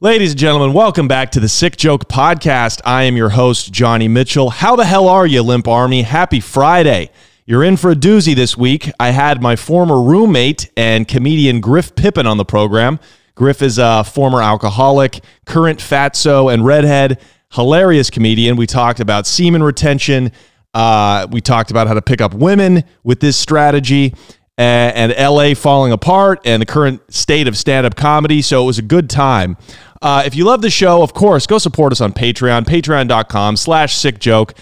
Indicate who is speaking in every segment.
Speaker 1: Ladies and gentlemen, welcome back to the Sick Joke Podcast. I am your host, Johnny Mitchell. How the hell are you, Limp Army? Happy Friday. You're in for a doozy this week. I had my former roommate and comedian Griff Pippin on the program. Griff is a former alcoholic, current fatso, and redhead. Hilarious comedian. We talked about semen retention. Uh, we talked about how to pick up women with this strategy and, and LA falling apart and the current state of stand up comedy. So it was a good time. Uh, if you love the show, of course, go support us on Patreon, patreon.com slash sick joke.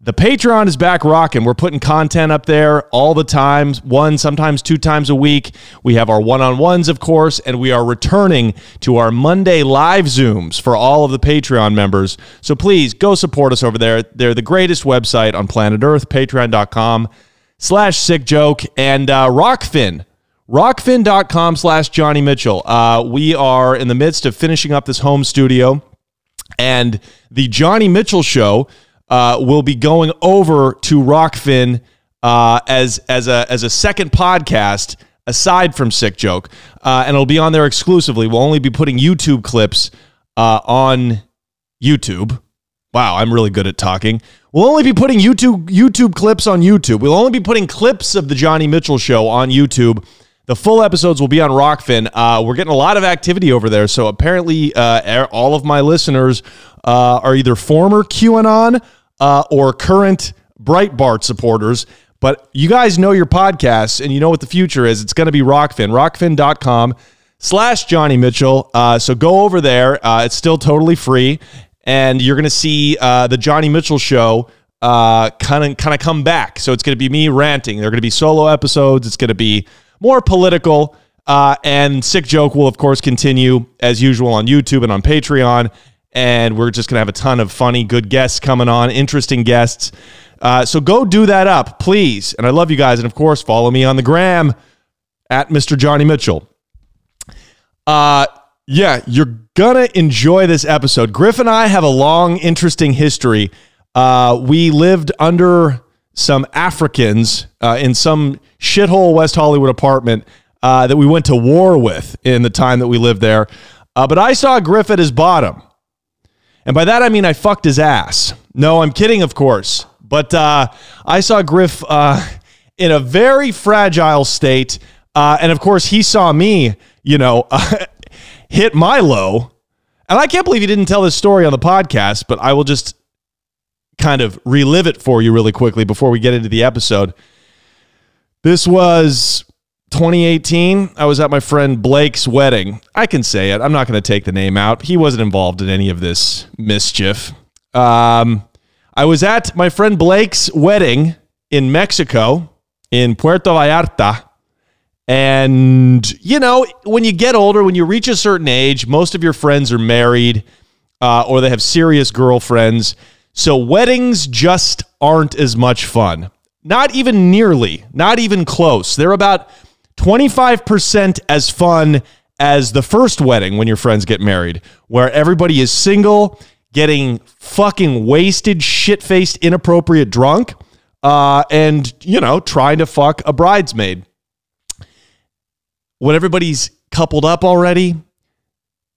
Speaker 1: The Patreon is back rocking. We're putting content up there all the time, one, sometimes two times a week. We have our one on ones, of course, and we are returning to our Monday live Zooms for all of the Patreon members. So please go support us over there. They're the greatest website on planet Earth, patreon.com slash sick joke and uh, rockfin rockfin.com slash johnny mitchell uh, we are in the midst of finishing up this home studio and the johnny mitchell show uh, will be going over to rockfin uh, as as a as a second podcast aside from sick joke uh, and it'll be on there exclusively we'll only be putting youtube clips uh, on YouTube. Wow, I'm really good at talking. We'll only be putting YouTube YouTube clips on YouTube. We'll only be putting clips of the Johnny Mitchell show on YouTube. The full episodes will be on Rockfin. Uh, we're getting a lot of activity over there, so apparently, uh, er- all of my listeners uh, are either former QAnon uh, or current Breitbart supporters. But you guys know your podcasts, and you know what the future is. It's going to be Rockfin. Rockfin.com slash Johnny Mitchell. Uh, so go over there. Uh, it's still totally free, and you're gonna see uh, the Johnny Mitchell show kind of kind of come back. So it's gonna be me ranting. They're gonna be solo episodes. It's gonna be more political. Uh, and sick joke will of course continue as usual on YouTube and on Patreon. And we're just gonna have a ton of funny, good guests coming on, interesting guests. Uh, so go do that up, please. And I love you guys. And of course, follow me on the gram at Mr. Johnny Mitchell. Uh, yeah, you're gonna enjoy this episode. Griff and I have a long, interesting history. Uh, we lived under some Africans uh, in some shithole West Hollywood apartment uh, that we went to war with in the time that we lived there. Uh, but I saw Griff at his bottom. And by that I mean I fucked his ass. No, I'm kidding, of course. But uh, I saw Griff uh, in a very fragile state, uh, and of course he saw me, you know, hit my low. And I can't believe he didn't tell this story on the podcast, but I will just kind of relive it for you really quickly before we get into the episode. This was 2018. I was at my friend Blake's wedding. I can say it. I'm not going to take the name out. He wasn't involved in any of this mischief. Um, I was at my friend Blake's wedding in Mexico, in Puerto Vallarta. And, you know, when you get older, when you reach a certain age, most of your friends are married uh, or they have serious girlfriends. So weddings just aren't as much fun. Not even nearly, not even close. They're about 25% as fun as the first wedding when your friends get married, where everybody is single, getting fucking wasted, shit faced, inappropriate drunk, uh, and, you know, trying to fuck a bridesmaid when everybody's coupled up already,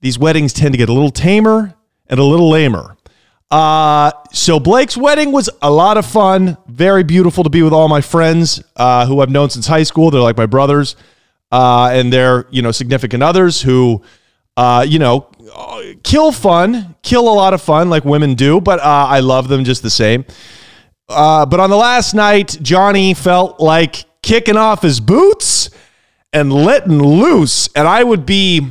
Speaker 1: these weddings tend to get a little tamer and a little lamer. Uh, so Blake's wedding was a lot of fun, very beautiful to be with all my friends uh, who I've known since high school. They're like my brothers, uh, and they're you know significant others who, uh, you know, kill fun, kill a lot of fun like women do. But uh, I love them just the same. Uh, but on the last night, Johnny felt like kicking off his boots and letting loose. And I would be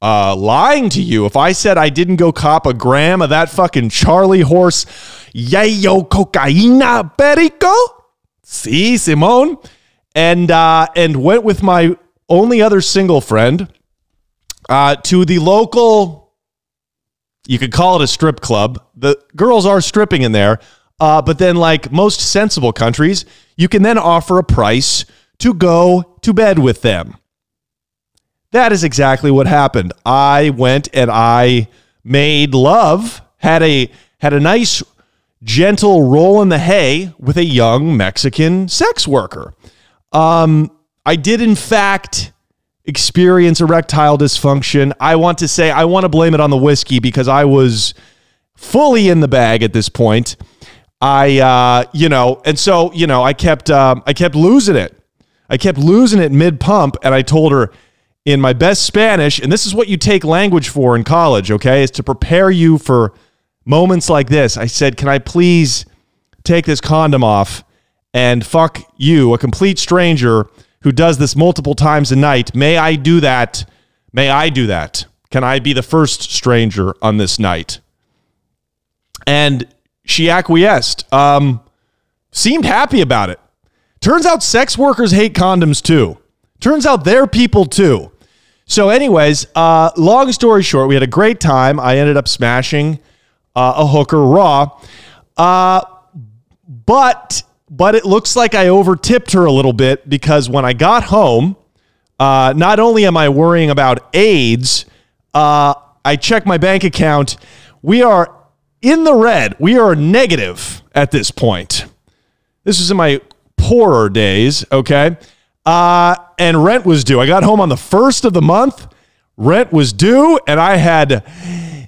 Speaker 1: uh, lying to you if I said I didn't go cop a gram of that fucking Charlie horse. Yayo cocaína perico. See, Simone. And, uh, and went with my only other single friend uh, to the local you could call it a strip club. The girls are stripping in there. Uh, but then, like most sensible countries, you can then offer a price to go to bed with them. That is exactly what happened. I went and I made love, had a had a nice gentle roll in the hay with a young Mexican sex worker. Um, I did in fact experience erectile dysfunction. I want to say I want to blame it on the whiskey because I was fully in the bag at this point. I uh, you know, and so you know, I kept um, I kept losing it. I kept losing it mid pump, and I told her in my best Spanish, and this is what you take language for in college. Okay, is to prepare you for moments like this. I said, "Can I please take this condom off and fuck you, a complete stranger who does this multiple times a night? May I do that? May I do that? Can I be the first stranger on this night?" and she acquiesced. Um, seemed happy about it. Turns out sex workers hate condoms too. Turns out they're people too. So, anyways, uh, long story short, we had a great time. I ended up smashing uh, a hooker raw, uh, but but it looks like I overtipped her a little bit because when I got home, uh, not only am I worrying about AIDS, uh, I check my bank account. We are in the red. We are negative at this point. This is in my poorer days, okay? Uh, and rent was due. I got home on the first of the month. Rent was due, and I had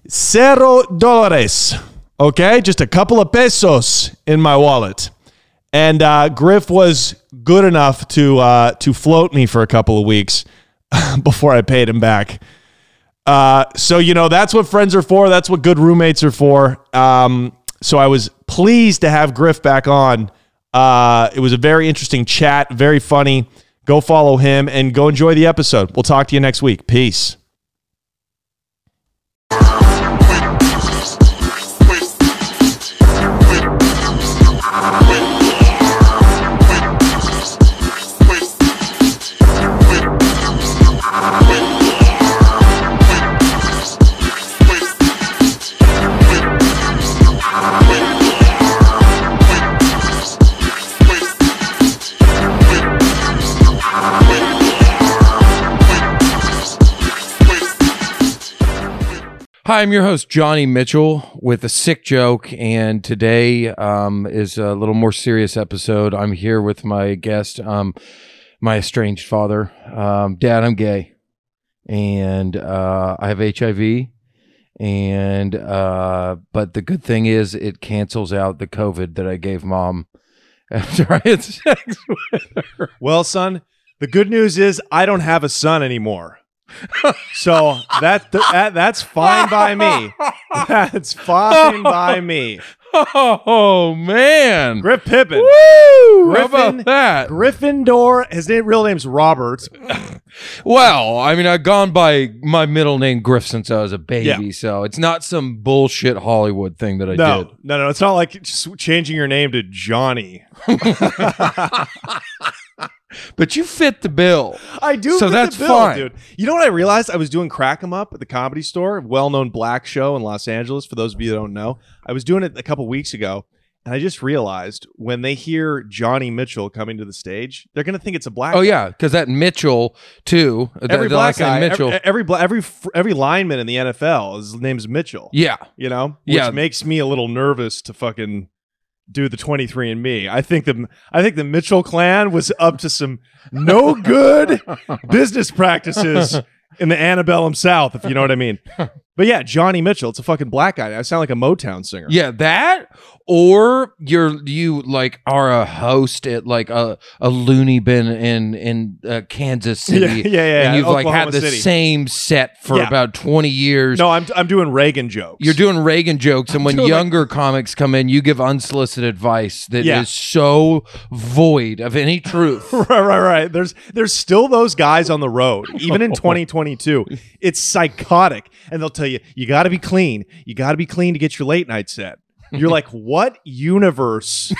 Speaker 1: cero dólares, okay? Just a couple of pesos in my wallet. And uh, Griff was good enough to uh, to float me for a couple of weeks before I paid him back. Uh, so you know that's what friends are for. That's what good roommates are for. Um, so I was pleased to have Griff back on. Uh, it was a very interesting chat, very funny. Go follow him and go enjoy the episode. We'll talk to you next week. Peace.
Speaker 2: Hi, I'm your host, Johnny Mitchell, with a sick joke. And today um, is a little more serious episode. I'm here with my guest, um, my estranged father. Um, Dad, I'm gay. And uh, I have HIV. And, uh, but the good thing is, it cancels out the COVID that I gave mom after I had sex with her.
Speaker 1: Well, son, the good news is I don't have a son anymore. so that, that that's fine by me. That's fine by me.
Speaker 2: Oh, man.
Speaker 1: Griff Pippin.
Speaker 2: Woo! How
Speaker 1: Griffin-
Speaker 2: about that?
Speaker 1: Gryffindor. His name, real name's Robert.
Speaker 2: Well, I mean, I've gone by my middle name Griff since I was a baby, so it's not some bullshit Hollywood thing that I
Speaker 1: No,
Speaker 2: did.
Speaker 1: no, no. It's not like just changing your name to Johnny.
Speaker 2: But you fit the bill.
Speaker 1: I do.
Speaker 2: So
Speaker 1: fit the
Speaker 2: that's
Speaker 1: bill,
Speaker 2: fine.
Speaker 1: dude. You know what I realized? I was doing Crack 'em Up at the Comedy Store, a well-known black show in Los Angeles. For those of you that don't know, I was doing it a couple weeks ago, and I just realized when they hear Johnny Mitchell coming to the stage, they're gonna think it's a black.
Speaker 2: Oh
Speaker 1: guy.
Speaker 2: yeah, because that Mitchell too. the-
Speaker 1: every
Speaker 2: the
Speaker 1: black
Speaker 2: last name
Speaker 1: guy,
Speaker 2: Mitchell.
Speaker 1: every eh. every, bla- every fr- every lineman in the NFL, his name's Mitchell.
Speaker 2: yeah,
Speaker 1: You know, which
Speaker 2: Yeah.
Speaker 1: makes me a little nervous to fucking do the 23 and me. I think the I think the Mitchell clan was up to some no good business practices in the antebellum South, if you know what I mean. But yeah, Johnny Mitchell, it's a fucking black guy. I sound like a Motown singer.
Speaker 2: yeah, that or you're you like are a host at like a a loony bin in in uh, Kansas
Speaker 1: yeah, yeah,
Speaker 2: City,
Speaker 1: yeah.
Speaker 2: and you've like
Speaker 1: Oklahoma
Speaker 2: had the
Speaker 1: City.
Speaker 2: same set for
Speaker 1: Yeah.
Speaker 2: about twenty years.
Speaker 1: No, I'm I'm doing Reagan jokes.
Speaker 2: You're doing Reagan jokes, and when
Speaker 1: doing, like-
Speaker 2: younger comics come in, you give unsolicited advice that is
Speaker 1: Yeah.
Speaker 2: so void of any truth.
Speaker 1: right, right, right. There's there's still those guys on the road, even in 2022. It's psychotic, and they'll tell you you got to be clean. You got to be clean to get your late night set. You're like, what universe?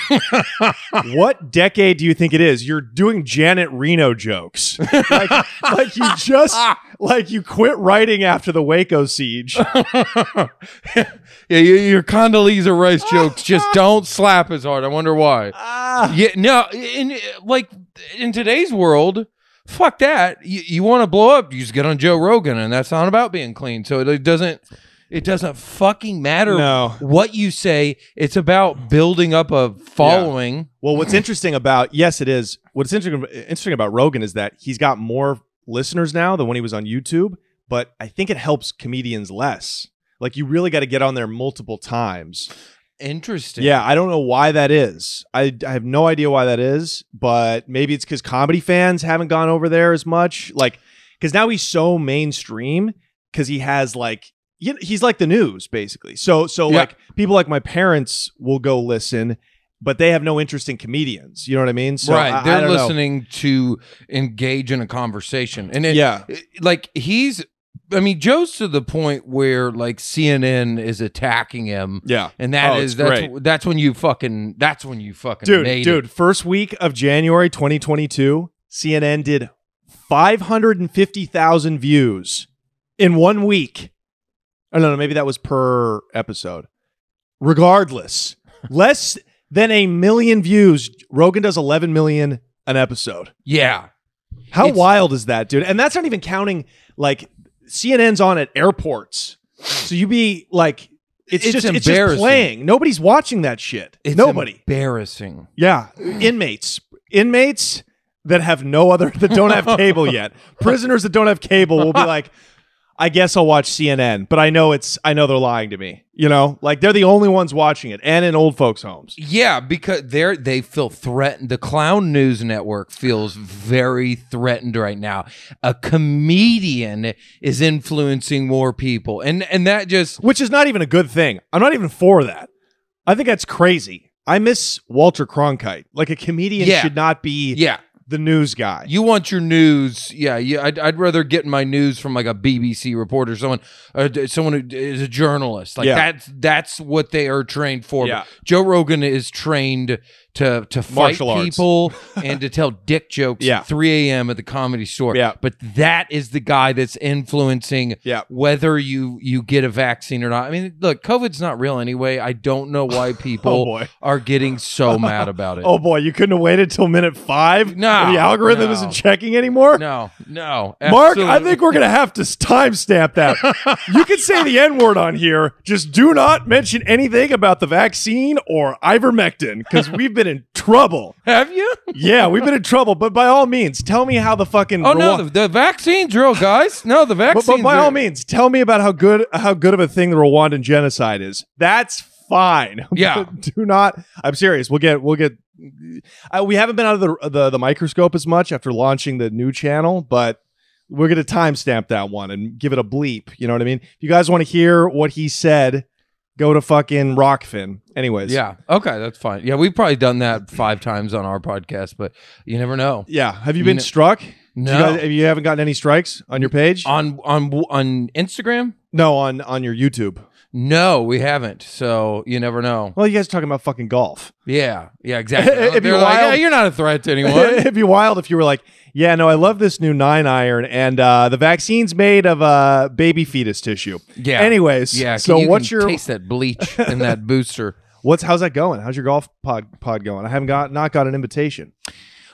Speaker 1: what decade do you think it is? You're doing Janet Reno jokes, like, like you just like you quit writing after the Waco siege.
Speaker 2: yeah, your, your Condoleezza Rice jokes just don't slap as hard. I wonder why.
Speaker 1: Ah.
Speaker 2: Yeah, no, in like in today's world, fuck that. You, you want to blow up, you just get on Joe Rogan, and that's not about being clean. So it, doesn't. It doesn't fucking matter
Speaker 1: No.
Speaker 2: what you say. It's about building up a following.
Speaker 1: Well, what's interesting about yes, it is. What's interesting interesting about Rogan is that he's got more listeners now than when he was on YouTube, but I think it helps comedians less. Like you really got to get on there multiple times.
Speaker 2: Interesting.
Speaker 1: Yeah, I don't know why that is. I, I have no idea why that is, but maybe it's because comedy fans haven't gone over there as much. Like, because now he's so mainstream because he has like, you know, he's like the news basically. So, so
Speaker 2: Yeah.
Speaker 1: like people like my parents will go listen, but they have no interest in comedians. You know what I mean? So I- I
Speaker 2: right. They're
Speaker 1: don't know.
Speaker 2: listening to engage in a conversation. And it,
Speaker 1: yeah,
Speaker 2: like he's I mean Joe's to the point where like CNN is attacking him
Speaker 1: yeah.
Speaker 2: and that
Speaker 1: Oh,
Speaker 2: is
Speaker 1: it's
Speaker 2: that's that's when you fucking that's when you fucking
Speaker 1: dude,
Speaker 2: made
Speaker 1: dude. First week of January 2022, CNN did 550,000 views in one week. Oh no, no, maybe that was per episode. Regardless, less than a million views. Rogan does 11 million an episode.
Speaker 2: it. Yeah.
Speaker 1: How
Speaker 2: It's-
Speaker 1: wild is that, dude? And that's not even counting like CNN's on at airports. So you be like, it's,
Speaker 2: It's
Speaker 1: just it's just
Speaker 2: embarrassing.
Speaker 1: playing. Nobody's watching that shit.
Speaker 2: It's
Speaker 1: Nobody.
Speaker 2: embarrassing.
Speaker 1: Yeah, inmates, inmates that have no other that don't have cable yet. Prisoners that don't have cable will be like, I guess I'll watch CNN, but I know it's I know they're lying to me. You know, like they're the only ones watching it, and in old folks' homes.
Speaker 2: Yeah, because they're they feel threatened. The Clown News Network feels very threatened right now. A comedian is influencing more people, and and that just
Speaker 1: which is not even a good thing. I'm not even for that. I think that's crazy. I miss Walter Cronkite. Like a comedian
Speaker 2: Yeah.
Speaker 1: should not be
Speaker 2: yeah.
Speaker 1: the news guy.
Speaker 2: You want your news? Yeah, yeah. I'd, I'd rather get my news from like a BBC reporter, someone, uh, d- someone who is a journalist. Like
Speaker 1: Yeah.
Speaker 2: that's that's what they are trained for.
Speaker 1: Yeah.
Speaker 2: Joe Rogan is trained to to fight
Speaker 1: Martial arts.
Speaker 2: people and to tell dick jokes
Speaker 1: Yeah.
Speaker 2: at 3 a.m. at the comedy store.
Speaker 1: Yeah.
Speaker 2: But that is the guy that's influencing
Speaker 1: Yeah.
Speaker 2: whether you you get a vaccine or not. I mean, look, COVID's not real anyway. I don't know why
Speaker 1: Oh
Speaker 2: people
Speaker 1: boy.
Speaker 2: are getting so mad about it.
Speaker 1: Oh boy. You couldn't have waited till minute five.
Speaker 2: No,
Speaker 1: The algorithm
Speaker 2: no.
Speaker 1: isn't checking anymore.
Speaker 2: No, no.
Speaker 1: Mark, I
Speaker 2: absolutely.
Speaker 1: think we're gonna have to timestamp that. you can say the N word on here. Just do not mention anything about the vaccine or ivermectin because we've been in trouble.
Speaker 2: Have you?
Speaker 1: Yeah, we've been in trouble. But by all means, tell me how the fucking
Speaker 2: Oh no,
Speaker 1: Rwan-
Speaker 2: the, the vaccine's real, guys. No, the
Speaker 1: But,
Speaker 2: vaccine's
Speaker 1: but by all
Speaker 2: real.
Speaker 1: means, tell me about how good how good of a thing the Rwandan genocide is. That's fine.
Speaker 2: Yeah.
Speaker 1: But do not. I'm serious. We'll get we'll get. Uh, we haven't been out of the, the the microscope as much after launching the new channel, but we're gonna timestamp that one and give it a bleep. You know what I mean? If you guys want to hear what he said, go to fucking Rockfin. Anyways.
Speaker 2: Yeah. Okay, that's fine. Yeah, we've probably done that five times on our podcast, but you never know.
Speaker 1: Yeah. Have you
Speaker 2: You
Speaker 1: been
Speaker 2: kn-
Speaker 1: struck? Do
Speaker 2: No. Uh,
Speaker 1: You, guys, you haven't gotten any strikes on your page?
Speaker 2: on on on Instagram?
Speaker 1: no, on on your YouTube.
Speaker 2: No, we haven't. So you never know.
Speaker 1: Well, you guys are talking about fucking golf.
Speaker 2: Yeah. Yeah. Exactly.
Speaker 1: It'd be
Speaker 2: They're like,
Speaker 1: wild.
Speaker 2: "Yeah, you're not a threat to anyone.
Speaker 1: It'd be wild if you were like, yeah, no, I love this new nine iron, and uh, the vaccine's made of uh, baby fetus tissue.
Speaker 2: yeah.
Speaker 1: Anyways,
Speaker 2: Yeah.
Speaker 1: So
Speaker 2: you
Speaker 1: what's
Speaker 2: can
Speaker 1: your
Speaker 2: taste that bleach and that booster?
Speaker 1: what's how's that going? How's your golf pod pod going? I haven't got not got an invitation.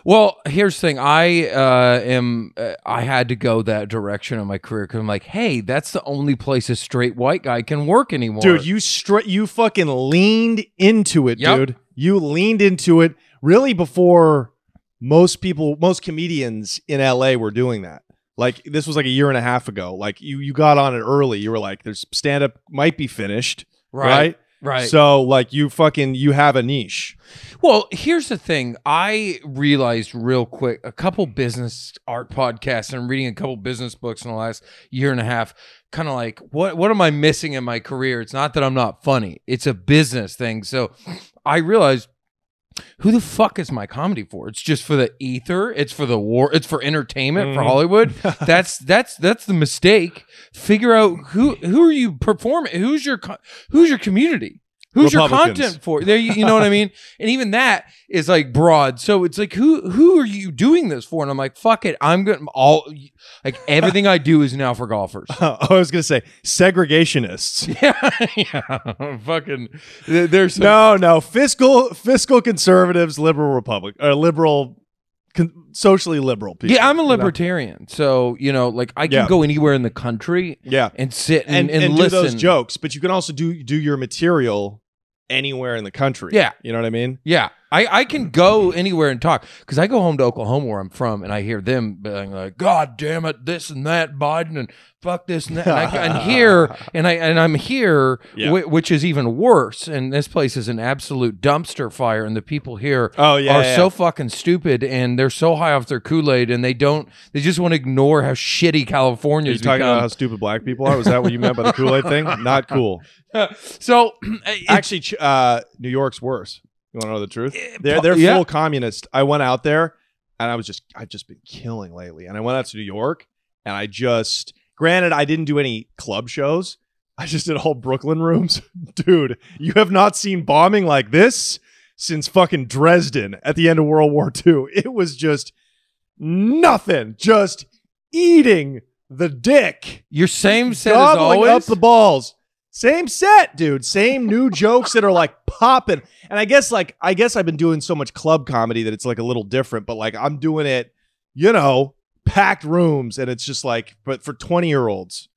Speaker 2: Well, here's the thing. I uh, am. Uh, I had to go that direction in my career because I'm like, hey, that's the only place a straight white guy can work anymore,
Speaker 1: Dude, you straight you fucking leaned into it,
Speaker 2: Yep.
Speaker 1: dude. You leaned into it really before most people, most comedians in LA were doing that. Like this was like a year and a half ago. Like you you got on it early. You were like, there's stand up might be finished, right?
Speaker 2: right.
Speaker 1: So like you fucking you have a niche.
Speaker 2: Well, here's the thing. I realized real quick a couple business art podcasts and reading a couple business books in the last year and a half. Kind of like, what what am I missing in my career? It's not that I'm not funny. It's a business thing. So I realized who the fuck is my comedy for? It's just for the ether. It's for the war. It's for entertainment for
Speaker 1: Mhm.
Speaker 2: Hollywood. that's that's that's the mistake. Figure out who who are you performing? Who's your co- who's your community? Who's your
Speaker 1: Republicans.
Speaker 2: content for? There, you, you know what I mean. And even that is like broad. So it's like who who are you doing this for? And I'm like, fuck it. I'm gonna all like everything I do is now for golfers.
Speaker 1: I was gonna say segregationists.
Speaker 2: yeah, yeah. Fucking, there- there's some-
Speaker 1: No, no, fiscal fiscal conservatives, liberal republic or liberal con- socially liberal people.
Speaker 2: Yeah, I'm a
Speaker 1: you know?
Speaker 2: libertarian, so you know, like I can
Speaker 1: Yeah.
Speaker 2: go anywhere in the country
Speaker 1: Yeah.
Speaker 2: and sit
Speaker 1: And
Speaker 2: and,
Speaker 1: and, do
Speaker 2: listen.
Speaker 1: those jokes, but you can also do do your material anywhere in the country.
Speaker 2: Yeah.
Speaker 1: You know what I mean?
Speaker 2: Yeah, I, I can go anywhere and talk because I go home to Oklahoma where I'm from and I hear them being like, God damn it, this and that, Biden and fuck this and that. And I, am here and I and I'm here,
Speaker 1: Yeah.
Speaker 2: whi- which is even worse. And this place is an absolute dumpster fire, and the people here
Speaker 1: Oh, yeah,
Speaker 2: are
Speaker 1: yeah.
Speaker 2: so fucking stupid and they're so high off their Kool Aid and they don't they just want to ignore how shitty California
Speaker 1: Are you
Speaker 2: is
Speaker 1: talking about how stupid black people are? Was that what you meant by the Kool Aid thing? Not cool.
Speaker 2: so it-
Speaker 1: Actually, Ch- uh, New York's worse. You want to know the truth? They're they're
Speaker 2: yeah.
Speaker 1: full communist. I went out there and I was just I've just been killing lately. And I went out to New York and I just granted I didn't do any club shows. I just did all Brooklyn rooms. Dude, you have not seen bombing like this since fucking Dresden at the end of World War II. It was just nothing. Just eating the dick
Speaker 2: your same set as
Speaker 1: gobbling
Speaker 2: always.
Speaker 1: up the balls. Same set, dude. Same new jokes that are like popping. And I guess like I guess I've been doing so much club comedy that it's like a little different, but like I'm doing it, you know, packed rooms and it's just like but for 20-year-olds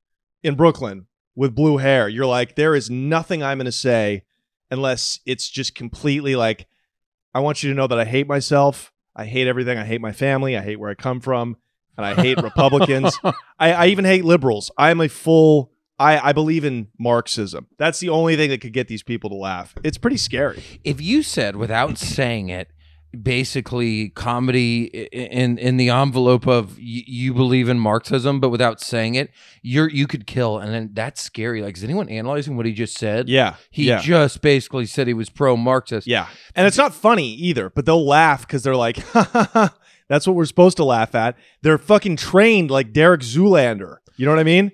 Speaker 1: in Brooklyn with blue hair, you're like there is nothing I'm going to say unless it's just completely like I want you to know that I hate myself. I hate everything. I hate my family. I hate where I come from. And I hate Republicans. I, I even hate liberals. I'm a full. I, I believe in Marxism. That's the only thing that could get these people to laugh. It's pretty scary.
Speaker 2: if you said without saying it basically comedy i- in in the envelope of y- you believe in marxism but without saying it you're you could kill and then that's scary like is anyone analyzing what he just said
Speaker 1: Yeah,
Speaker 2: he
Speaker 1: yeah,
Speaker 2: just basically said he was pro-marxist
Speaker 1: yeah. And it's not funny either. But they'll laugh because they're like, "That's what we're supposed to laugh at." They're fucking trained like Derek Zoolander. You know what I mean?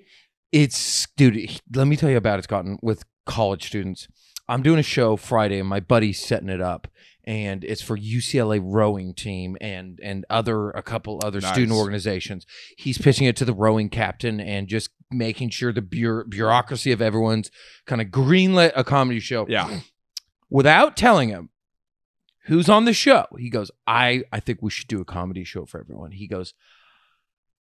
Speaker 2: it's dude he- let me tell you about it's gotten with college students i'm doing a show friday and my buddy's setting it up and it's for ucla rowing team and and other a couple other
Speaker 1: Nice.
Speaker 2: student organizations he's pitching it to the rowing captain and just making sure the bureau- bureaucracy of everyone's kind of greenlit a comedy show
Speaker 1: Yeah,
Speaker 2: without telling him who's on the show he goes i i think we should do a comedy show for everyone he goes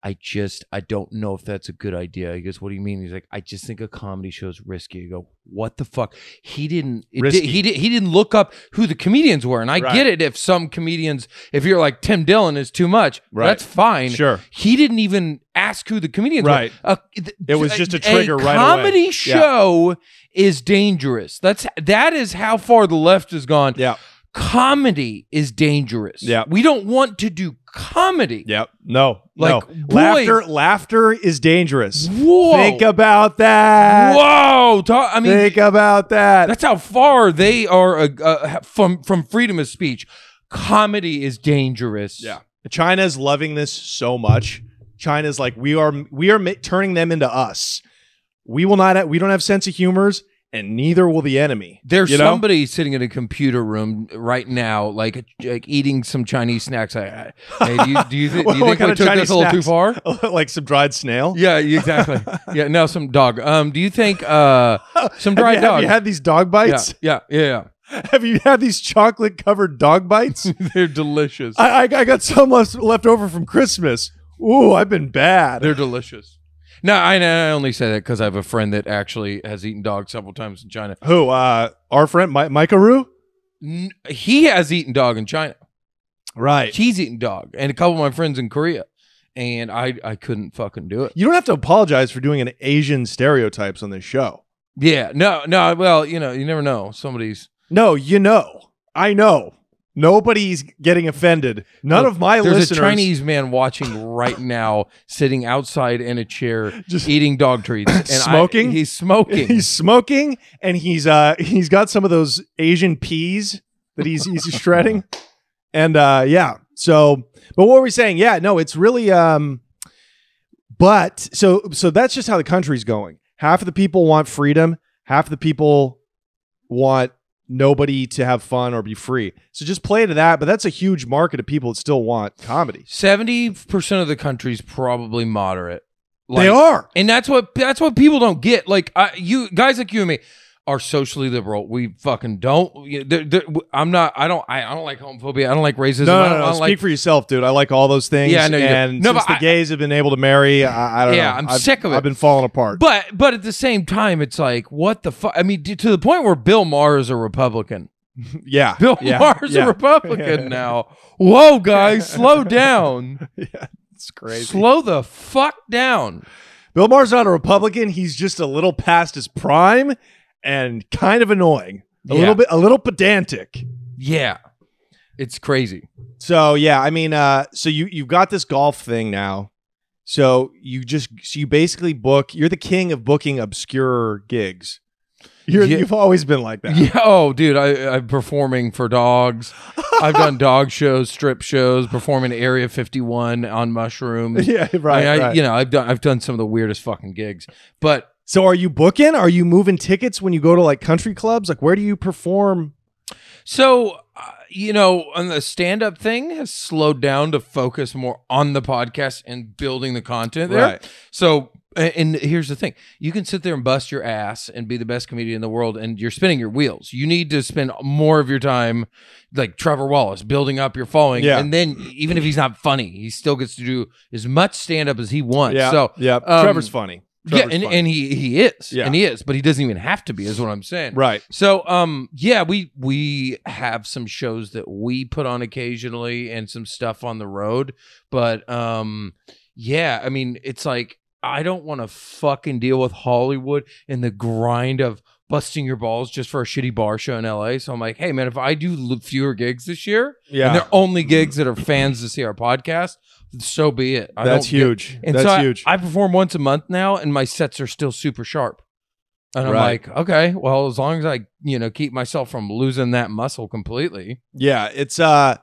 Speaker 2: i just i don't know if that's a good idea he goes what do you mean he's like i just think a comedy show is risky i go what the fuck he didn't it
Speaker 1: Risky.
Speaker 2: did- he, did, he didn't look up who the comedians were and i
Speaker 1: Right.
Speaker 2: get it if some comedians if you're like tim dillon is too much
Speaker 1: Right.
Speaker 2: that's fine
Speaker 1: sure.
Speaker 2: he didn't even ask who the comedians were
Speaker 1: Right.
Speaker 2: a, th-
Speaker 1: It was just a trigger right away.
Speaker 2: comedy
Speaker 1: Yeah.
Speaker 2: show is dangerous. That's that is how far the left has gone.
Speaker 1: Yeah.
Speaker 2: Comedy is dangerous.
Speaker 1: Yeah.
Speaker 2: We don't want to do comedy.
Speaker 1: Yep. No.
Speaker 2: Like,
Speaker 1: no.
Speaker 2: boy-
Speaker 1: Laughter. Laughter is dangerous.
Speaker 2: Whoa.
Speaker 1: Think about that.
Speaker 2: Whoa. Ta- I mean,
Speaker 1: Think about that.
Speaker 2: that's how far they are uh, uh, from from freedom of speech. Comedy is dangerous.
Speaker 1: Yeah. China's loving this so much. China's like we are we are ma- turning them into us. We will not ha- we don't have sense of humors and neither will the enemy.
Speaker 2: There's
Speaker 1: You know?
Speaker 2: somebody sitting in a computer room right now, like like eating some Chinese snacks. I, I, hey, do you, do you, thi- do
Speaker 1: What
Speaker 2: you think
Speaker 1: kind
Speaker 2: we
Speaker 1: of
Speaker 2: took
Speaker 1: Chinese
Speaker 2: this a little too
Speaker 1: snacks?
Speaker 2: far?
Speaker 1: like some dried snail.
Speaker 2: Yeah, y- exactly. yeah, no, some dog. Um, do you think uh
Speaker 1: Have,
Speaker 2: some dried
Speaker 1: you, have
Speaker 2: dog?
Speaker 1: you had these dog
Speaker 2: yeah,
Speaker 1: bites?
Speaker 2: yeah, yeah,
Speaker 1: Have you had these chocolate covered dog bites?
Speaker 2: yeah. They're delicious.
Speaker 1: I, I I got some left, left over from Christmas. Ooh, I've been bad.
Speaker 2: They're delicious. No, I, I only say that because I have a friend that actually has eaten dog several times in China.
Speaker 1: Who? Uh, our friend Mi- Micah Roo?
Speaker 2: N- he has eaten dog in China.
Speaker 1: Right.
Speaker 2: He's eaten dog, and a couple of my friends in Korea, and I I couldn't fucking do it.
Speaker 1: You don't have to apologize for doing an Asian stereotypes on this show.
Speaker 2: Yeah, no, no. Well, you know, you never know. Somebody's
Speaker 1: No, you know. I know. Nobody's getting offended. None
Speaker 2: Look,
Speaker 1: of my
Speaker 2: there's
Speaker 1: listeners
Speaker 2: a Chinese man watching right now, sitting outside in a chair,
Speaker 1: just
Speaker 2: eating dog treats, and I-
Speaker 1: Smoking?
Speaker 2: he's smoking.
Speaker 1: he's smoking and he's uh he's got some of those Asian peas that he's he's shredding. And uh yeah. So but what were we saying? Yeah, no, it's really um but so so that's just how the country's going. Half of the people want freedom, half of the people want nobody to have fun or be free. So just play to that, but that's a huge market of people that still want comedy.
Speaker 2: Seventy percent of the country's probably moderate.
Speaker 1: they are.
Speaker 2: and that's what that's what people don't get. Like I, you guys, like you and me, are socially liberal. We fucking don't. you- there- there- I'm not. I don't. I, I don't like homophobia. I don't like racism.
Speaker 1: No,
Speaker 2: I
Speaker 1: no,
Speaker 2: don't,
Speaker 1: no,
Speaker 2: I
Speaker 1: no.
Speaker 2: don't
Speaker 1: Speak
Speaker 2: like.
Speaker 1: for yourself, dude. I like all those things.
Speaker 2: Yeah, I know you do.
Speaker 1: And
Speaker 2: No,
Speaker 1: since
Speaker 2: but
Speaker 1: the
Speaker 2: I-
Speaker 1: gays have been able to marry, I, I don't
Speaker 2: Yeah,
Speaker 1: know.
Speaker 2: I'm
Speaker 1: I've-
Speaker 2: sick of it.
Speaker 1: I've been falling apart.
Speaker 2: But but at the same time, it's like what the fuck. I mean, d- to the point where Bill Maher is a Republican.
Speaker 1: yeah.
Speaker 2: Bill
Speaker 1: yeah,
Speaker 2: Maher's
Speaker 1: yeah.
Speaker 2: a Republican now. Whoa, guys, slow down.
Speaker 1: Yeah, it's crazy.
Speaker 2: Slow the fuck down.
Speaker 1: Bill Maher's not a Republican. He's just a little past his prime and kind of annoying. A
Speaker 2: Yeah.
Speaker 1: little bit, a little pedantic.
Speaker 2: Yeah. It's crazy.
Speaker 1: So yeah, I mean, uh, so you you've got this golf thing now. So you just so you basically book. You're the king of booking obscure gigs. You're,
Speaker 2: Yeah.
Speaker 1: You've always been like that.
Speaker 2: Yeah. Oh, dude, I, I'm performing for dogs. I've done dog shows, strip shows, performing at Area 51 on mushrooms.
Speaker 1: Yeah,
Speaker 2: I
Speaker 1: right.
Speaker 2: mean, I-
Speaker 1: right.
Speaker 2: You know, I've done I've done some of the weirdest fucking gigs, but
Speaker 1: so are you booking? Are you moving tickets when you go to like country clubs? Like where do you perform?
Speaker 2: so uh, you know, on the stand up thing has slowed down to focus more on the podcast and building the content there. So, a- and here's the thing: you can sit there and bust your ass and be the best comedian in the world, and you're spinning your wheels. You need to spend more of your time, like Trevor Wallace, building up your following,
Speaker 1: Yeah.
Speaker 2: and then even if he's not funny, he still gets to do as much stand up as he wants.
Speaker 1: Yeah.
Speaker 2: So.
Speaker 1: yeah.
Speaker 2: um,
Speaker 1: Trevor's funny. Trevor's
Speaker 2: yeah, and,
Speaker 1: funny.
Speaker 2: and he he is,
Speaker 1: Yeah.
Speaker 2: and he is, but he doesn't even have to be, is what I'm saying.
Speaker 1: right.
Speaker 2: So, um, yeah, we we have some shows that we put on occasionally and some stuff on the road, but um, yeah, I mean, it's like I don't want to fucking deal with Hollywood and the grind of busting your balls just for a shitty bar show in LA. So I'm like, hey man, if I do l- fewer gigs this year, and
Speaker 1: Yeah. Mm-hmm.
Speaker 2: they're only gigs that are fans to see our podcast, so be it. I
Speaker 1: That's
Speaker 2: don't get-
Speaker 1: huge.
Speaker 2: and
Speaker 1: That's
Speaker 2: so I-
Speaker 1: huge.
Speaker 2: I, perform once a month now, and my sets are still super sharp. And I'm
Speaker 1: Right.
Speaker 2: like, okay, well, as long as I, you know, keep myself from losing that muscle completely.
Speaker 1: yeah it's uh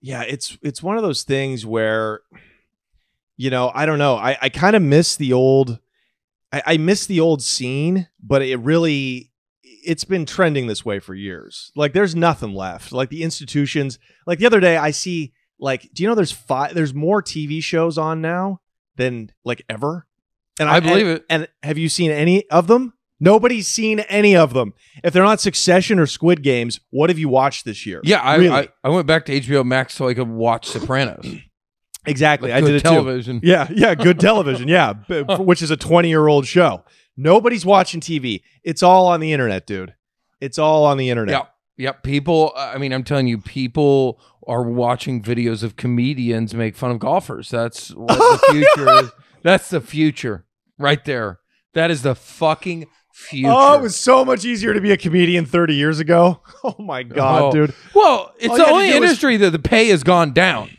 Speaker 1: yeah it's it's one of those things where you know i don't know i i kind of miss the old I, I miss the old scene but it really it's been trending this way for years like there's nothing left like the institutions like the other day i see like do you know there's five there's more tv shows on now than like ever and
Speaker 2: I believe
Speaker 1: and-
Speaker 2: it.
Speaker 1: and have you seen any of them nobody's seen any of them if they're not succession or squid games what have you watched this year
Speaker 2: Yeah, I,
Speaker 1: Really?
Speaker 2: I, I went back to HBO Max so I could watch Sopranos.
Speaker 1: Exactly. I
Speaker 2: Good
Speaker 1: did it too.
Speaker 2: television.
Speaker 1: Yeah, yeah, good television. Yeah, b- f- which is a 20-year-old show. Nobody's watching TV. It's all on the internet, dude. It's all on the internet.
Speaker 2: Yep. Yep. People, I mean, I'm telling you, people are watching videos of comedians make fun of golfers. That's what the future is. That's the future right there. That is the fucking future.
Speaker 1: Oh, it was so much easier to be a comedian 30 years ago. Oh my god,
Speaker 2: Oh.
Speaker 1: dude.
Speaker 2: Well, it's
Speaker 1: All you had
Speaker 2: the
Speaker 1: to
Speaker 2: only
Speaker 1: do was-
Speaker 2: industry that the pay has gone down.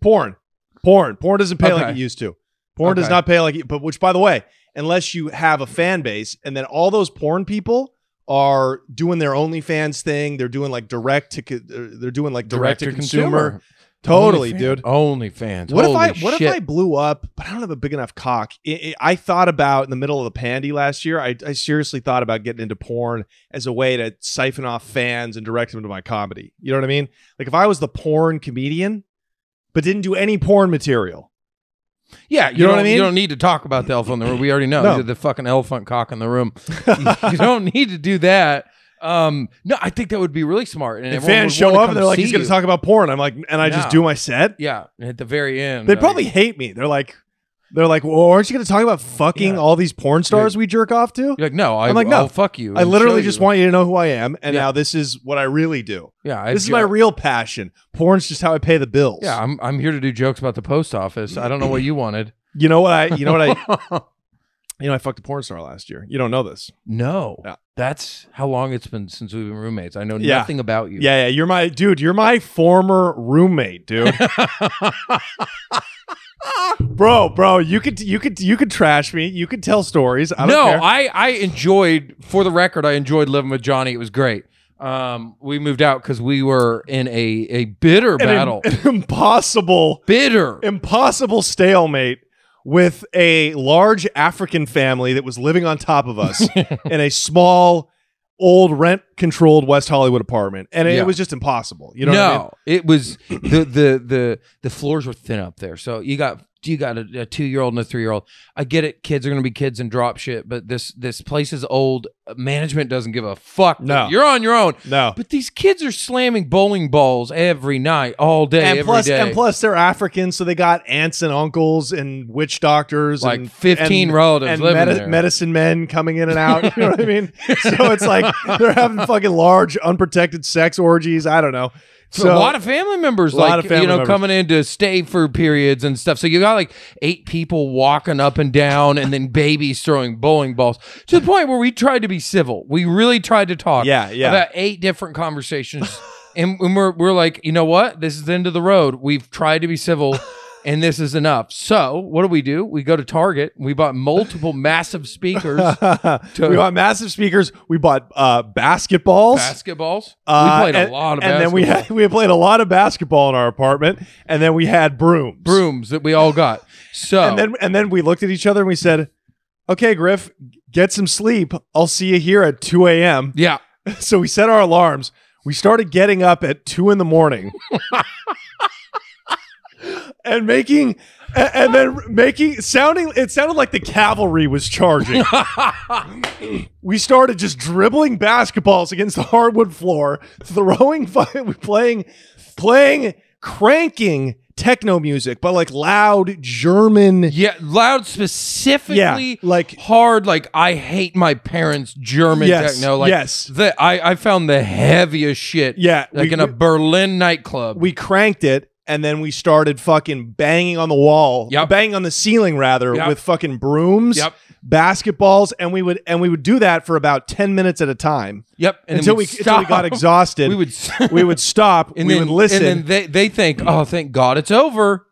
Speaker 1: Porn. Porn. Porn doesn't pay like
Speaker 2: Okay.
Speaker 1: it used to. Porn does
Speaker 2: Okay.
Speaker 1: not pay like it, but which by the way, unless you have a fan base and then all those porn people are doing their OnlyFans thing. They're doing like direct to co- they're doing like direct, to consumer. Totally,
Speaker 2: OnlyFans.
Speaker 1: dude.
Speaker 2: OnlyFans.
Speaker 1: What
Speaker 2: Holy
Speaker 1: if I what
Speaker 2: shit.
Speaker 1: if I blew up, but I don't have a big enough cock? I, I I thought about in the middle of the pandy last year. I, I seriously thought about getting into porn as a way to siphon off fans and direct them to my comedy. You know what I mean? Like if I was the porn comedian, but didn't do any porn material.
Speaker 2: Yeah, you,
Speaker 1: You know
Speaker 2: don't,
Speaker 1: what I mean?
Speaker 2: You don't need to talk about the elephant in the room. We already know
Speaker 1: No.
Speaker 2: You're the fucking elephant cock in the room. you don't need to do that. Um, no, I think that would be really smart. And,
Speaker 1: And
Speaker 2: everyone
Speaker 1: fans
Speaker 2: would
Speaker 1: show
Speaker 2: wanna
Speaker 1: up
Speaker 2: come
Speaker 1: and they're like,
Speaker 2: see
Speaker 1: he's going
Speaker 2: you.
Speaker 1: to talk about porn. I'm like, and I just
Speaker 2: No.
Speaker 1: do my set.
Speaker 2: Yeah, and at the very end,
Speaker 1: They
Speaker 2: like,
Speaker 1: probably hate me. They're like, they're like, well, aren't you going to talk about fucking
Speaker 2: Yeah.
Speaker 1: all these porn stars we jerk off to?
Speaker 2: You're like, no, I,
Speaker 1: I'm
Speaker 2: am
Speaker 1: like,
Speaker 2: like,
Speaker 1: no.
Speaker 2: no, I'll fuck you.
Speaker 1: I
Speaker 2: and
Speaker 1: literally
Speaker 2: show
Speaker 1: just
Speaker 2: you.
Speaker 1: want you to know who I am, and
Speaker 2: Yeah.
Speaker 1: now this is what I really do.
Speaker 2: Yeah, I-
Speaker 1: this is
Speaker 2: yeah.
Speaker 1: my real passion. Porn's just how I pay the bills.
Speaker 2: Yeah, I'm I'm here to do jokes about the post office. I don't know what you wanted.
Speaker 1: You know what I you know what I you know I fucked a porn star last year. You don't know this.
Speaker 2: no,
Speaker 1: Yeah.
Speaker 2: that's how long it's been since we've been roommates. I know
Speaker 1: Yeah.
Speaker 2: nothing about you.
Speaker 1: Yeah, yeah. You're my dude, you're my former roommate, dude. bro, bro, you could you could you could trash me. You could tell stories. I don't
Speaker 2: no,
Speaker 1: care.
Speaker 2: I I enjoyed for the record. I enjoyed living with Johnny. It was great. Um, we moved out because we were in a a bitter
Speaker 1: An im-
Speaker 2: battle,
Speaker 1: an impossible
Speaker 2: bitter.
Speaker 1: impossible stalemate with a large African family that was living on top of us in a small old rent controlled West Hollywood apartment. And it,
Speaker 2: Yeah.
Speaker 1: was just impossible. You know
Speaker 2: no,
Speaker 1: what I mean?
Speaker 2: it was the the the the floors were thin up there. So you got you got a, a two year old and a three year old. I get it. Kids are gonna be kids and drop shit, but this this place is old. Management doesn't give a fuck.
Speaker 1: No.
Speaker 2: you're on your own.
Speaker 1: No.
Speaker 2: Uh, But these kids are slamming bowling balls every night, all day,
Speaker 1: And
Speaker 2: every
Speaker 1: plus-
Speaker 2: day.
Speaker 1: and plus, they're African, so they got aunts and uncles and witch doctors,
Speaker 2: like
Speaker 1: and,
Speaker 2: 15
Speaker 1: and-
Speaker 2: relatives
Speaker 1: and
Speaker 2: living
Speaker 1: medi-
Speaker 2: there.
Speaker 1: medicine men coming in and out. You know what I mean? So it's like they're having fucking large, unprotected sex orgies. I don't know.
Speaker 2: So a lot of family members,
Speaker 1: A lot
Speaker 2: like
Speaker 1: of family
Speaker 2: you know,
Speaker 1: members.
Speaker 2: coming in to stay for periods and stuff. So you got like eight people walking up and down, and then babies throwing bowling balls to the point where we tried to be civil. We really tried to talk.
Speaker 1: Yeah, yeah.
Speaker 2: About eight different conversations, and, and we're we're like, you know what? This is the end of the road. We've tried to be civil. And this is enough. So, what do we do? We go to Target. We bought multiple massive speakers,
Speaker 1: we bought massive speakers. We bought uh, basketballs.
Speaker 2: basketballs.
Speaker 1: Uh,
Speaker 2: we played
Speaker 1: and,
Speaker 2: a lot of
Speaker 1: and then we
Speaker 2: basketball.
Speaker 1: had, we played a lot of basketball in our apartment, and then we had brooms.
Speaker 2: brooms that we all got. So
Speaker 1: And then and then we looked at each other and we said, "Okay, Griff, get some sleep. I'll see you here at 2 a.m."
Speaker 2: yeah,
Speaker 1: So we set our alarms. We started getting up at two in the morning and making a- and then making sounding it sounded like the cavalry was charging. we started just dribbling basketballs against the hardwood floor, throwing fi- playing playing cranking techno music, but like loud German
Speaker 2: yeah, loud specifically,
Speaker 1: yeah, like
Speaker 2: hard. Like I hate my parents' German
Speaker 1: Yes,
Speaker 2: techno. Like
Speaker 1: yes.
Speaker 2: the, I I found the heaviest shit.
Speaker 1: yeah,
Speaker 2: like
Speaker 1: we-
Speaker 2: in a
Speaker 1: we-
Speaker 2: Berlin nightclub.
Speaker 1: we cranked it and then we started fucking banging on the wall
Speaker 2: Yep.
Speaker 1: banging on the ceiling rather
Speaker 2: Yep.
Speaker 1: with fucking brooms
Speaker 2: Yep.
Speaker 1: basketballs and we would and we would do that for about 10 minutes at a time
Speaker 2: yep, and then
Speaker 1: until
Speaker 2: we'd
Speaker 1: we until we
Speaker 2: stop.
Speaker 1: got exhausted
Speaker 2: we
Speaker 1: we would,
Speaker 2: would s-
Speaker 1: stop
Speaker 2: and
Speaker 1: we
Speaker 2: then
Speaker 1: would listen
Speaker 2: and then they they think, oh, thank God it's over,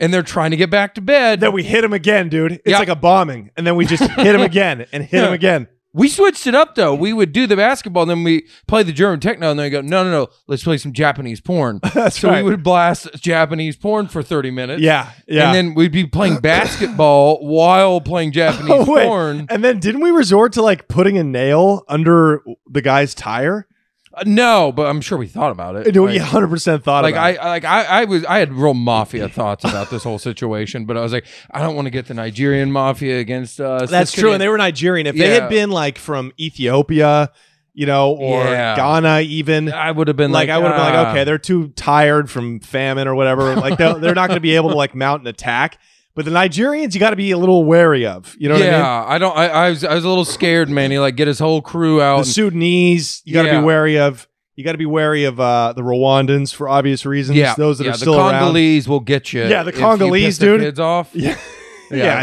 Speaker 2: and they're trying to get back to bed.
Speaker 1: then we hit him again dude it's
Speaker 2: Yep.
Speaker 1: like a bombing and then we just hit him again and hit him
Speaker 2: Yeah.
Speaker 1: again
Speaker 2: We switched it up though. We would do the basketball, then we play the German techno, and then we go, no, no, no, let's play some Japanese porn.
Speaker 1: That's
Speaker 2: so
Speaker 1: right.
Speaker 2: we would blast Japanese porn for thirty minutes.
Speaker 1: yeah yeah
Speaker 2: And then we'd be playing basketball while playing Japanese
Speaker 1: Oh, wait.
Speaker 2: porn.
Speaker 1: and then didn't we resort to like putting a nail under the guy's tire
Speaker 2: Uh, no, but I'm sure we thought about it.
Speaker 1: no
Speaker 2: like,
Speaker 1: we 100% thought
Speaker 2: like
Speaker 1: about
Speaker 2: I
Speaker 1: it.
Speaker 2: I- like I, I was I had real mafia thoughts about this whole situation, but I was like, I don't want to get the Nigerian mafia against us.
Speaker 1: That's
Speaker 2: This could
Speaker 1: true.
Speaker 2: end-
Speaker 1: And they were Nigerian. If they
Speaker 2: Yeah.
Speaker 1: had been like from Ethiopia, you know, or
Speaker 2: Yeah.
Speaker 1: Ghana, even like,
Speaker 2: I would have been like,
Speaker 1: I would have been
Speaker 2: "Ah."
Speaker 1: like, okay, they're too tired from famine or whatever. Like they're, they're not going to be able to like mount an attack. But the Nigerians, you got to be a little wary of. You know what I mean?
Speaker 2: yeah, I don't. I, I was I was a little scared, man. He like get his whole crew out.
Speaker 1: The
Speaker 2: and-
Speaker 1: Sudanese, you got to
Speaker 2: Yeah.
Speaker 1: be wary of. You got to be wary of uh, the Rwandans for obvious reasons.
Speaker 2: yeah,
Speaker 1: those that
Speaker 2: yeah,
Speaker 1: are still
Speaker 2: the
Speaker 1: around.
Speaker 2: Congolese will get you.
Speaker 1: Yeah, the
Speaker 2: if you
Speaker 1: Congolese,
Speaker 2: piss their
Speaker 1: dude.
Speaker 2: kids off.
Speaker 1: Yeah.
Speaker 2: Yeah.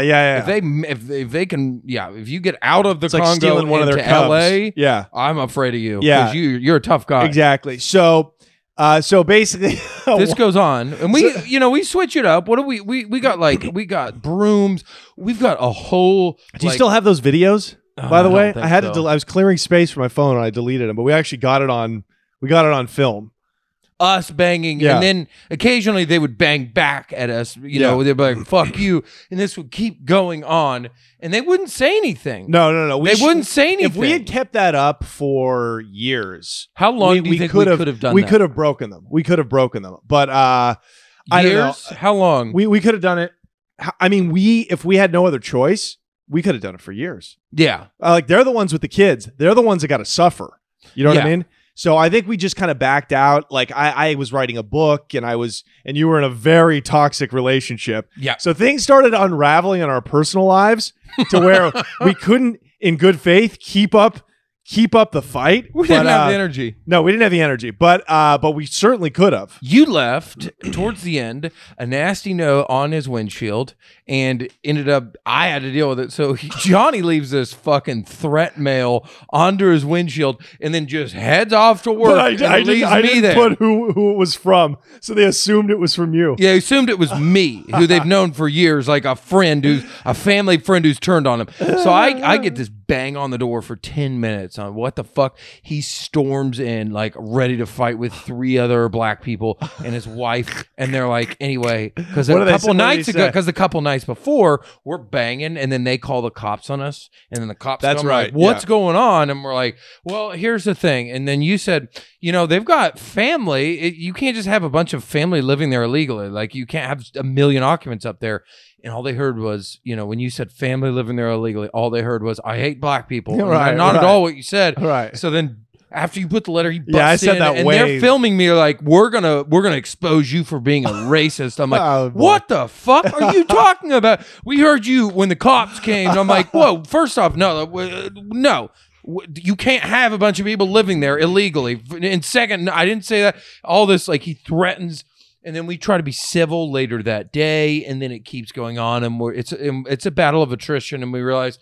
Speaker 1: Yeah, yeah, yeah.
Speaker 2: If they if, they- if they can, yeah, if you get out of the
Speaker 1: it's like
Speaker 2: Congo
Speaker 1: stealing one of their
Speaker 2: into
Speaker 1: cubs.
Speaker 2: LA,
Speaker 1: Yeah.
Speaker 2: I'm afraid of you. 'cause
Speaker 1: Yeah.
Speaker 2: you you're a tough guy.
Speaker 1: Exactly. So, uh, so basically,
Speaker 2: This goes on, and we you know we switch it up. What do we we we got like we got brooms. We've got a whole.
Speaker 1: Do you
Speaker 2: like-
Speaker 1: still have those videos?
Speaker 2: Oh,
Speaker 1: By the
Speaker 2: I
Speaker 1: way,
Speaker 2: don't think
Speaker 1: I had
Speaker 2: so.
Speaker 1: to. Del- I was clearing space for my phone and I deleted them, but we actually got it on. We got it on film.
Speaker 2: us banging,
Speaker 1: Yeah.
Speaker 2: and then occasionally they would bang back at us. You know, they'd be like "fuck you," and this would keep going on, and they wouldn't say anything.
Speaker 1: No, no, no. We
Speaker 2: they
Speaker 1: sh-
Speaker 2: wouldn't say anything.
Speaker 1: If we had kept that up for years,
Speaker 2: How long
Speaker 1: we,
Speaker 2: do you
Speaker 1: we
Speaker 2: think
Speaker 1: could
Speaker 2: we
Speaker 1: have
Speaker 2: could have done?
Speaker 1: we
Speaker 2: that?
Speaker 1: could have broken them. We could have broken them. But uh, I don't know.
Speaker 2: Years? How long?
Speaker 1: Mm-hmm. we we could have done it. H- I mean, we if we had no other choice, we could have done it for years.
Speaker 2: yeah,
Speaker 1: Uh, like they're the ones with the kids. They're the ones that got to suffer. You know what I
Speaker 2: Yeah.
Speaker 1: mean? So I think we just kind of backed out. Like I, I was writing a book, and I was, and you were in a very toxic relationship.
Speaker 2: Yeah.
Speaker 1: So things started unraveling in our personal lives to where we couldn't, in good faith, keep up, keep up the fight.
Speaker 2: we
Speaker 1: But,
Speaker 2: didn't have
Speaker 1: uh,
Speaker 2: the energy.
Speaker 1: no, we didn't have the energy, but uh, but we certainly could have.
Speaker 2: You left towards the end a nasty note on his windshield and ended up, I had to deal with it. So he- Johnny leaves this fucking threat mail onto his windshield and then just heads off to work.
Speaker 1: But I,
Speaker 2: and
Speaker 1: I, didn't,
Speaker 2: leaves
Speaker 1: I
Speaker 2: me
Speaker 1: didn't
Speaker 2: there.
Speaker 1: put who who it was from, so they assumed it was from you.
Speaker 2: yeah, he assumed it was me, who they've known for years, like a friend who's a family friend who's turned on him. So I, I get this bang on the door for 10 minutes on what the fuck. He storms in, like, ready to fight with three other black people and his wife. And they're like, anyway, because
Speaker 1: What do
Speaker 2: a
Speaker 1: they say-
Speaker 2: couple
Speaker 1: what do they
Speaker 2: nights ago,
Speaker 1: say?
Speaker 2: because a couple nights before, we're banging and then they call the cops on us. And then the cops
Speaker 1: That's
Speaker 2: come,
Speaker 1: right,
Speaker 2: like, What's going on? And we're like, well, here's the thing. And then you said, you know, they've got family. It, you can't just have a bunch of family living there illegally. Like, you can't have a million occupants up there. And all they heard was, you know, when you said family living there illegally, all they heard was, I hate black people. And
Speaker 1: Right,
Speaker 2: not
Speaker 1: right.
Speaker 2: at all what you said.
Speaker 1: Right.
Speaker 2: So then after you put the letter, he busts
Speaker 1: Yeah, I said
Speaker 2: in,
Speaker 1: that
Speaker 2: and
Speaker 1: way-
Speaker 2: they're filming me like we're gonna we're gonna expose you for being a racist. I'm like,
Speaker 1: Oh, boy.
Speaker 2: what the fuck are you talking about? We heard you when the cops came. And I'm like, whoa. First off, no, uh, no. W- You can't have a bunch of people living there illegally. And second, I didn't say that. All this, like, he threatens, and then we try to be civil later that day, and then it keeps going on, and we're it's and it's a battle of attrition, and we realize,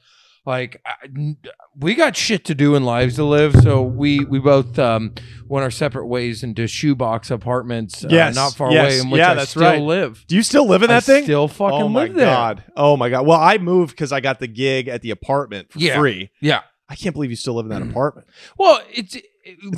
Speaker 2: like, I- we got shit to do and lives to live, so we we both um, went our separate ways into shoebox apartments, uh,
Speaker 1: Yes,
Speaker 2: not far
Speaker 1: yes,
Speaker 2: away, in which
Speaker 1: yeah,
Speaker 2: I
Speaker 1: that's
Speaker 2: still
Speaker 1: right.
Speaker 2: live.
Speaker 1: Do you still live in that
Speaker 2: I
Speaker 1: thing?
Speaker 2: Still fucking
Speaker 1: oh my
Speaker 2: live there.
Speaker 1: god. Oh my god. Well, I moved because I got the gig at the apartment for
Speaker 2: Yeah.
Speaker 1: free.
Speaker 2: Yeah.
Speaker 1: I can't believe you still live in that apartment.
Speaker 2: Well, it's, it-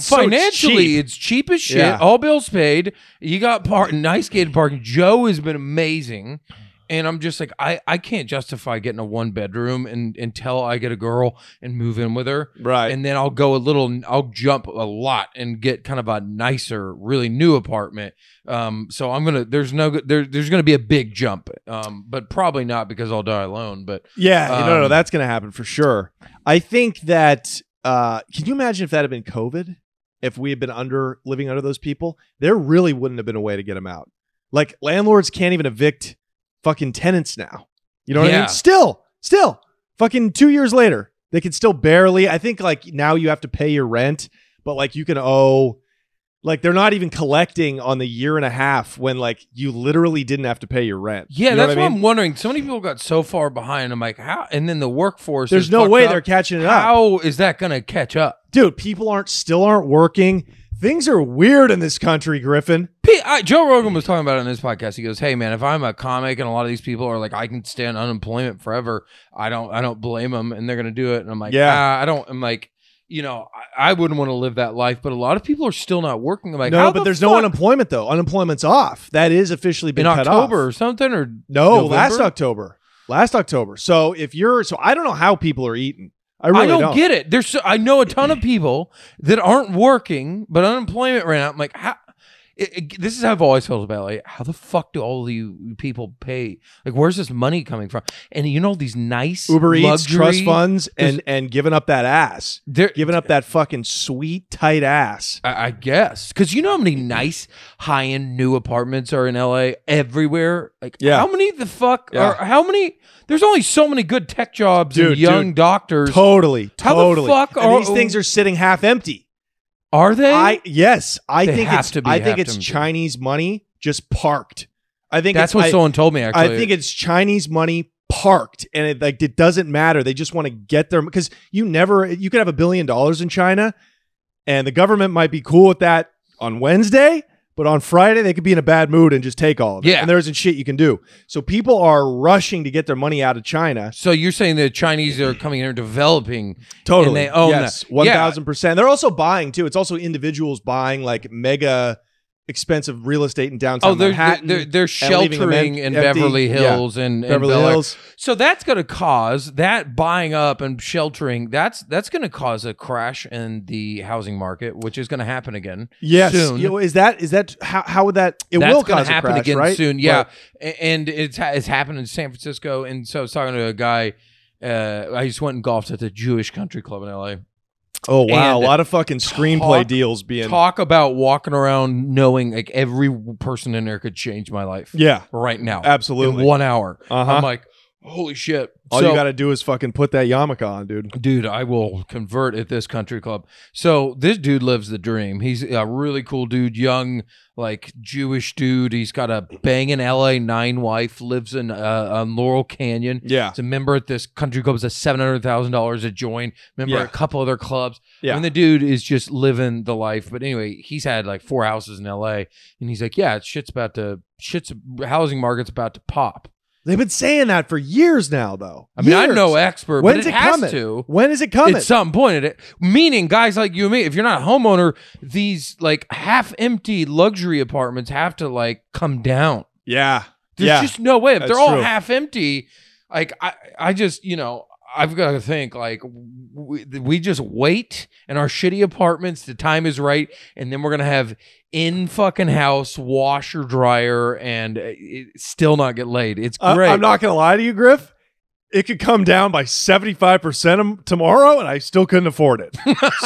Speaker 1: so
Speaker 2: financially
Speaker 1: cheap.
Speaker 2: it's cheap as shit.
Speaker 1: Yeah.
Speaker 2: All bills paid. You got part nice gated parking. Joe has been amazing. And I'm just like I, I can't justify getting a one bedroom and until I get a girl and move in with her.
Speaker 1: Right.
Speaker 2: and then I'll go a little, I'll jump a lot and get kind of a nicer, really new apartment. Um, so I'm gonna, there's no, there, there's gonna be a big jump, um, but probably not because I'll die alone. But
Speaker 1: yeah. you no, no,
Speaker 2: Um,
Speaker 1: that's gonna happen for sure. I think that uh can you imagine if that had been COVID? If we had been under living under those people, there really wouldn't have been a way to get them out. Like landlords can't even evict fucking tenants now. You know what I
Speaker 2: Yeah.
Speaker 1: mean? Still, still, fucking two years later, they can still barely. I think like now you have to pay your rent, but like you can owe like they're not even collecting on the year and a half when like you literally didn't have to pay your rent. You
Speaker 2: yeah,
Speaker 1: know
Speaker 2: that's
Speaker 1: what
Speaker 2: what,
Speaker 1: I
Speaker 2: I'm wondering. So many people got so far behind. I'm like, how? And then the workforce,
Speaker 1: There's
Speaker 2: is
Speaker 1: no
Speaker 2: fucked
Speaker 1: way
Speaker 2: up.
Speaker 1: they're catching it up.
Speaker 2: How is that gonna catch up?
Speaker 1: Dude, people aren't still aren't working. Things are weird in this country, Griffin.
Speaker 2: P- I, Joe Rogan was talking about it on this podcast. He goes, "Hey man, if I'm a comic and a lot of these people are like, I can stand unemployment forever. I don't, I don't blame them, and they're gonna do it." And I'm like,
Speaker 1: Yeah.
Speaker 2: "Yeah, I don't." I'm like, you know, I, I wouldn't want to live that life, but a lot of people are still not working. I'm like,
Speaker 1: no,
Speaker 2: how
Speaker 1: but
Speaker 2: the
Speaker 1: there's no
Speaker 2: fuck-
Speaker 1: unemployment though. Unemployment's off. That is officially been
Speaker 2: in
Speaker 1: cut off.
Speaker 2: October or something, or
Speaker 1: No,
Speaker 2: November?
Speaker 1: last October. Last October. So if you're so I don't know how people are eating. I really
Speaker 2: I
Speaker 1: don't.
Speaker 2: don't, get it. There's, so, I know a ton of people that aren't working, but unemployment right now. I'm like, how? It, it- this is how I've always felt about like how the fuck do all you people pay? Like, where's this money coming from? And you know these nice
Speaker 1: Uber Eats,
Speaker 2: luxury-
Speaker 1: trust funds, and and giving up that ass,
Speaker 2: There,
Speaker 1: giving up that fucking sweet tight ass.
Speaker 2: I, I guess, because you know how many nice high end new apartments are in LA everywhere. Like,
Speaker 1: Yeah.
Speaker 2: how many the fuck
Speaker 1: Yeah.
Speaker 2: are? How many? There's only so many good tech jobs
Speaker 1: Dude,
Speaker 2: and young
Speaker 1: dude.
Speaker 2: doctors.
Speaker 1: Totally,
Speaker 2: How the
Speaker 1: totally.
Speaker 2: fuck
Speaker 1: and
Speaker 2: are-
Speaker 1: these things are sitting half empty?
Speaker 2: are they?
Speaker 1: I yes, I
Speaker 2: They
Speaker 1: think
Speaker 2: have
Speaker 1: it's
Speaker 2: to be
Speaker 1: I think
Speaker 2: half
Speaker 1: it's
Speaker 2: empty.
Speaker 1: Chinese money just parked. I think
Speaker 2: That's
Speaker 1: it's,
Speaker 2: what
Speaker 1: I,
Speaker 2: someone told me. Actually,
Speaker 1: I think it's Chinese money parked, and it like it doesn't matter. They just want to get their because you never you could have a billion dollars in China, and the government might be cool with that on Wednesday, but on Friday they could be in a bad mood and just take all of it.
Speaker 2: Yeah.
Speaker 1: and there isn't shit you can do. So people are rushing to get their money out of China.
Speaker 2: So you're saying the Chinese are coming in and developing?
Speaker 1: Totally,
Speaker 2: they own
Speaker 1: yes,
Speaker 2: that.
Speaker 1: one
Speaker 2: Yeah.
Speaker 1: thousand percent. They're also buying too. It's also individuals buying like mega expensive real estate in downtown
Speaker 2: Oh, they're
Speaker 1: Manhattan,
Speaker 2: they're, they're
Speaker 1: leaving them
Speaker 2: sheltering in
Speaker 1: empty.
Speaker 2: Beverly
Speaker 1: Yeah.
Speaker 2: Hills and, and
Speaker 1: Beverly
Speaker 2: Bel Air.
Speaker 1: Hills.
Speaker 2: So that's going to cause that buying up and sheltering. That's that's going to cause a crash in the housing market, which is going to happen again.
Speaker 1: Yes.
Speaker 2: soon.
Speaker 1: You know, is that is that how, how would that it
Speaker 2: That's
Speaker 1: will
Speaker 2: gonna
Speaker 1: cause a
Speaker 2: happen
Speaker 1: crash,
Speaker 2: again
Speaker 1: right?
Speaker 2: soon. Yeah,
Speaker 1: Right.
Speaker 2: A- and it's ha- it's happened in San Francisco. And so I was talking to a guy. Uh, I just went and golfed at the Jewish Country Club in L.A.
Speaker 1: Oh wow,
Speaker 2: And
Speaker 1: a lot of fucking screenplay
Speaker 2: talk-
Speaker 1: deals being
Speaker 2: Talk about walking around knowing like every person in there could change my life
Speaker 1: Yeah,
Speaker 2: right now
Speaker 1: absolutely.
Speaker 2: in one hour.
Speaker 1: uh-huh.
Speaker 2: I'm like, holy shit!
Speaker 1: All
Speaker 2: so,
Speaker 1: you got to do is fucking put that yarmulke on, dude.
Speaker 2: dude, I will convert at this country club. So this dude lives the dream. He's a really cool dude, young, like Jewish dude. He's got a banging LA nine wife. Lives in uh, on Laurel Canyon.
Speaker 1: Yeah.
Speaker 2: It's a member at this country club. It's a seven hundred thousand dollars a join. Member
Speaker 1: Yeah.
Speaker 2: at a couple other clubs.
Speaker 1: Yeah.
Speaker 2: And the dude is just living the life. But anyway, he's had like four houses in L.A. And he's like, yeah, shit's about to shit's housing market's about to pop.
Speaker 1: They've been saying that for years now, though.
Speaker 2: I mean, I'm
Speaker 1: Years.
Speaker 2: no expert,
Speaker 1: When's
Speaker 2: but it,
Speaker 1: it
Speaker 2: has
Speaker 1: coming?
Speaker 2: to.
Speaker 1: When is it coming?
Speaker 2: At some point, it, meaning guys like you and me, if you're not a homeowner, these like half-empty luxury apartments have to like come down.
Speaker 1: yeah.
Speaker 2: There's
Speaker 1: yeah.
Speaker 2: just no way. If
Speaker 1: that's
Speaker 2: they're all
Speaker 1: true.
Speaker 2: half empty, like I, I just you know I've got to think like we, we just wait in our shitty apartments. The time is right, and then we're gonna have in fucking house washer dryer and uh, it, still not get laid. It's
Speaker 1: I-
Speaker 2: great.
Speaker 1: Uh, I'm not going to lie to you, Griff. It could come down by 75% am- tomorrow, and I still couldn't afford it.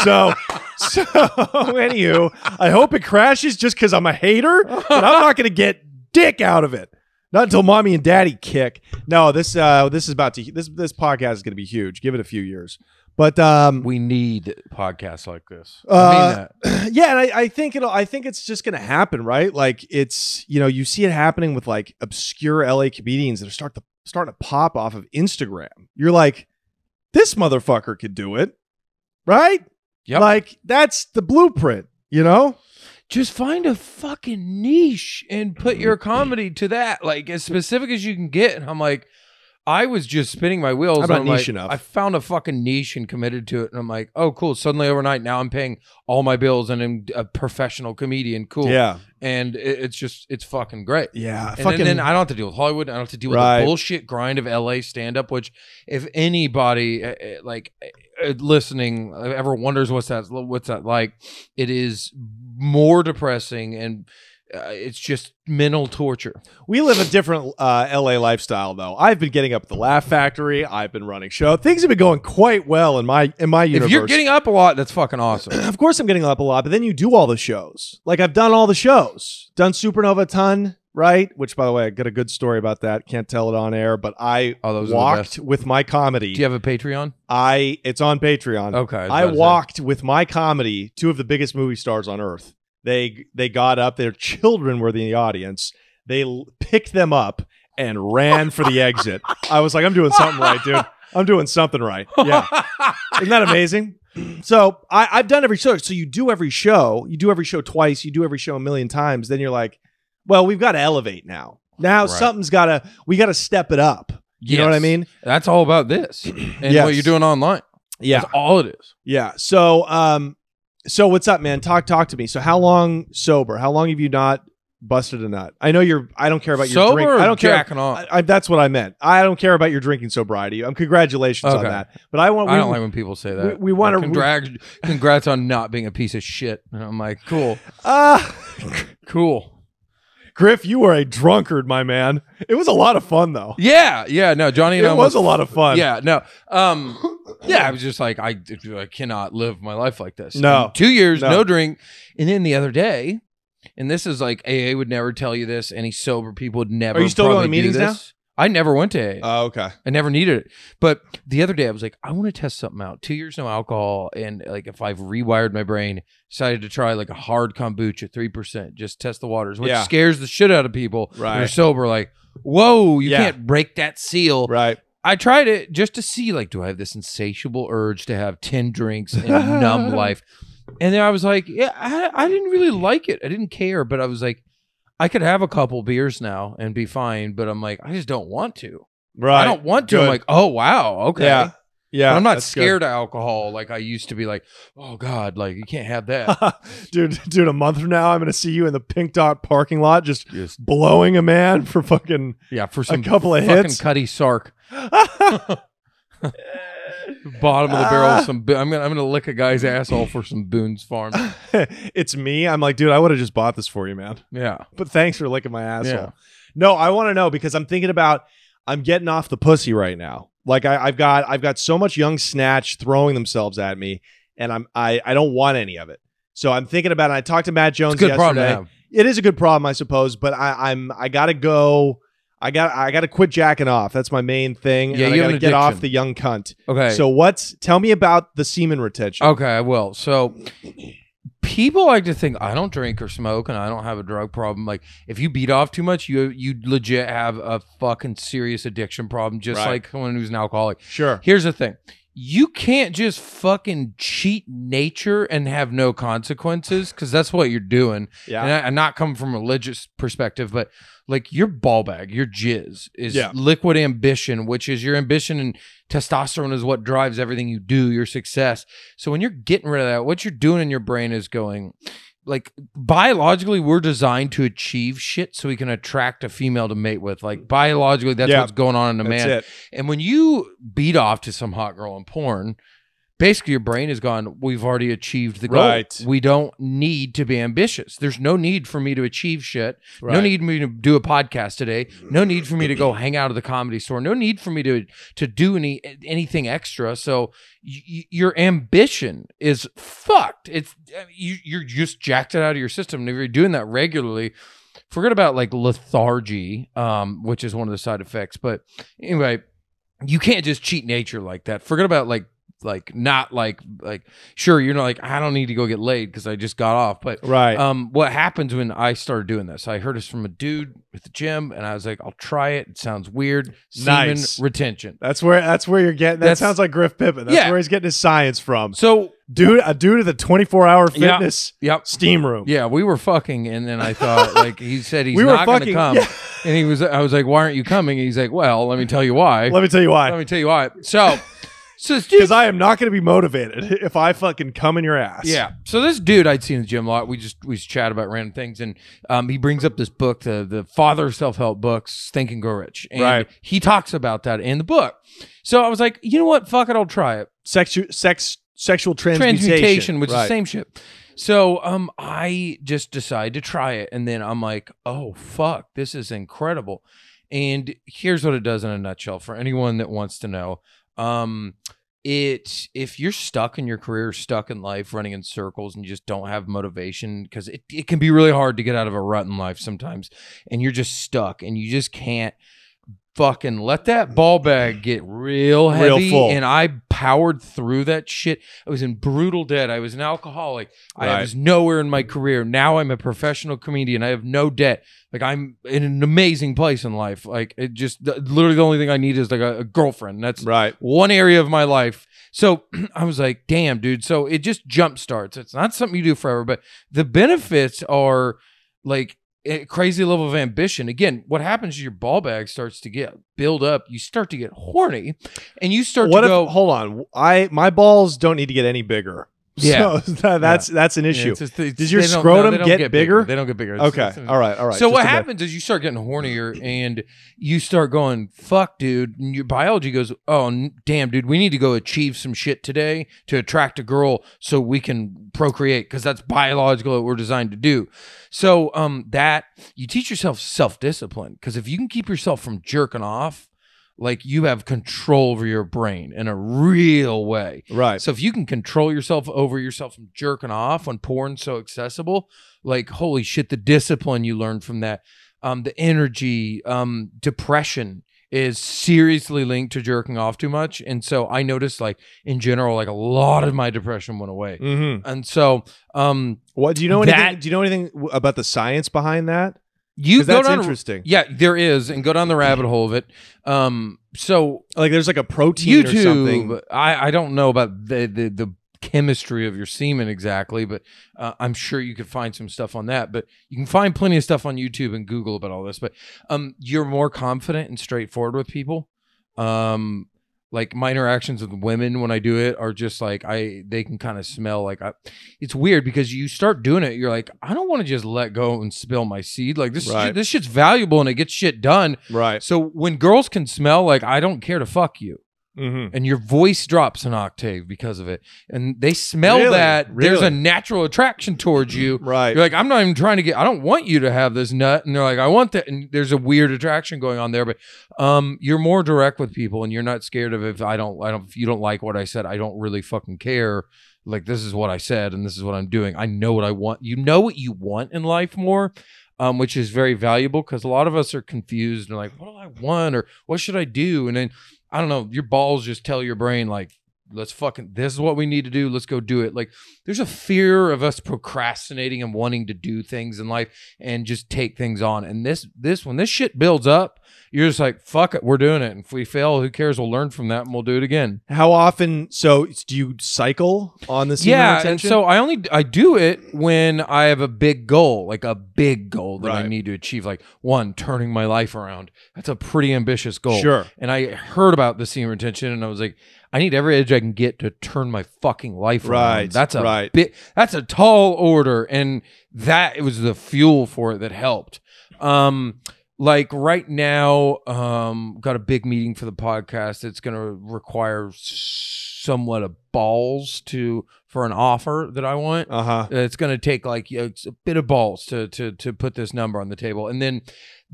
Speaker 1: so, so, anywho, I hope it crashes just because I'm a hater, but I'm not going to get dick out of it. Not until mommy and daddy kick. No, this uh, this is about to this this podcast is going to be huge. Give it a few years, but um,
Speaker 2: we need podcasts like this. I mean
Speaker 1: Uh,
Speaker 2: that.
Speaker 1: yeah, and I, I think it'll. I think it's just gonna happen, right? Like it's you know you see it happening with like obscure LA comedians that are start to starting to pop off of Instagram. You're like, this motherfucker could do it, right?
Speaker 2: Yep.
Speaker 1: Like that's the blueprint, you know?
Speaker 2: just find a fucking niche and put your comedy to that, like as specific as you can get. And I'm like, I was just spinning my wheels.
Speaker 1: How about
Speaker 2: on, like,
Speaker 1: niche enough?
Speaker 2: I found a fucking niche and committed to it. And I'm like, oh, cool. Suddenly overnight, now I'm paying all my bills and I'm a professional comedian. Cool.
Speaker 1: Yeah,
Speaker 2: And it, it's just, it's fucking great.
Speaker 1: yeah.
Speaker 2: And
Speaker 1: fucking
Speaker 2: then, then I don't have to deal with Hollywood. I don't have to deal with
Speaker 1: Right.
Speaker 2: the bullshit grind of LA stand up, which, if anybody uh, uh, like uh, uh, listening uh, ever wonders what's that what's that like, it is more depressing and uh, it's just mental torture.
Speaker 1: we live a different uh, LA lifestyle though. I've been getting up at the Laugh Factory. I've been running show. Things have been going quite well in my in my universe.
Speaker 2: If you're getting up a lot, that's fucking awesome.
Speaker 1: of course I'm getting up a lot, but then you do all the shows. Like I've done all the shows. Done Supernova a ton, right? Which by the way, I got a good story about that. Can't tell it on air, but I
Speaker 2: Oh, those are the
Speaker 1: walked with my comedy.
Speaker 2: Do you have a Patreon?
Speaker 1: I it's on Patreon.
Speaker 2: Okay, was
Speaker 1: I
Speaker 2: about to say.
Speaker 1: walked with my comedy two of the biggest movie stars on earth. They they got up, their children were in the audience. They l- picked them up and ran for the exit. I was like, I'm doing something right, dude. I'm doing something right. Yeah. Isn't that amazing? So I, I've done every show. So you do every show, you do every show twice, you do every show a million times. Then you're like, well, we've got to elevate now. Now
Speaker 2: Right.
Speaker 1: something's got to, we got to step it up. You know what I
Speaker 2: Yes.
Speaker 1: mean?
Speaker 2: That's all about this and
Speaker 1: Yes.
Speaker 2: what you're doing online.
Speaker 1: Yeah.
Speaker 2: That's all it is.
Speaker 1: Yeah. So, um, so what's up, man? Talk, talk to me. So how long sober? How long have you not busted a nut? I know you're, I don't care about your
Speaker 2: Sober
Speaker 1: drink.
Speaker 2: or
Speaker 1: I don't care.
Speaker 2: jacking off.
Speaker 1: I, I, that's what I meant. I don't care about your drinking sobriety. Um, congratulations on
Speaker 2: Okay.
Speaker 1: that. But I want,
Speaker 2: I
Speaker 1: we-
Speaker 2: don't like when people say that.
Speaker 1: we wanna-
Speaker 2: Like, congrats, congrats on not being a piece of shit. And I'm like, cool,
Speaker 1: Ah.
Speaker 2: cool.
Speaker 1: Griff, you were a drunkard, my man. It was a lot of fun, though.
Speaker 2: Yeah, yeah. No, Johnny and
Speaker 1: It
Speaker 2: I
Speaker 1: was
Speaker 2: almost-
Speaker 1: a lot of fun.
Speaker 2: Yeah, no. Um, yeah, I was just like, I, I cannot live my life like this.
Speaker 1: No.
Speaker 2: And two years,
Speaker 1: No.
Speaker 2: no. drink, and then the other day, and this is like AA would never tell you this. Any sober people would never.
Speaker 1: Are you still going to
Speaker 2: probably do
Speaker 1: meetings now?
Speaker 2: this. I never went to AA.
Speaker 1: Oh, okay.
Speaker 2: I never needed it. But the other day, I was like, I want to test something out. Two years no alcohol, and like if I've rewired my brain, decided to try like a hard kombucha, three percent, just test the waters, which
Speaker 1: Yeah.
Speaker 2: scares the shit out of people.
Speaker 1: Right.
Speaker 2: They're sober, like, whoa, you
Speaker 1: Yeah.
Speaker 2: can't break that seal.
Speaker 1: Right.
Speaker 2: I tried it just to see, like, do I have this insatiable urge to have ten drinks and numb life? And then I was like, yeah, I, I didn't really like it. I didn't care, but I was like. I could have a couple beers now and be fine, but I'm like, I just don't want to.
Speaker 1: Right.
Speaker 2: I don't want to.
Speaker 1: Good.
Speaker 2: I'm like, oh wow, okay.
Speaker 1: Yeah. Yeah.
Speaker 2: but I'm not
Speaker 1: that's
Speaker 2: scared of alcohol like I used to be. Like, oh god, like you can't have that.
Speaker 1: good. dude, dude, a month from now, I'm going to see you in the Pink Dot parking lot just
Speaker 2: Just
Speaker 1: blowing a man for fucking
Speaker 2: yeah, for
Speaker 1: a
Speaker 2: some
Speaker 1: couple of
Speaker 2: fucking
Speaker 1: hits.
Speaker 2: Cuddy Sark,
Speaker 1: oh,
Speaker 2: bottom of the barrel.
Speaker 1: Ah.
Speaker 2: of Some bo- I'm gonna I'm gonna lick a guy's asshole for some Boone's Farm.
Speaker 1: it's me. I'm like, dude, I would have just bought this for you, man.
Speaker 2: Yeah,
Speaker 1: But thanks for licking my asshole.
Speaker 2: Yeah.
Speaker 1: No, I want to know because I'm thinking about I'm getting off the pussy right now. Like I, I've got I've got so much young snatch throwing themselves at me, and I'm I I don't want any of it. So I'm thinking about it. I talked to Matt Jones
Speaker 2: it's a good
Speaker 1: yesterday.
Speaker 2: problem to have.
Speaker 1: It is a good problem, I suppose, but I, I'm I gotta go. I got I gotta quit jacking off. That's my main thing.
Speaker 2: Yeah,
Speaker 1: and I
Speaker 2: you
Speaker 1: gotta
Speaker 2: have
Speaker 1: get
Speaker 2: an
Speaker 1: off
Speaker 2: addiction.
Speaker 1: the young cunt.
Speaker 2: Okay,
Speaker 1: So what's tell me about the semen retention?
Speaker 2: Okay, I will. So people like to think I don't drink or smoke and I don't have a drug problem. Like if you beat off too much, you you legit have a fucking serious addiction problem, just
Speaker 1: Right.
Speaker 2: like someone who's an alcoholic.
Speaker 1: Sure.
Speaker 2: Here's the thing. you can't just fucking cheat nature and have no consequences because that's what you're doing.
Speaker 1: Yeah.
Speaker 2: And I, I'm not coming from a religious perspective, but like your ball bag, your jizz is
Speaker 1: Yeah.
Speaker 2: liquid ambition, which is your ambition and testosterone is what drives everything you do, your success. So when you're getting rid of that, what you're doing in your brain is going, like biologically, we're designed to achieve shit so we can attract a female to mate with. Like biologically, that's
Speaker 1: Yeah.
Speaker 2: what's going on in a
Speaker 1: That's
Speaker 2: man.
Speaker 1: it.
Speaker 2: And when you beat off to some hot girl in porn, basically your brain is gone. We've already achieved the goal.
Speaker 1: Right.
Speaker 2: We don't need to be ambitious. There's no need for me to achieve shit. No
Speaker 1: Right.
Speaker 2: need for me to do a podcast today. No need for me to go hang out at the comedy store. No need for me to to do any anything extra. So y- y- your ambition is fucked. It's uh, you you're just jacked it out of your system. And if you're doing that regularly, forget about like lethargy, um, which is one of the side effects. But anyway, you can't just cheat nature like that. Forget about like like not like like sure you're not like I don't need to go get laid because I just got off, but
Speaker 1: Right.
Speaker 2: um, what happens when I started doing this? I heard this from a dude at the gym, and I was like, "I'll try it. It sounds weird." Semen
Speaker 1: Nice.
Speaker 2: retention.
Speaker 1: that's where that's where you're getting. That
Speaker 2: That's-
Speaker 1: sounds like Griff Pippen. That's
Speaker 2: Yeah.
Speaker 1: where he's getting his science from.
Speaker 2: So,
Speaker 1: Dude, a dude at the 24 hour
Speaker 2: Yeah.
Speaker 1: fitness
Speaker 2: yep,
Speaker 1: steam room.
Speaker 2: yeah, we were fucking, and then I thought, like, he said he's
Speaker 1: We were
Speaker 2: not going to
Speaker 1: fucking-
Speaker 2: come,
Speaker 1: yeah.
Speaker 2: and he was, I was like, "Why aren't you coming?" And he's like, "Well, let me tell you why.
Speaker 1: Let me tell you
Speaker 2: Let
Speaker 1: why.
Speaker 2: me tell you why." So, so this dude
Speaker 1: Because I am not going to be motivated if I fucking come in your ass.
Speaker 2: Yeah. So this dude I'd seen in the gym a lot. We just we just chat about random things, and um, he brings up this book, the the father of self help books, Think and Grow Rich, and
Speaker 1: Right.
Speaker 2: he talks about that in the book. So I was like, you know what, fuck it, I'll try it.
Speaker 1: Sexu- sex, sexual transmutation.
Speaker 2: Transmutation, which is
Speaker 1: Right.
Speaker 2: the same shit. So um, I just decide to try it, and then I'm like, oh fuck, this is incredible. And here's what it does in a nutshell for anyone that wants to know. Um, it if you're stuck in your career, stuck in life, running in circles, and you just don't have motivation because it, it can be really hard to get out of a rut in life sometimes, and you're just stuck and you just can't fucking let that ball bag get
Speaker 1: Real
Speaker 2: real heavy.
Speaker 1: full.
Speaker 2: And I powered through that shit. I was in brutal debt. I was an alcoholic. I
Speaker 1: Right.
Speaker 2: was nowhere in my career. Now I'm a professional comedian. I have no debt like I'm in an amazing place in life. Like it just th- literally the only thing I need is like a, a girlfriend. That's
Speaker 1: Right.
Speaker 2: one area of my life. So I was like, damn, dude. So it just jump starts. It's not something you do forever, but the benefits are like a crazy level of ambition. Again, what happens is your ball bag starts to get build up. You start to get horny and you start
Speaker 1: What
Speaker 2: to
Speaker 1: if,
Speaker 2: go,
Speaker 1: hold on. I My balls don't need to get any bigger.
Speaker 2: Yeah.
Speaker 1: So that- that's, that's an
Speaker 2: Yeah,
Speaker 1: issue.
Speaker 2: it's just- it's-
Speaker 1: Does your
Speaker 2: they don't- no,
Speaker 1: scrotum
Speaker 2: they don't
Speaker 1: get bigger?
Speaker 2: They don't get bigger. It's-
Speaker 1: okay.
Speaker 2: it's-
Speaker 1: all right. All right.
Speaker 2: So
Speaker 1: Just
Speaker 2: what
Speaker 1: a bit.
Speaker 2: happens is you start getting hornier and you start going, fuck, dude. And your biology goes, oh, n- damn, dude, we need to go achieve some shit today to attract a girl so we can procreate because that's biological what we're designed to do. So um, that you teach yourself self discipline because if you can keep yourself from jerking off, like you have control over your brain in a real way.
Speaker 1: Right.
Speaker 2: So if you can control yourself over yourself from jerking off when porn's so accessible, like holy shit, the discipline you learn from that, um, the energy, um, depression is seriously linked to jerking off too much. And so I noticed like in general, like a lot of my depression went away.
Speaker 1: Mm-hmm.
Speaker 2: And so um
Speaker 1: What do you know
Speaker 2: That-
Speaker 1: anything? do you know anything w- about the science behind that?
Speaker 2: you
Speaker 1: Because
Speaker 2: go
Speaker 1: that's
Speaker 2: down
Speaker 1: interesting.
Speaker 2: Yeah, there is, and go down the rabbit hole of it. Um so
Speaker 1: Like there's like a protein or something.
Speaker 2: YouTube. I, I don't know about the, the the chemistry of your semen exactly, but uh, I'm sure you could find some stuff on that. But you can find plenty of stuff on YouTube and Google about all this. But um, you're more confident and straightforward with people. Um, like my interactions with women when I do it are just like I they can kind of smell like I, it's weird because you start doing it you're like I don't want to just let go and spill my seed like this
Speaker 1: Right.
Speaker 2: shit, this shit's valuable and it gets shit done
Speaker 1: Right.
Speaker 2: so when girls can smell like I don't care to fuck you
Speaker 1: Mm-hmm.
Speaker 2: and your voice drops an octave because of it. And they smell
Speaker 1: Really?
Speaker 2: that there's
Speaker 1: Really?
Speaker 2: a natural attraction towards you.
Speaker 1: Right.
Speaker 2: You're like, I'm not even trying to get. I don't want you to have this nut, and they're like, I want that. And there's a weird attraction going on there. But um, you're more direct with people, and you're not scared of if I don't, I don't, if you don't like what I said, I don't really fucking care. Like this is what I said, and this is what I'm doing. I know what I want. You know what you want in life more. Um, which is very valuable because a lot of us are confused and like, what do I want or what should I do? And then I don't know, your balls just tell your brain like, let's fucking this is what we need to do let's go do it like there's a fear of us procrastinating and wanting to do things in life and just take things on and this this when this shit builds up you're just like fuck it we're doing it and if we fail who cares we'll learn from that and we'll do it again
Speaker 1: How often? So it's- do you cycle on the semen
Speaker 2: yeah and
Speaker 1: retention?
Speaker 2: so i only i do it when i have a big goal like a big goal that i
Speaker 1: Right.
Speaker 2: need to achieve like one turning my life around that's a pretty ambitious goal
Speaker 1: sure.
Speaker 2: and I heard about the semen retention, and I was like, I need every edge I can get to turn my fucking life
Speaker 1: Right,
Speaker 2: around. That's a
Speaker 1: right.
Speaker 2: bit. That's a tall order, and that it was the fuel for it that helped. Um, like right now, um, got a big meeting for the podcast. It's going to require somewhat of balls to for an offer that I want
Speaker 1: Uh huh.
Speaker 2: it's going to take like you know, it's a bit of balls to to to put this number on the table and then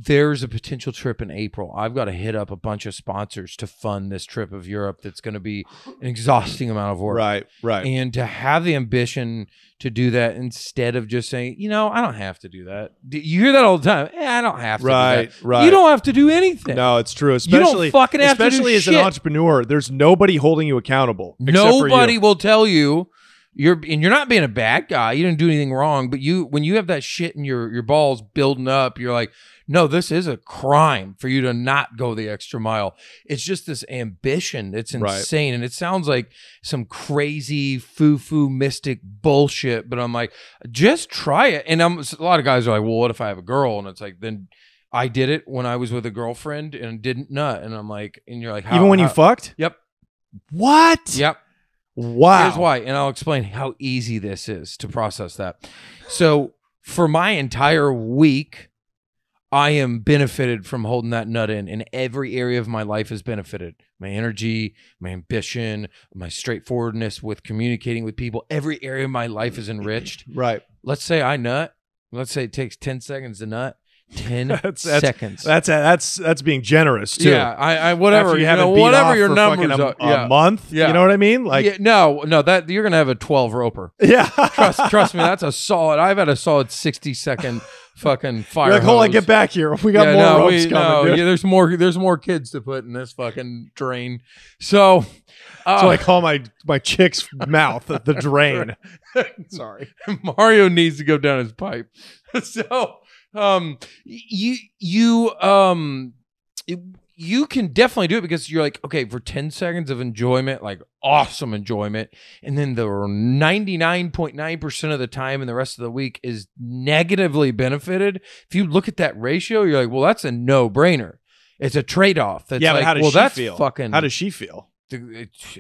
Speaker 2: there's a potential trip in April. I've got to hit up a bunch of sponsors to fund this trip of Europe that's going to be an exhausting amount of work.
Speaker 1: Right. Right.
Speaker 2: And to have the ambition to do that instead of just saying, you know, I don't have to do that. D- You hear that all the time. Eh, I don't have to. do
Speaker 1: right.
Speaker 2: that."
Speaker 1: Right.
Speaker 2: You don't have to do anything.
Speaker 1: No, it's true.
Speaker 2: You don't
Speaker 1: Especially
Speaker 2: fucking have to do
Speaker 1: especially as
Speaker 2: shit.
Speaker 1: an entrepreneur, there's nobody holding you accountable. except for you.
Speaker 2: Nobody will tell you you're and you're not being a bad guy. You didn't do anything wrong, but you when you have that shit in your your balls building up, you're like, no, this is a crime for you to not go the extra mile. It's just this ambition. It's
Speaker 1: Right.
Speaker 2: insane, and it sounds like some crazy foo foo mystic bullshit. But I'm like, just try it. And I'm a lot of guys are like, well, what if I have a girl? And it's like, then. I did it when I was with a girlfriend and didn't nut, and I'm like, and you're like, how,
Speaker 1: Even when you
Speaker 2: how-
Speaker 1: fucked?
Speaker 2: Yep.
Speaker 1: What?
Speaker 2: yep,
Speaker 1: Wow.
Speaker 2: Here's why, and I'll explain how easy this is to process that. So, for my entire week, I am benefited from holding that nut in, and every area of my life is benefited. My energy, my ambition, my straightforwardness with communicating with people, every area of my life is enriched.
Speaker 1: Right.
Speaker 2: Let's say I nut. Let's say it takes 10 seconds to nut. 10
Speaker 1: That's- that's-
Speaker 2: seconds.
Speaker 1: That's that's that's being generous too.
Speaker 2: yeah, I, I whatever
Speaker 1: After
Speaker 2: you,
Speaker 1: haven't
Speaker 2: know,
Speaker 1: beat
Speaker 2: whatever
Speaker 1: off
Speaker 2: your
Speaker 1: for
Speaker 2: numbers
Speaker 1: fucking a,
Speaker 2: are. yeah.
Speaker 1: a month.
Speaker 2: Yeah.
Speaker 1: You know what I mean? Like
Speaker 2: yeah, no, no, that you're gonna have a 12 roper.
Speaker 1: yeah.
Speaker 2: trust trust me, that's a solid. I've had a solid sixty second fucking fire.
Speaker 1: You're like, hold on,
Speaker 2: hose."
Speaker 1: get back here. We got
Speaker 2: Yeah,
Speaker 1: more
Speaker 2: no,
Speaker 1: ropes
Speaker 2: we-
Speaker 1: coming.
Speaker 2: no,
Speaker 1: dude.
Speaker 2: yeah, there's more. There's more kids to put in this fucking drain. So, uh,
Speaker 1: So I call my my chick's mouth the drain. Sorry.
Speaker 2: Mario needs to go down his pipe. so, um, y- you you um. it- you can definitely do it because you're like, okay, for 10 seconds of enjoyment, like awesome enjoyment, and then the 99.9% of the time and the rest of the week is negatively benefited. If you look at that ratio, you're like, well, that's a no brainer. It's a trade off. That's
Speaker 1: Yeah, but
Speaker 2: like,
Speaker 1: how does
Speaker 2: well,
Speaker 1: she
Speaker 2: that's
Speaker 1: feel?
Speaker 2: fucking,
Speaker 1: How does she feel?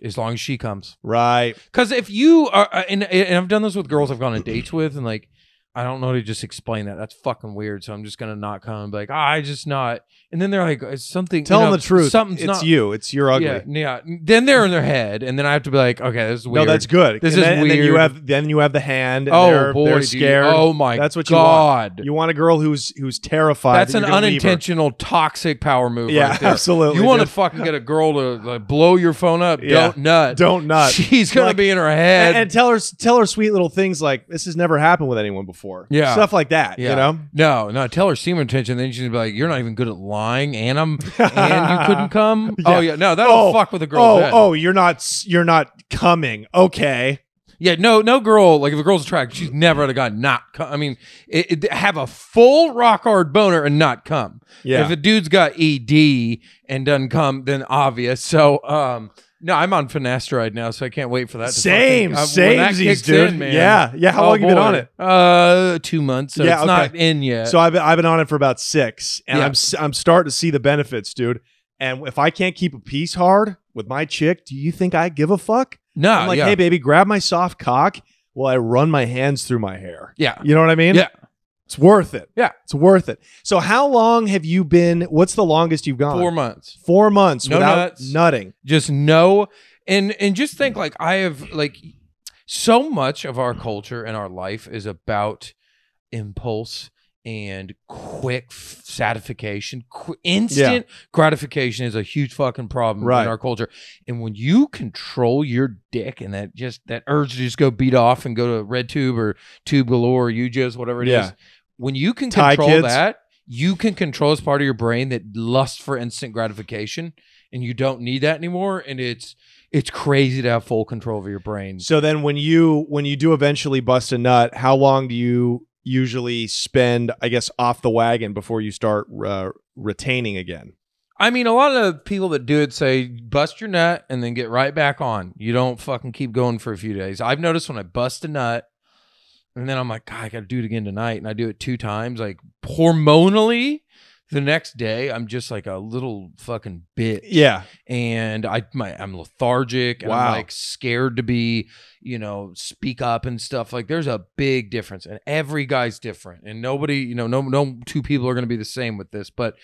Speaker 2: as long as she comes.
Speaker 1: Right.
Speaker 2: Because if you are, uh, and, and I've done this with girls I've gone on dates with, and like, I don't know how to just explain that. That's fucking weird. So I'm just gonna not come. And be like, "Ah, I just not. And then they're like, it's something. you
Speaker 1: Tell
Speaker 2: know,
Speaker 1: them the truth.
Speaker 2: Something's
Speaker 1: it's
Speaker 2: not.
Speaker 1: you. It's your ugly.
Speaker 2: Yeah, yeah. Then they're in their head, and then I have to be like, okay, this is
Speaker 1: No,
Speaker 2: weird.
Speaker 1: that's good.
Speaker 2: This
Speaker 1: and
Speaker 2: is
Speaker 1: then, And then you
Speaker 2: weird.
Speaker 1: have then you have the hand. And
Speaker 2: oh
Speaker 1: they're,
Speaker 2: boy,
Speaker 1: they're
Speaker 2: dude.
Speaker 1: scared.
Speaker 2: Oh my,
Speaker 1: That's what you
Speaker 2: god.
Speaker 1: You want a girl who's who's terrified.
Speaker 2: that's
Speaker 1: that
Speaker 2: an
Speaker 1: you're gonna leave her.
Speaker 2: unintentional toxic power move.
Speaker 1: Yeah,
Speaker 2: right there.
Speaker 1: absolutely.
Speaker 2: You want to
Speaker 1: dude.
Speaker 2: fucking get a girl to like blow your phone up?
Speaker 1: Yeah.
Speaker 2: Don't nut.
Speaker 1: don't nut
Speaker 2: She's gonna
Speaker 1: Like-
Speaker 2: be in her head.
Speaker 1: and, and tell her tell her sweet little things like this has never happened with anyone before.
Speaker 2: Yeah.
Speaker 1: stuff like that.
Speaker 2: Yeah.
Speaker 1: You know.
Speaker 2: No, no. Tell her semen retention. Then she's gonna be like, "You're not even good at lying, and I'm and you couldn't come." Oh
Speaker 1: Yeah.
Speaker 2: yeah, no, that'll
Speaker 1: Oh,
Speaker 2: fuck with a girl.
Speaker 1: Oh, oh, you're not s- you're not coming. Okay.
Speaker 2: yeah. No, no girl. Like if a girl's attracted, she's never had a guy not. Come. I mean, it, it- have a full rock hard boner and not come.
Speaker 1: Yeah.
Speaker 2: If a dude's got ED and doesn't come, then obvious. So, um, no, I'm on finasteride now, so I can't wait for that. To
Speaker 1: same,
Speaker 2: fucking, uh, when
Speaker 1: same,
Speaker 2: that
Speaker 1: these
Speaker 2: kicks
Speaker 1: dude.
Speaker 2: in, man.
Speaker 1: Yeah, yeah. How
Speaker 2: Oh,
Speaker 1: long you been
Speaker 2: boy.
Speaker 1: on it?
Speaker 2: Uh, two months. So
Speaker 1: Yeah,
Speaker 2: it's not
Speaker 1: okay.
Speaker 2: in yet.
Speaker 1: So I've been, I've been on it for about six, and
Speaker 2: Uh, Yeah.
Speaker 1: I'm s- I'm starting to see the benefits, dude. And if I can't keep a piece hard with my chick, do you think I give a fuck?
Speaker 2: no,
Speaker 1: I'm like,
Speaker 2: Ah, yeah.
Speaker 1: hey, baby, grab my soft cock while I run my hands through my hair.
Speaker 2: yeah.
Speaker 1: You know what I mean?
Speaker 2: Yeah.
Speaker 1: It's worth it.
Speaker 2: Yeah.
Speaker 1: It's worth it. So how long have you been? What's the longest you've gone?
Speaker 2: Four months.
Speaker 1: Four months
Speaker 2: No
Speaker 1: without
Speaker 2: nuts.
Speaker 1: nutting.
Speaker 2: just know and and just think like i have like so much of our culture and our life is about impulse and quick f- satisfaction qu- instant gratification is a huge fucking problem
Speaker 1: Right.
Speaker 2: in our culture and when you control your dick and that just that urge to just go beat off and go to red tube or tube galore or you just whatever it is,
Speaker 1: Yeah.
Speaker 2: when you can
Speaker 1: Thai
Speaker 2: control
Speaker 1: kids.
Speaker 2: that you can control this part of your brain that lusts for instant gratification and you don't need that anymore and it's it's crazy to have full control over your brain.
Speaker 1: So then when you when you do eventually bust a nut, how long do you usually spend, I guess, off the wagon before you start uh, retaining again?
Speaker 2: I mean, a lot of people that do it say bust your nut and then get right back on. You don't fucking keep going for a few days. I've noticed when I bust a nut and then I'm like, God, I got to do it again tonight. And I do it two times, like hormonally. The next day, I'm just like a little fucking bitch.
Speaker 1: Yeah.
Speaker 2: and I my, I'm lethargic and
Speaker 1: Wow.
Speaker 2: I'm like scared to be, you know, speak up and stuff. Like there's a big difference and every guy's different and nobody, you know, no no two people are going to be the same with this, but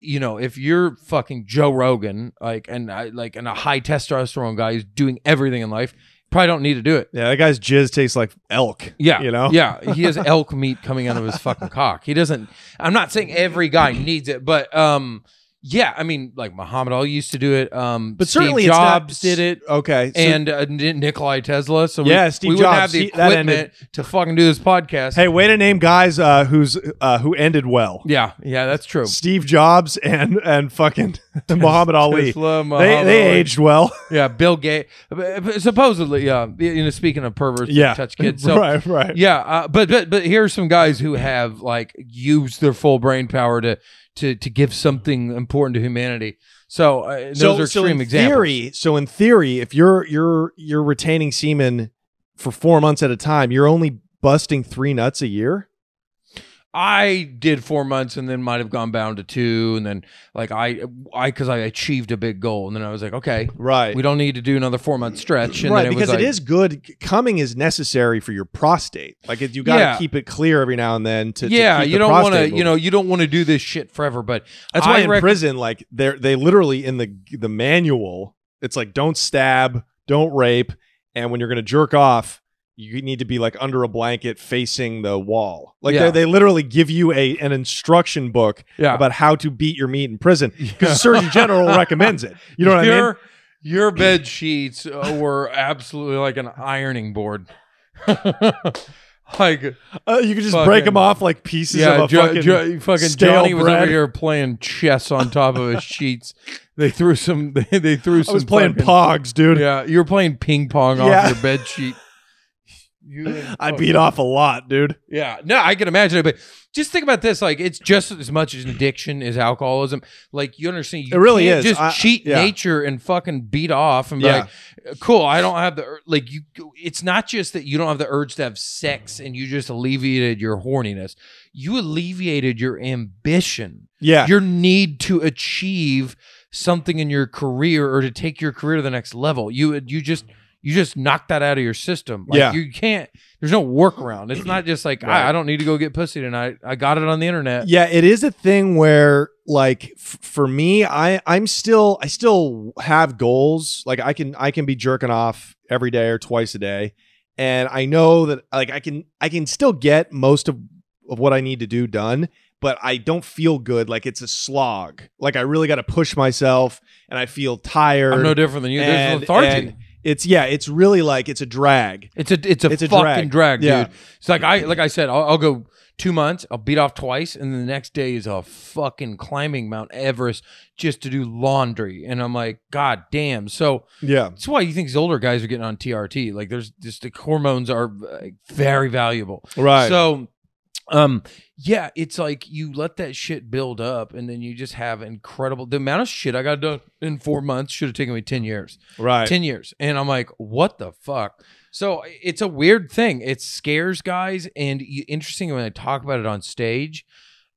Speaker 2: you know, if you're fucking Joe Rogan, like and I like and a high testosterone guy who's doing everything in life, probably don't need to do it.
Speaker 1: Yeah, that guy's jizz tastes like elk.
Speaker 2: Yeah.
Speaker 1: You know?
Speaker 2: Yeah. He has elk meat coming out of his fucking cock. He doesn't I'm not saying every guy needs it, but um yeah, I mean like Muhammad Ali used to do it. Um
Speaker 1: But
Speaker 2: Steve
Speaker 1: certainly it's not-
Speaker 2: Jobs did it.
Speaker 1: Okay. so-
Speaker 2: and uh, N- Nikolai Tesla. So we,
Speaker 1: Yeah, Steve
Speaker 2: we wouldn't have
Speaker 1: Jobs.
Speaker 2: the
Speaker 1: He- that ended-
Speaker 2: equipment to fucking do this podcast.
Speaker 1: hey, way to name guys uh, who's uh, who ended well.
Speaker 2: Yeah, yeah, that's true.
Speaker 1: Steve Jobs and and fucking Muhammad Ali.
Speaker 2: Tesla,
Speaker 1: They,
Speaker 2: Muhammad
Speaker 1: they
Speaker 2: Ali.
Speaker 1: aged well.
Speaker 2: Yeah, Bill Gates. uh, Supposedly, yeah. You know, speaking of perverts,
Speaker 1: Yeah.
Speaker 2: yeah, touch kids. So
Speaker 1: right, right.
Speaker 2: yeah, uh, but but but here's some guys who have like used their full brain power to to to give something important to humanity. So uh, those are extreme
Speaker 1: in
Speaker 2: examples.
Speaker 1: Theory, so in theory, if you're you're you're retaining semen for four months at a time, you're only busting three nuts a year.
Speaker 2: I did four months and then might have gone down to two, and then like I I because I achieved a big goal, and then I was like, okay,
Speaker 1: Right.
Speaker 2: we don't need to do another four month stretch. And
Speaker 1: right,
Speaker 2: then it
Speaker 1: because
Speaker 2: was like,
Speaker 1: it is good. Coming is necessary for your prostate. Like if you got to
Speaker 2: Yeah.
Speaker 1: keep it clear every now and then. To to
Speaker 2: yeah,
Speaker 1: keep
Speaker 2: you
Speaker 1: the
Speaker 2: don't want to,
Speaker 1: prostate
Speaker 2: you know, you don't want to do this shit forever. But
Speaker 1: That's why
Speaker 2: I
Speaker 1: in
Speaker 2: rec-
Speaker 1: prison, like they are they literally in the the manual, it's like don't stab, don't rape, and when you're gonna jerk off, you need to be like under a blanket facing the wall. Like they
Speaker 2: Yeah.
Speaker 1: they literally give you a an instruction book
Speaker 2: yeah,
Speaker 1: about how to beat your meat in prison because the Surgeon General recommends it. You know what I mean?
Speaker 2: your, Your bed sheets uh, were absolutely like an ironing board. like
Speaker 1: Uh, you could just break
Speaker 2: Fucking-
Speaker 1: them off like pieces
Speaker 2: yeah,
Speaker 1: of a
Speaker 2: Jo-
Speaker 1: fucking.
Speaker 2: Jo- fucking
Speaker 1: stale
Speaker 2: Johnny was
Speaker 1: bread.
Speaker 2: over here playing chess on top of his sheets. They threw some. They, they threw
Speaker 1: I
Speaker 2: some.
Speaker 1: was playing
Speaker 2: fucking-
Speaker 1: pogs, dude.
Speaker 2: Yeah, you were playing ping pong
Speaker 1: Yeah.
Speaker 2: off your bed sheet. You and
Speaker 1: I
Speaker 2: fucking-
Speaker 1: beat off a lot, dude.
Speaker 2: Yeah, no, I can imagine it, but just think about this: like, it's just as much as addiction as alcoholism. Like, you understand? You
Speaker 1: It really
Speaker 2: can't
Speaker 1: is.
Speaker 2: Just
Speaker 1: I-
Speaker 2: cheat
Speaker 1: yeah.
Speaker 2: nature and fucking beat off and be
Speaker 1: Yeah.
Speaker 2: like, "Cool, I don't have the ur-" like." You, it's not just that you don't have the urge to have sex, and you just alleviated your horniness. You alleviated your ambition,
Speaker 1: Yeah.
Speaker 2: your need to achieve something in your career or to take your career to the next level. You you just you just knock that out of your system. Like
Speaker 1: Yeah.
Speaker 2: you can't. There's no workaround. It's not just like
Speaker 1: Right.
Speaker 2: I, I don't need to go get pussy tonight. I got it on the internet.
Speaker 1: yeah it is a thing where like f- for me i i'm still i still have goals like i can i can be jerking off every day or twice a day and i know that like i can i can still get most of of what i need to do done but i don't feel good like it's a slog like i really got to push myself and i feel tired
Speaker 2: I'm no different than you. There's
Speaker 1: and-
Speaker 2: lethargy.
Speaker 1: and it's yeah it's really like it's a drag
Speaker 2: it's a it's a
Speaker 1: it's a
Speaker 2: fucking
Speaker 1: drag.
Speaker 2: drag,
Speaker 1: Yeah.
Speaker 2: dude. It's like I like I said, I'll, I'll go two months. I'll beat off twice, and the next day is a fucking climbing Mount Everest just to do laundry. And I'm like, God damn. So
Speaker 1: yeah
Speaker 2: That's why you think these older guys are getting on TRT. Like, there's just the hormones are uh, very valuable.
Speaker 1: right
Speaker 2: So, um, yeah, it's like you let that shit build up, and then you just have incredible the amount of shit I got done in four months should have taken me ten years.
Speaker 1: right
Speaker 2: 10 years. And I'm like, what the fuck? So it's a weird thing. It scares guys. And y- interesting when I talk about it on stage,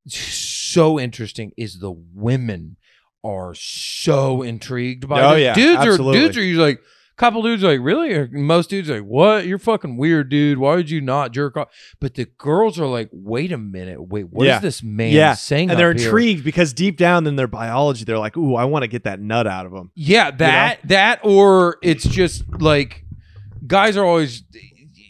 Speaker 2: so interesting is the women are so intrigued by
Speaker 1: Oh,
Speaker 2: this.
Speaker 1: yeah,
Speaker 2: dudes
Speaker 1: absolutely.
Speaker 2: are dudes are usually like couple dudes are like really or most dudes are like what you're fucking weird dude why would you not jerk off but the girls are like wait a minute wait what is
Speaker 1: Yeah.
Speaker 2: this man
Speaker 1: Yeah.
Speaker 2: saying
Speaker 1: and they're
Speaker 2: up here?
Speaker 1: intrigued because deep down in their biology they're like ooh i want to get that nut out of them
Speaker 2: Yeah, that that or it's just like guys are always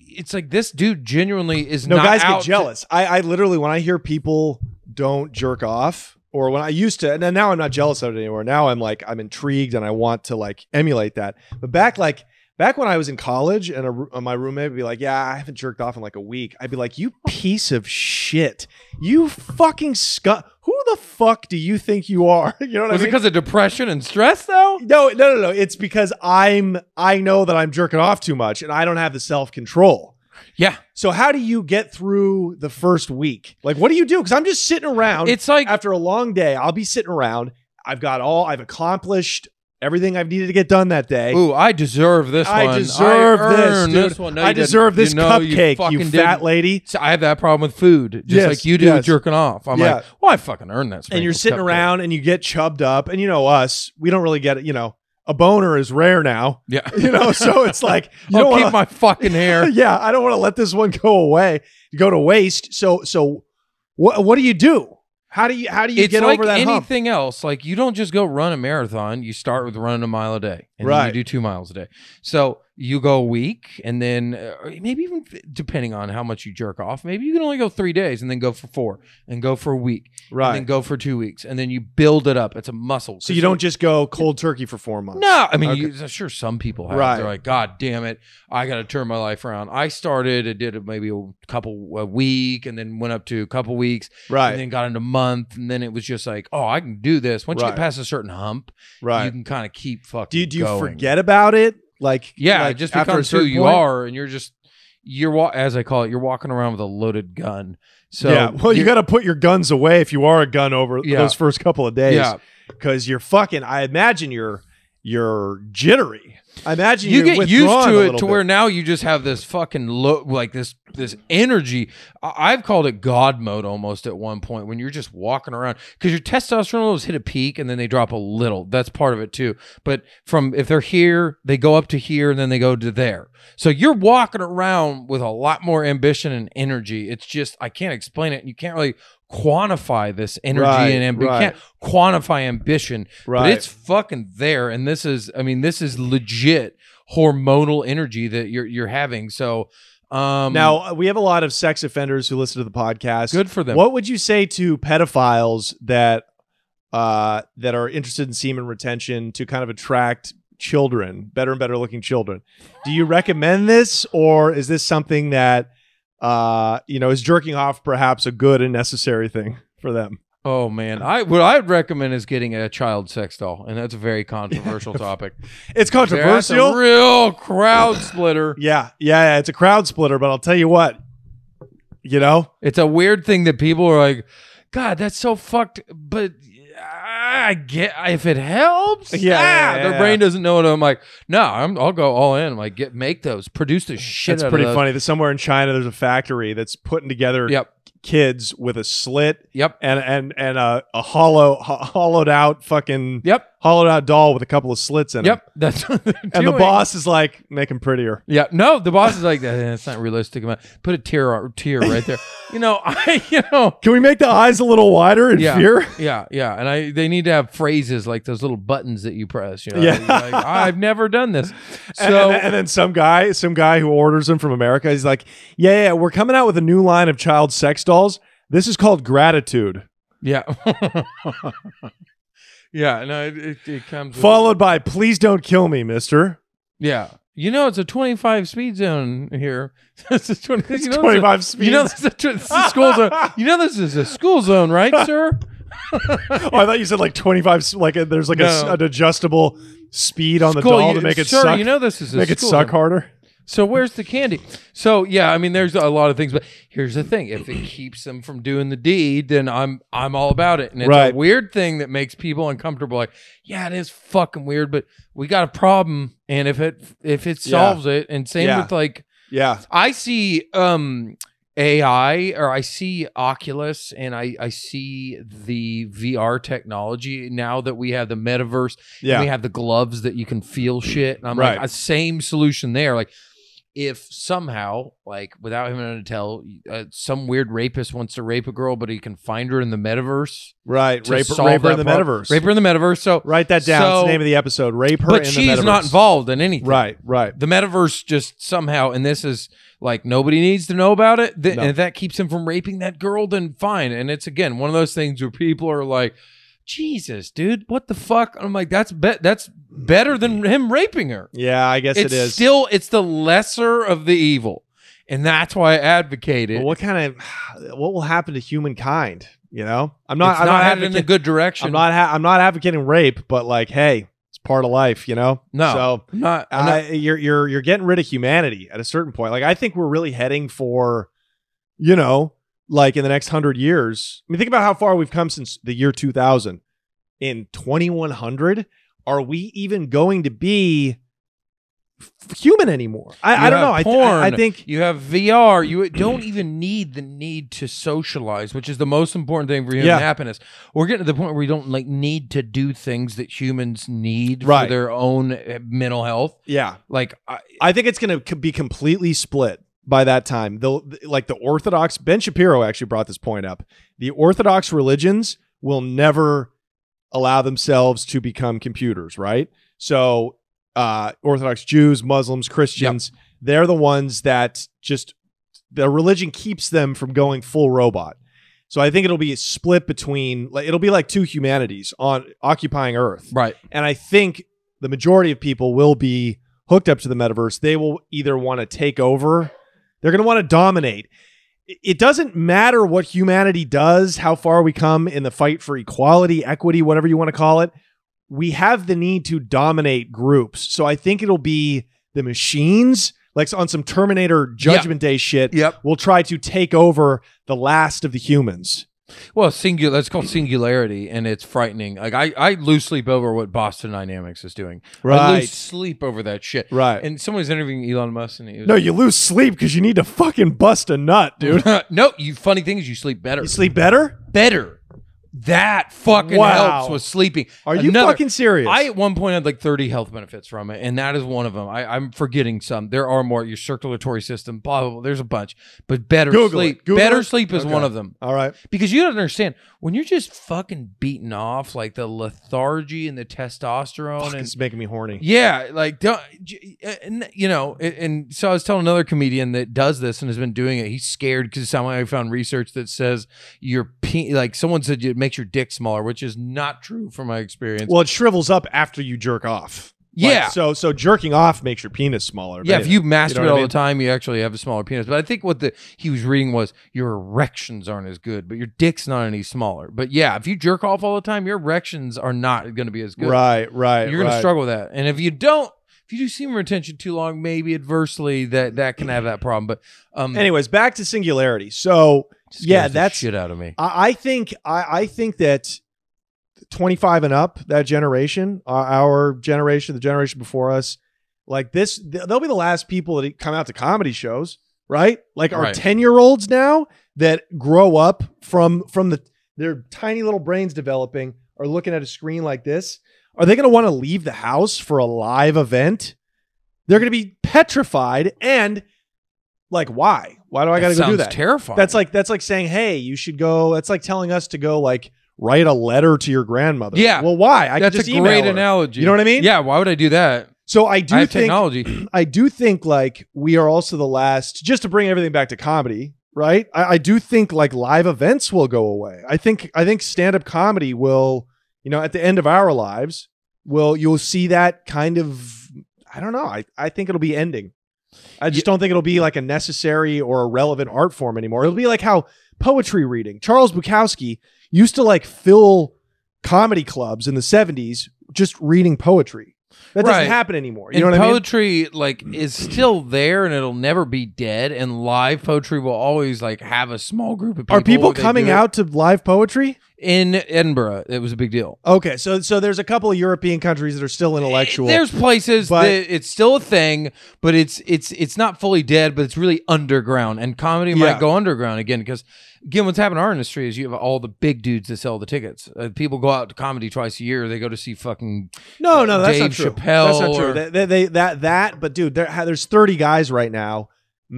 Speaker 2: it's like this dude genuinely is
Speaker 1: No,
Speaker 2: not
Speaker 1: guys
Speaker 2: out
Speaker 1: get
Speaker 2: to-
Speaker 1: jealous. I, I literally when I hear people don't jerk off, or when I used to, and then now I'm not jealous of it anymore. Now I'm like I'm intrigued and I want to like emulate that. But back like back when I was in college, and a, roo- uh, my roommate would be like, "Yeah, I haven't jerked off in like a week." I'd be like, "You piece of shit! You fucking scum! Who the fuck do you think you are? You know what
Speaker 2: Was
Speaker 1: I
Speaker 2: it
Speaker 1: mean?
Speaker 2: because of depression and stress though?
Speaker 1: No, no, no, no. It's because I'm I know that I'm jerking off too much and I don't have the self-control.
Speaker 2: Yeah.
Speaker 1: So how do you get through the first week? Like what do you do? Cuz I'm just sitting around
Speaker 2: It's like
Speaker 1: after a long day. I'll be sitting around. I've got all I've accomplished everything I've needed to get done that day.
Speaker 2: Ooh, I deserve this
Speaker 1: I
Speaker 2: one.
Speaker 1: deserve this,
Speaker 2: earned
Speaker 1: dude.
Speaker 2: one. No,
Speaker 1: I
Speaker 2: you didn't.
Speaker 1: deserve this
Speaker 2: You know you
Speaker 1: cupcake, you,
Speaker 2: fucking
Speaker 1: fat
Speaker 2: didn't.
Speaker 1: lady.
Speaker 2: So I have that problem with food, just
Speaker 1: Yes,
Speaker 2: like you do
Speaker 1: yes.
Speaker 2: with jerking off. I'm
Speaker 1: Yeah.
Speaker 2: like, well, I fucking earned that.
Speaker 1: And you're
Speaker 2: sprinkled
Speaker 1: sitting
Speaker 2: cupcake.
Speaker 1: around and you get chubbed up and you know us, we don't really get it, you know. A boner is rare now,
Speaker 2: Yeah.
Speaker 1: you know, so it's like you
Speaker 2: I'll
Speaker 1: don't
Speaker 2: keep
Speaker 1: wanna-
Speaker 2: my fucking hair.
Speaker 1: yeah, I don't want to let this one go away, go to waste. So, so what what do you do? How do you how do you
Speaker 2: it's
Speaker 1: get
Speaker 2: like
Speaker 1: over that hump?
Speaker 2: anything else. Like you don't just go run a marathon. You start with running a mile a day, and then
Speaker 1: Right.
Speaker 2: you do two miles a day. So you go a week, and then uh, maybe even depending on how much you jerk off, maybe you can only go three days, and then go for four, and go for a week, and then
Speaker 1: Right.
Speaker 2: go for two weeks, and then you build it up. It's a muscle.
Speaker 1: So you don't just go cold turkey for four months.
Speaker 2: No, I mean,
Speaker 1: Okay.
Speaker 2: you, sure, some people have.
Speaker 1: Right.
Speaker 2: They're like, God damn it, I got to turn my life around. I started, I did it maybe a couple a week, and then went up to a couple weeks,
Speaker 1: Right.
Speaker 2: and then got into month, and then it was just like, oh, I can do this. Once you
Speaker 1: Right.
Speaker 2: get past a certain hump, you
Speaker 1: right.
Speaker 2: can kind of keep fucking.
Speaker 1: do you, do you
Speaker 2: going.
Speaker 1: forget about it? Like
Speaker 2: Yeah,
Speaker 1: like
Speaker 2: it just
Speaker 1: after a
Speaker 2: becomes who
Speaker 1: certain
Speaker 2: you
Speaker 1: point?
Speaker 2: are, and you're just you're wa- as I call it, you're walking around with a loaded gun. So
Speaker 1: yeah. Well, you
Speaker 2: you're-
Speaker 1: got to put your guns away if you are a gun over
Speaker 2: Yeah.
Speaker 1: those first couple of days
Speaker 2: yeah.
Speaker 1: because you're fucking. I imagine you're you're jittery. I imagine
Speaker 2: you
Speaker 1: you're
Speaker 2: get used
Speaker 1: withdrawn a
Speaker 2: to it
Speaker 1: little
Speaker 2: to
Speaker 1: bit.
Speaker 2: where now you just have this fucking look like this this energy I- i've called it god mode almost at one point when you're just walking around because your testosterone levels hit a peak and then they drop a little that's part of it too but from if they're here they go up to here and then they go to there so you're walking around with a lot more ambition and energy it's just i can't explain it and you can't really quantify this energy
Speaker 1: Right,
Speaker 2: and amb-
Speaker 1: right.
Speaker 2: you can't quantify ambition but
Speaker 1: right.
Speaker 2: it's fucking there and this is i mean this is legit hormonal energy that you're you're having so um
Speaker 1: now we have a lot of sex offenders who listen to the podcast.
Speaker 2: good for them
Speaker 1: What would you say to pedophiles that uh, that are interested in semen retention to kind of attract children, better and better looking children? Do you recommend this, or is this something that uh, you know is jerking off perhaps a good and necessary thing for them?
Speaker 2: oh man i what i'd recommend is getting a child sex doll and that's a very controversial topic
Speaker 1: It's
Speaker 2: That's a
Speaker 1: controversial.
Speaker 2: real crowd splitter
Speaker 1: Yeah, yeah, yeah, it's a crowd splitter, but I'll tell you what, you know,
Speaker 2: it's a weird thing that people are like god that's so fucked but I get if it helps.
Speaker 1: Yeah,
Speaker 2: ah,
Speaker 1: yeah, yeah,
Speaker 2: their
Speaker 1: yeah.
Speaker 2: brain doesn't know it. I'm like, no, I'm, I'll go all in. I'm like, get make those, produce the shit.
Speaker 1: it's
Speaker 2: out of
Speaker 1: pretty
Speaker 2: those.
Speaker 1: funny that somewhere in China there's a factory that's putting together
Speaker 2: Yep,
Speaker 1: kids with a slit
Speaker 2: yep,
Speaker 1: and and and a, a hollow ho- hollowed out fucking
Speaker 2: yep.
Speaker 1: hollowed out doll with a couple of slits in it.
Speaker 2: Yep, that's what they're
Speaker 1: And the
Speaker 2: doing.
Speaker 1: boss is like, make him prettier.
Speaker 2: Yeah, no, the boss is like that. That's not realistic. Amount. Put a tear, uh, tear right there. You know, I, you know,
Speaker 1: Can we make the eyes a little wider in
Speaker 2: Yeah.
Speaker 1: fear?
Speaker 2: yeah, yeah. And I, they need to have phrases like those little buttons that you press. You know,
Speaker 1: Yeah.
Speaker 2: You're like, "Oh, I've never done this.
Speaker 1: And-
Speaker 2: So
Speaker 1: and, and then some guy, some guy who orders them from America, he's like, yeah, yeah, we're coming out with a new line of child sex dolls. This is called gratitude,
Speaker 2: yeah, yeah. No, it, it, it comes with-
Speaker 1: followed by please don't kill me, mister.
Speaker 2: yeah, you know, it's a twenty-five speed zone here. it's a twenty.
Speaker 1: It's
Speaker 2: you know,
Speaker 1: 25
Speaker 2: It's a,
Speaker 1: speeds.
Speaker 2: you know, this is a, tw- this is a school zone. You know, this is a school zone, right, sir?
Speaker 1: oh, I thought you said like 25, s- like a, there's like a s
Speaker 2: No.
Speaker 1: an adjustable speed on the
Speaker 2: School,
Speaker 1: doll
Speaker 2: you-
Speaker 1: to make it
Speaker 2: sir,
Speaker 1: suck,
Speaker 2: You know, this is a
Speaker 1: make it
Speaker 2: school
Speaker 1: suck
Speaker 2: zone.
Speaker 1: harder.
Speaker 2: So where's the candy? So yeah, I mean, there's a lot of things, but here's the thing: if it keeps them from doing the deed, then I'm I'm all about it. And it's
Speaker 1: Right.
Speaker 2: a weird thing that makes people uncomfortable. Like, yeah, it is fucking weird, but we got a problem, and if it if it
Speaker 1: Yeah.
Speaker 2: solves it, and same
Speaker 1: Yeah.
Speaker 2: with like
Speaker 1: Yeah.
Speaker 2: I see um AI or I see Oculus and I I see the VR technology now that we have the metaverse
Speaker 1: Yeah.
Speaker 2: we have the gloves that you can feel shit. And I'm
Speaker 1: Right.
Speaker 2: like, a same solution there. Like, if somehow, like, without him having to tell, uh, some weird rapist wants to rape a girl, but he can find her in the metaverse.
Speaker 1: Right.
Speaker 2: to
Speaker 1: Rape,
Speaker 2: solve
Speaker 1: rape her in
Speaker 2: that
Speaker 1: the
Speaker 2: prob-
Speaker 1: metaverse.
Speaker 2: Rape her in the metaverse. So,
Speaker 1: Write that down. it's
Speaker 2: So-
Speaker 1: the name of the episode. Rape her in
Speaker 2: but
Speaker 1: the
Speaker 2: she's
Speaker 1: metaverse.
Speaker 2: not involved in anything.
Speaker 1: Right, right.
Speaker 2: The metaverse just somehow, and this is like nobody needs to know about it. Th-
Speaker 1: No.
Speaker 2: And if that keeps him from raping that girl, then fine. And it's again one of those things where people are like, "Jesus, dude, what the fuck?" I'm like, "That's be- that's better than him raping her."
Speaker 1: Yeah, I guess
Speaker 2: it's
Speaker 1: it is.
Speaker 2: still it's the lesser of the evil and that's why i advocate
Speaker 1: But
Speaker 2: it
Speaker 1: what kind of what will happen to humankind You know, I'm not.
Speaker 2: It's
Speaker 1: I'm not,
Speaker 2: not headed in a
Speaker 1: advocating.
Speaker 2: good direction.
Speaker 1: I'm not. Ha- I'm not advocating rape, but like, hey, it's part of life. You know.
Speaker 2: No.
Speaker 1: So
Speaker 2: I'm not- I'm not-
Speaker 1: I, you're you're you're getting rid of humanity at a certain point. Like I think we're really heading for, you know, like in the next hundred years. I mean, think about how far we've come since the year 2000. In 2100, are we even going to be f- human anymore?
Speaker 2: You
Speaker 1: I, I don't
Speaker 2: have
Speaker 1: know. I, th- I- I
Speaker 2: porn.
Speaker 1: think
Speaker 2: you have VR. You don't even need the need to socialize, which is the most important thing for human
Speaker 1: Yeah.
Speaker 2: happiness. We're getting to the point where we don't like need to do things that humans need
Speaker 1: Right.
Speaker 2: for their own uh, mental health.
Speaker 1: yeah.
Speaker 2: Like I,
Speaker 1: I think it's going to be completely split by that time. They'll like the Orthodox. Ben Shapiro actually brought this point up. The Orthodox religions will never allow themselves to become computers, right? So, uh, Orthodox Jews, Muslims, Christians, they're the ones that just their religion keeps them from going full robot. So I think it'll be split between like it'll be like two humanities on occupying Earth.
Speaker 2: right.
Speaker 1: And I think the majority of people will be hooked up to the metaverse. They will either want to take over, they're going to want to dominate. It- It doesn't matter what humanity does, how far we come in the fight for equality, equity, whatever you want to call it. We have the need to dominate groups. So I think it'll be the machines, like on some Terminator Judgment Day shit,
Speaker 2: Yep.
Speaker 1: will try to take over the last of the humans.
Speaker 2: Well, singular. That's called singularity, and it's frightening. Like I, I lose sleep over what Boston Dynamics is doing. I lose sleep over that shit.
Speaker 1: Right.
Speaker 2: And someone was interviewing Elon Musk, and he was
Speaker 1: no, you lose sleep because you need to fucking bust a nut, dude.
Speaker 2: no, you funny thing is you sleep better.
Speaker 1: You sleep better?
Speaker 2: better. That fucking
Speaker 1: Wow.
Speaker 2: helps with sleeping.
Speaker 1: Are you
Speaker 2: Another-
Speaker 1: fucking serious?
Speaker 2: I at one point had like 30 health benefits from it, and that is one of them. I, I'm forgetting some. There are more. Your circulatory system, blah blah. blah. There's a bunch, but better
Speaker 1: Google it.
Speaker 2: sleep.
Speaker 1: Google
Speaker 2: Better
Speaker 1: it.
Speaker 2: sleep is
Speaker 1: Okay.
Speaker 2: one of them
Speaker 1: All right.
Speaker 2: because you don't understand when you're just fucking beaten off, like the lethargy and the testosterone
Speaker 1: Fuck,
Speaker 2: and
Speaker 1: it's making me horny.
Speaker 2: yeah, like don't j- uh, and, you know, and, and so I was telling another comedian that does this and has been doing it. He's scared because somehow I found research that says your pe- like someone said it makes your dick smaller, which is not true from my experience.
Speaker 1: Well, it shrivels up after you jerk off. Like,
Speaker 2: yeah,
Speaker 1: so so jerking off makes your penis smaller.
Speaker 2: yeah. If
Speaker 1: right?
Speaker 2: you
Speaker 1: You
Speaker 2: masturbate
Speaker 1: know what I
Speaker 2: all
Speaker 1: mean?
Speaker 2: the time, you actually have a smaller penis. But I think what the he was reading was your erections aren't as good, but your dick's not any smaller. But yeah, if you jerk off all the time, your erections are not going to be as good.
Speaker 1: Right, right.
Speaker 2: you're going to
Speaker 1: right.
Speaker 2: struggle with that. And if you don't, if you do semen retention too long, maybe adversely that that can have that problem. But um,
Speaker 1: Anyways, back to singularity. So
Speaker 2: scares
Speaker 1: yeah,
Speaker 2: the
Speaker 1: that's-
Speaker 2: shit out of me.
Speaker 1: I, I think I, I think that 25 and up, that generation, our, our generation, the generation before us, like this, th- they'll be the last people that come out to comedy shows, right? Like our
Speaker 2: Right.
Speaker 1: 10 year olds now that grow up from from the their tiny little brains developing are looking at a screen like this. Are they going to want to leave the house for a live event? They're going to be petrified and like, why? Why do I got to go do
Speaker 2: sounds
Speaker 1: that?
Speaker 2: Terrifying.
Speaker 1: That's like that's like saying, "Hey, you should go." That's like telling us to go like write a letter to your grandmother.
Speaker 2: Yeah.
Speaker 1: Well, why? I
Speaker 2: that's
Speaker 1: can just
Speaker 2: a
Speaker 1: email
Speaker 2: great
Speaker 1: her.
Speaker 2: analogy.
Speaker 1: You know what I mean?
Speaker 2: Yeah. Why would I do that?
Speaker 1: So I do
Speaker 2: I have
Speaker 1: think
Speaker 2: technology.
Speaker 1: I do think like we are also the last. Just to bring everything back to comedy, right? I, I do think like live events will go away. I think I think stand up comedy will, you know, at the end of our lives, will you'll see that kind of. I don't know. I, I think it'll be ending. I just don't think it'll be like a necessary or a relevant art form anymore. It'll be like how poetry reading. Charles Bukowski used to like fill comedy clubs in the 70s just reading poetry. That
Speaker 2: Right.
Speaker 1: doesn't happen anymore. You
Speaker 2: and
Speaker 1: know what I mean?
Speaker 2: poetry like is still there and it'll never be dead. And live poetry will always like have a small group of people.
Speaker 1: Are people
Speaker 2: They
Speaker 1: coming
Speaker 2: do it-
Speaker 1: out to live poetry?
Speaker 2: in Edinburgh? It was a big deal.
Speaker 1: Okay, so so there's a couple of European countries that are still intellectual.
Speaker 2: There's places
Speaker 1: But-
Speaker 2: that it's still a thing, but it's it's it's not fully dead, but it's really underground. And comedy
Speaker 1: Yeah.
Speaker 2: might go underground again because again, what's happened in our industry is you have all the big dudes that sell the tickets. Uh, people go out to comedy twice a year. They go to see fucking
Speaker 1: no, no, that's
Speaker 2: Dave
Speaker 1: not true.
Speaker 2: Chappelle
Speaker 1: that's not true.
Speaker 2: or-
Speaker 1: They, they, they- that that but dude, there, ha- there's 30 guys right now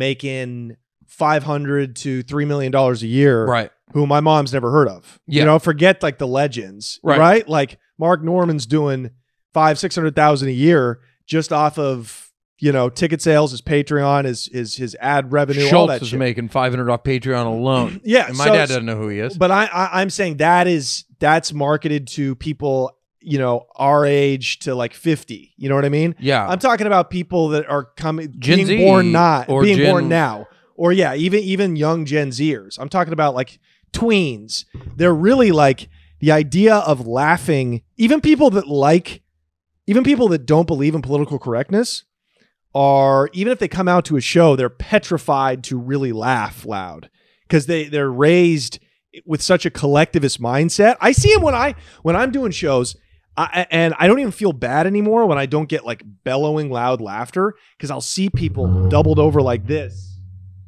Speaker 1: making 500 to 3 million dollars a year
Speaker 2: right.
Speaker 1: who my mom's never heard of.
Speaker 2: Yeah.
Speaker 1: You know, forget like the legends,
Speaker 2: Right.
Speaker 1: right? Like Mark Norman's doing five, six hundred thousand a year just off of you know ticket sales, his Patreon, his his his ad revenue, all
Speaker 2: Schultz
Speaker 1: that
Speaker 2: is
Speaker 1: shit.
Speaker 2: making 500 off Patreon alone.
Speaker 1: yeah,
Speaker 2: And my
Speaker 1: so-
Speaker 2: dad doesn't know who he is.
Speaker 1: But I, I I'm saying that is that's marketed to people you know our age to like fifty. You know what I mean?
Speaker 2: Yeah.
Speaker 1: I'm talking about people that are coming
Speaker 2: Gen
Speaker 1: being
Speaker 2: Z
Speaker 1: born not
Speaker 2: or
Speaker 1: being
Speaker 2: Gen-
Speaker 1: born now. Or yeah, even even young Gen Zers. I'm talking about like tweens. They're really like the idea of laughing. Even people that like, even people that don't believe in political correctness are, even if they come out to a show, they're petrified to really laugh loud because they, they're raised with such a collectivist mindset. I see it when I, when I'm doing shows I, and I don't even feel bad anymore when I don't get like bellowing loud laughter because I'll see people doubled over like this,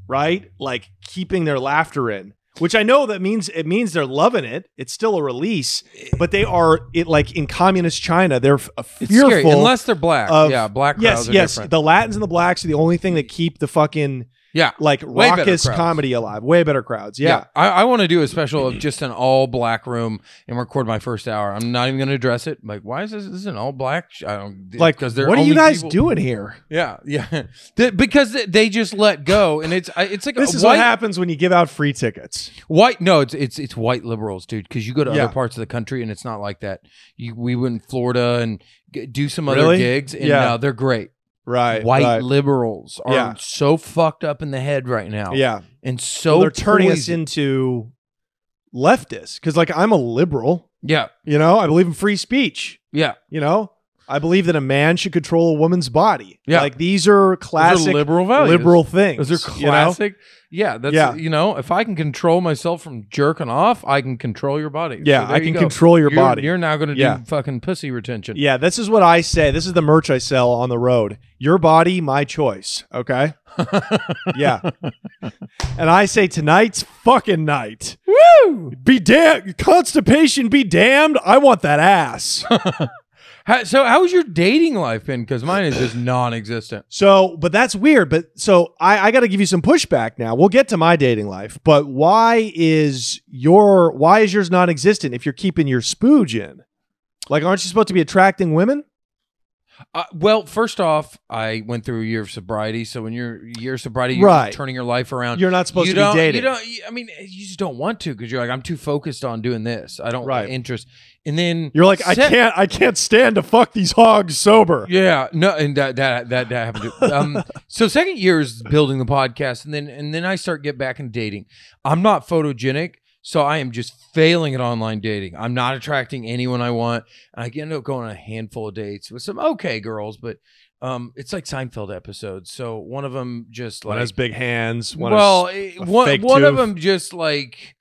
Speaker 1: right? Like keeping their laughter in, which I know that means it means they're loving it. It's still a release, but they are it like in communist China, they're f- uh,
Speaker 2: It's scary,
Speaker 1: fearful.
Speaker 2: unless they're black.
Speaker 1: of-
Speaker 2: yeah, black
Speaker 1: yes,
Speaker 2: crowds are
Speaker 1: yes,
Speaker 2: different.
Speaker 1: the Latins and the blacks are the only thing that keep the fucking
Speaker 2: yeah.
Speaker 1: like
Speaker 2: Way better
Speaker 1: raucous
Speaker 2: crowds.
Speaker 1: comedy alive. Way better crowds, yeah.
Speaker 2: I, I want to do a special of just an all black room and record my first hour. I'm not even going to address it. Like, why is this, this is an all black? Sh- I don't
Speaker 1: Like,
Speaker 2: because
Speaker 1: what are you guys doing here?
Speaker 2: Yeah, yeah, They- because they- they just let go, and it's I- it's like
Speaker 1: This
Speaker 2: a
Speaker 1: is what
Speaker 2: white
Speaker 1: happens when you give out free tickets.
Speaker 2: White? No, it's it's it's white liberals, dude. Because you go to
Speaker 1: Yeah.
Speaker 2: other parts of the country and it's not like that. You, we went in Florida and g- do some other
Speaker 1: Really?
Speaker 2: gigs, and
Speaker 1: Yeah.
Speaker 2: no, they're great.
Speaker 1: Right.
Speaker 2: white
Speaker 1: right.
Speaker 2: liberals are
Speaker 1: Yeah.
Speaker 2: so fucked up in the head right now,
Speaker 1: Yeah.
Speaker 2: and so
Speaker 1: Well, they're turning us
Speaker 2: poisoned.
Speaker 1: into leftists because like i'm a liberal
Speaker 2: Yeah,
Speaker 1: you know i believe in free speech
Speaker 2: yeah.
Speaker 1: you know i believe that a man should control a woman's body
Speaker 2: Yeah.
Speaker 1: like these are
Speaker 2: Those are
Speaker 1: classic
Speaker 2: liberal values.
Speaker 1: liberal things
Speaker 2: Those are
Speaker 1: you know?
Speaker 2: classic. Yeah, that's
Speaker 1: Yeah.
Speaker 2: you know, if I can control myself from jerking off, I can control your body.
Speaker 1: yeah
Speaker 2: So there
Speaker 1: i
Speaker 2: you
Speaker 1: can
Speaker 2: go.
Speaker 1: control your
Speaker 2: You're-
Speaker 1: body
Speaker 2: You're now going to
Speaker 1: Yeah.
Speaker 2: do fucking pussy retention.
Speaker 1: yeah this is what i say this is the merch i sell on the road your body my choice okay yeah and i say tonight's fucking night
Speaker 2: Woo!
Speaker 1: be damned constipation be damned i want that ass
Speaker 2: How, so how's your dating life been? Because mine is just non-existent.
Speaker 1: So, but that's weird. But so I, I got to give you some pushback now. We'll get to my dating life, but why is your why is yours non-existent if you're keeping your spooge in? Like, aren't you supposed to be attracting women?
Speaker 2: Uh, well, first off, I went through a year of sobriety. So when you're year of sobriety, you're
Speaker 1: Right.
Speaker 2: turning your life around.
Speaker 1: You're not supposed
Speaker 2: you
Speaker 1: to
Speaker 2: don't,
Speaker 1: be dating.
Speaker 2: You don't. You, I mean, you just don't want to because you're like, I'm too focused on doing this. I don't
Speaker 1: Right.
Speaker 2: interest. And then
Speaker 1: you're like, I
Speaker 2: se-
Speaker 1: can't, I can't stand to fuck these hogs sober.
Speaker 2: Yeah, no, and that that that, that happened. Too. Um, so second year is building the podcast, and then and then I start get back in dating. I'm not photogenic, so I am just failing at online dating. I'm not attracting anyone I want, and I end up going on a handful of dates with some okay girls, but um, it's like Seinfeld episodes. So one of them just
Speaker 1: One
Speaker 2: like
Speaker 1: has big hands. One
Speaker 2: well,
Speaker 1: has,
Speaker 2: it-
Speaker 1: a
Speaker 2: one,
Speaker 1: fake
Speaker 2: one of
Speaker 1: tooth.
Speaker 2: them just like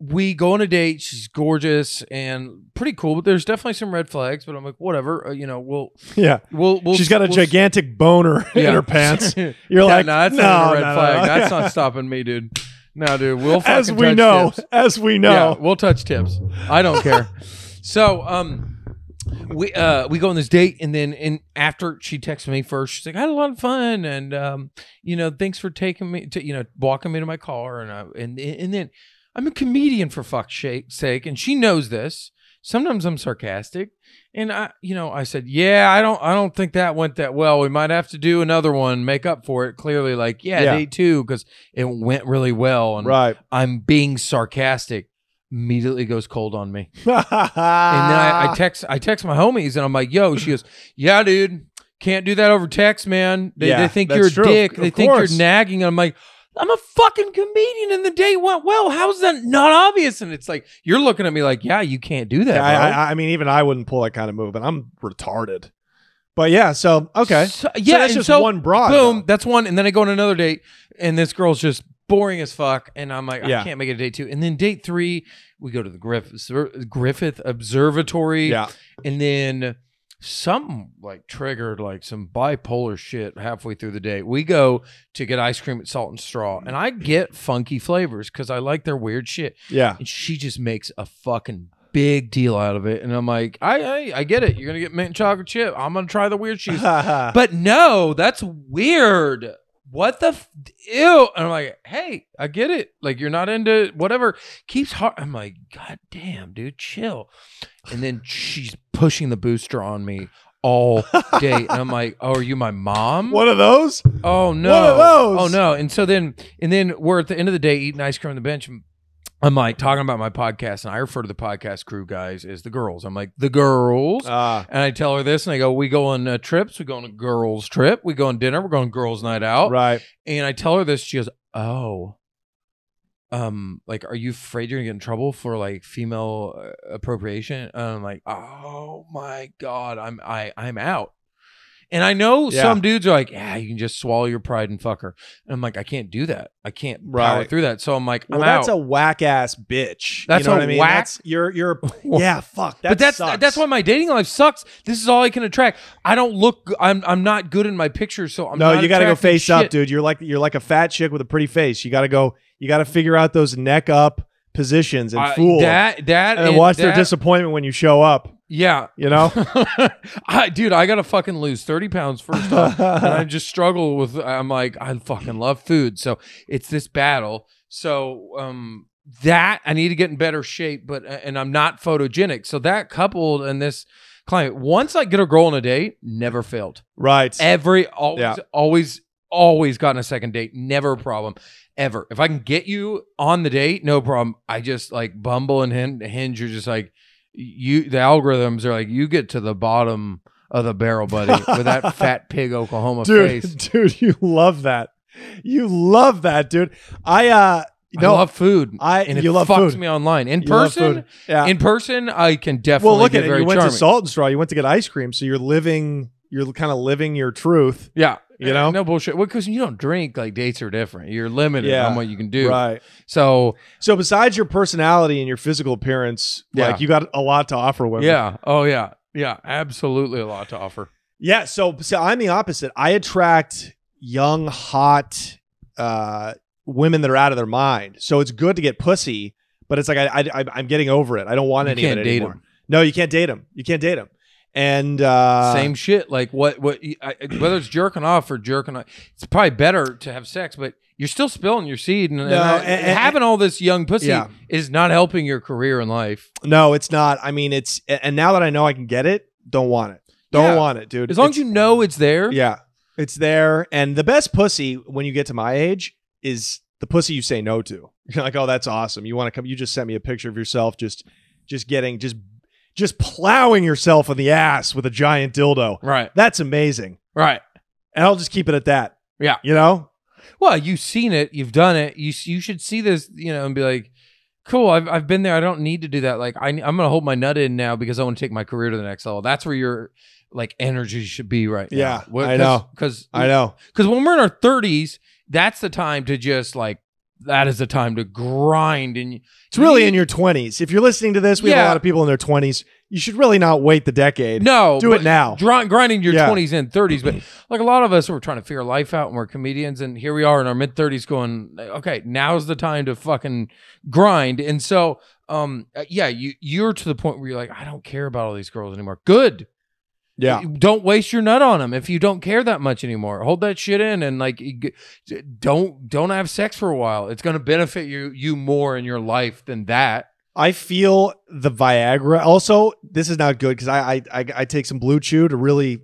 Speaker 2: we go on a date. She's gorgeous and pretty cool, but there's definitely some red flags. But I'm like, whatever, uh, you know, we'll
Speaker 1: yeah,
Speaker 2: we'll, we'll
Speaker 1: she's got a
Speaker 2: we'll-
Speaker 1: gigantic boner
Speaker 2: Yeah.
Speaker 1: in her pants.
Speaker 2: Yeah,
Speaker 1: You're like,
Speaker 2: no, that's
Speaker 1: no,
Speaker 2: not a red
Speaker 1: no, no,
Speaker 2: flag.
Speaker 1: no."
Speaker 2: That's not stopping me, dude. No, dude, we'll fucking
Speaker 1: as we
Speaker 2: touch
Speaker 1: know,
Speaker 2: tips.
Speaker 1: as we
Speaker 2: Yeah,
Speaker 1: know.
Speaker 2: we'll touch tips. I don't care. so, um. We uh we go on this date and then and after she texts me first she's like I had a lot of fun and um you know thanks for taking me to you know walking me to my car and I, and and then I'm a comedian for fuck's shake- sake and she knows this sometimes I'm sarcastic and I you know I said yeah I don't I don't think that went that well we might have to do another one make up for it clearly like yeah,
Speaker 1: Yeah.
Speaker 2: day two because it went really well and
Speaker 1: Right.
Speaker 2: I'm being sarcastic. Immediately goes cold on me.
Speaker 1: and then
Speaker 2: And then
Speaker 1: Ah.
Speaker 2: I, I text I text my homies and I'm like, yo, she goes, Yeah, dude, can't do that over text, man. They,
Speaker 1: Yeah,
Speaker 2: they think
Speaker 1: that's
Speaker 2: you're a
Speaker 1: true.
Speaker 2: dick.
Speaker 1: Of
Speaker 2: They think
Speaker 1: course.
Speaker 2: you're nagging. I'm like, I'm a fucking comedian and the date went well. How's that not obvious? And it's like, you're looking at me like, yeah, you can't do that.
Speaker 1: Yeah, I,
Speaker 2: bro."
Speaker 1: I, I mean, even I wouldn't pull that kind of move, and I'm retarded. But yeah, so okay, so,
Speaker 2: So- yeah,
Speaker 1: that's
Speaker 2: and
Speaker 1: just
Speaker 2: so-
Speaker 1: one broad.
Speaker 2: Boom,
Speaker 1: though.
Speaker 2: that's one. And then I go on another date, and this girl's just boring as fuck. And I'm like,
Speaker 1: Yeah.
Speaker 2: I can't make it to date two. And then date three, we go to the Griff, Griffith Observatory.
Speaker 1: Yeah,
Speaker 2: And then something like triggered like some bipolar shit halfway through the day. We go to get ice cream at Salt and Straw, and I get funky flavors because I like their weird shit.
Speaker 1: yeah,
Speaker 2: And she just makes a fucking big deal out of it. And I'm like, I, I, I get it. You're going to get mint chocolate chip. I'm going to try the weird cheese.
Speaker 1: but
Speaker 2: But no, that's weird. What the f- ew? And I'm like, hey, I get it. Like you're not into whatever. Keeps hard. I'm like, god damn, dude, chill. And then she's pushing the booster on me all day, and I'm like, oh, are you my mom?
Speaker 1: one of those.
Speaker 2: Oh no!
Speaker 1: One of those.
Speaker 2: Oh no! And so then, and then we're at the end of the day eating ice cream on the bench. and I'm like talking about my podcast, and I refer to the podcast crew guys as the girls. I'm like the girls.
Speaker 1: Ah,
Speaker 2: And I tell her this, and I go, "We go on uh, trips. We go on a girls' trip. We go on dinner. We're going girls' night out."
Speaker 1: right.
Speaker 2: And I tell her this. She goes, "Oh, um, like, are you afraid you're gonna get in trouble for like female uh, appropriation? And I'm like, oh my god, I'm I I'm out. And I know
Speaker 1: Yeah.
Speaker 2: some dudes are like, yeah, you can just swallow your pride and fuck her. And I'm like, I can't do that. I can't power
Speaker 1: Right.
Speaker 2: through that. So I'm like, I'm
Speaker 1: Well, that's
Speaker 2: out.
Speaker 1: a whack ass bitch.
Speaker 2: That's
Speaker 1: you know
Speaker 2: a
Speaker 1: what I mean?
Speaker 2: whack-
Speaker 1: That's, you're you're yeah. Fuck. That
Speaker 2: but that's
Speaker 1: sucks.
Speaker 2: that's why my dating life sucks. This is all I can attract. I don't look. g- I'm I'm not good in my pictures, so I'm
Speaker 1: no,
Speaker 2: not
Speaker 1: you got to go
Speaker 2: attracting
Speaker 1: face up,
Speaker 2: shit.
Speaker 1: dude. You're like you're like a fat chick with a pretty face. You got to go. You got to figure out those neck up positions and
Speaker 2: I-
Speaker 1: fool 'em.
Speaker 2: that that
Speaker 1: and then watch their
Speaker 2: that-
Speaker 1: disappointment when you show up.
Speaker 2: Yeah,
Speaker 1: You know.
Speaker 2: I, dude, I gotta fucking lose thirty pounds first off, and I just struggle with. I'm like, I fucking love food, so it's this battle. So um, that I need to get in better shape, but and I'm not photogenic, so that coupled and this climate. Once I get a girl on a date, never failed.
Speaker 1: right.
Speaker 2: Every always
Speaker 1: Yeah.
Speaker 2: always always gotten a second date. Never a problem. Ever. If I can get you on the date, no problem. I just like Bumble and Hin- Hinge. You're just like you. The algorithms are like you get to the bottom of the barrel, buddy, with that fat pig Oklahoma
Speaker 1: dude,
Speaker 2: face.
Speaker 1: dude, you love that. You love that, dude. I uh
Speaker 2: I
Speaker 1: no,
Speaker 2: love food.
Speaker 1: I-
Speaker 2: and it
Speaker 1: you love
Speaker 2: fucks
Speaker 1: food.
Speaker 2: me online. In
Speaker 1: you love
Speaker 2: person,
Speaker 1: food. Yeah.
Speaker 2: in person, I can definitely
Speaker 1: well, look
Speaker 2: get
Speaker 1: at it.
Speaker 2: very
Speaker 1: You went
Speaker 2: charming.
Speaker 1: to Salt and Straw. You went to get ice cream, so you're living. You're kind of living your truth.
Speaker 2: yeah,
Speaker 1: You know?
Speaker 2: no bullshit. Because you don't drink, like dates are different. You're limited
Speaker 1: Yeah.
Speaker 2: on what you can do.
Speaker 1: Right.
Speaker 2: So
Speaker 1: So besides your personality and your physical appearance,
Speaker 2: Yeah.
Speaker 1: like you got a lot to offer women.
Speaker 2: Yeah. Oh, yeah. Yeah. Absolutely a lot to offer.
Speaker 1: Yeah. So, so I'm the opposite. I attract young, hot uh, women that are out of their mind. So it's good to get pussy, but it's like I, I, I'm getting over it. I don't want
Speaker 2: You
Speaker 1: any
Speaker 2: can't
Speaker 1: of it
Speaker 2: date
Speaker 1: anymore.
Speaker 2: them.
Speaker 1: No, you can't date them. You can't date them. And uh,
Speaker 2: Same shit. Like what? What? I, whether it's jerking off or jerking, off, it's probably better to have sex, but you're still spilling your seed, and, and
Speaker 1: No,
Speaker 2: I-
Speaker 1: and- and-
Speaker 2: having all this young pussy
Speaker 1: Yeah.
Speaker 2: is not helping your career in life.
Speaker 1: No, it's not. I mean, it's and now that I know I can get it, don't want it. Don't
Speaker 2: Yeah.
Speaker 1: want it, dude.
Speaker 2: As long
Speaker 1: It's-
Speaker 2: as you know it's there.
Speaker 1: Yeah. It's there. And the best pussy when you get to my age is the pussy you say no to. You're like, oh, that's awesome. You want to come? You just sent me a picture of yourself just just getting just just plowing yourself in the ass with a giant dildo.
Speaker 2: Right.
Speaker 1: That's amazing.
Speaker 2: Right.
Speaker 1: And I'll just keep it at that.
Speaker 2: Yeah.
Speaker 1: You know?
Speaker 2: Well, you've seen it. You've done it. You s- you should see this. You know, and be like. Cool. I've, I've been there. I don't need to do that. Like I, I'm gonna hold my nut in now because I want to take my career to the next level. That's where your like energy should be right now.
Speaker 1: Yeah,
Speaker 2: What-
Speaker 1: I know.
Speaker 2: Because
Speaker 1: I know.
Speaker 2: Because when we're in our thirties, that's the time to just like that is the time to grind and
Speaker 1: It's really in your twenties. If you're listening to this, we have
Speaker 2: Yeah.
Speaker 1: a lot of people in their twenties. You should really not wait the decade.
Speaker 2: no
Speaker 1: Do
Speaker 2: but
Speaker 1: it now.
Speaker 2: Dri- grinding your
Speaker 1: Yeah.
Speaker 2: twenties and thirties, but like a lot of us, we're trying to figure life out, and we're comedians, and here we are in our mid thirties, going, okay, now's the time to fucking grind. And so, um, uh, yeah, you you're to the point where you're like, I don't care about all these girls anymore. Good,
Speaker 1: Yeah.
Speaker 2: don't waste your nut on them if you don't care that much anymore hold that shit in and like you g- don't don't have sex for a while it's going to benefit you you more in your life than that
Speaker 1: I feel the Viagra. Also, this is not good because I, I I I take some Blue Chew to really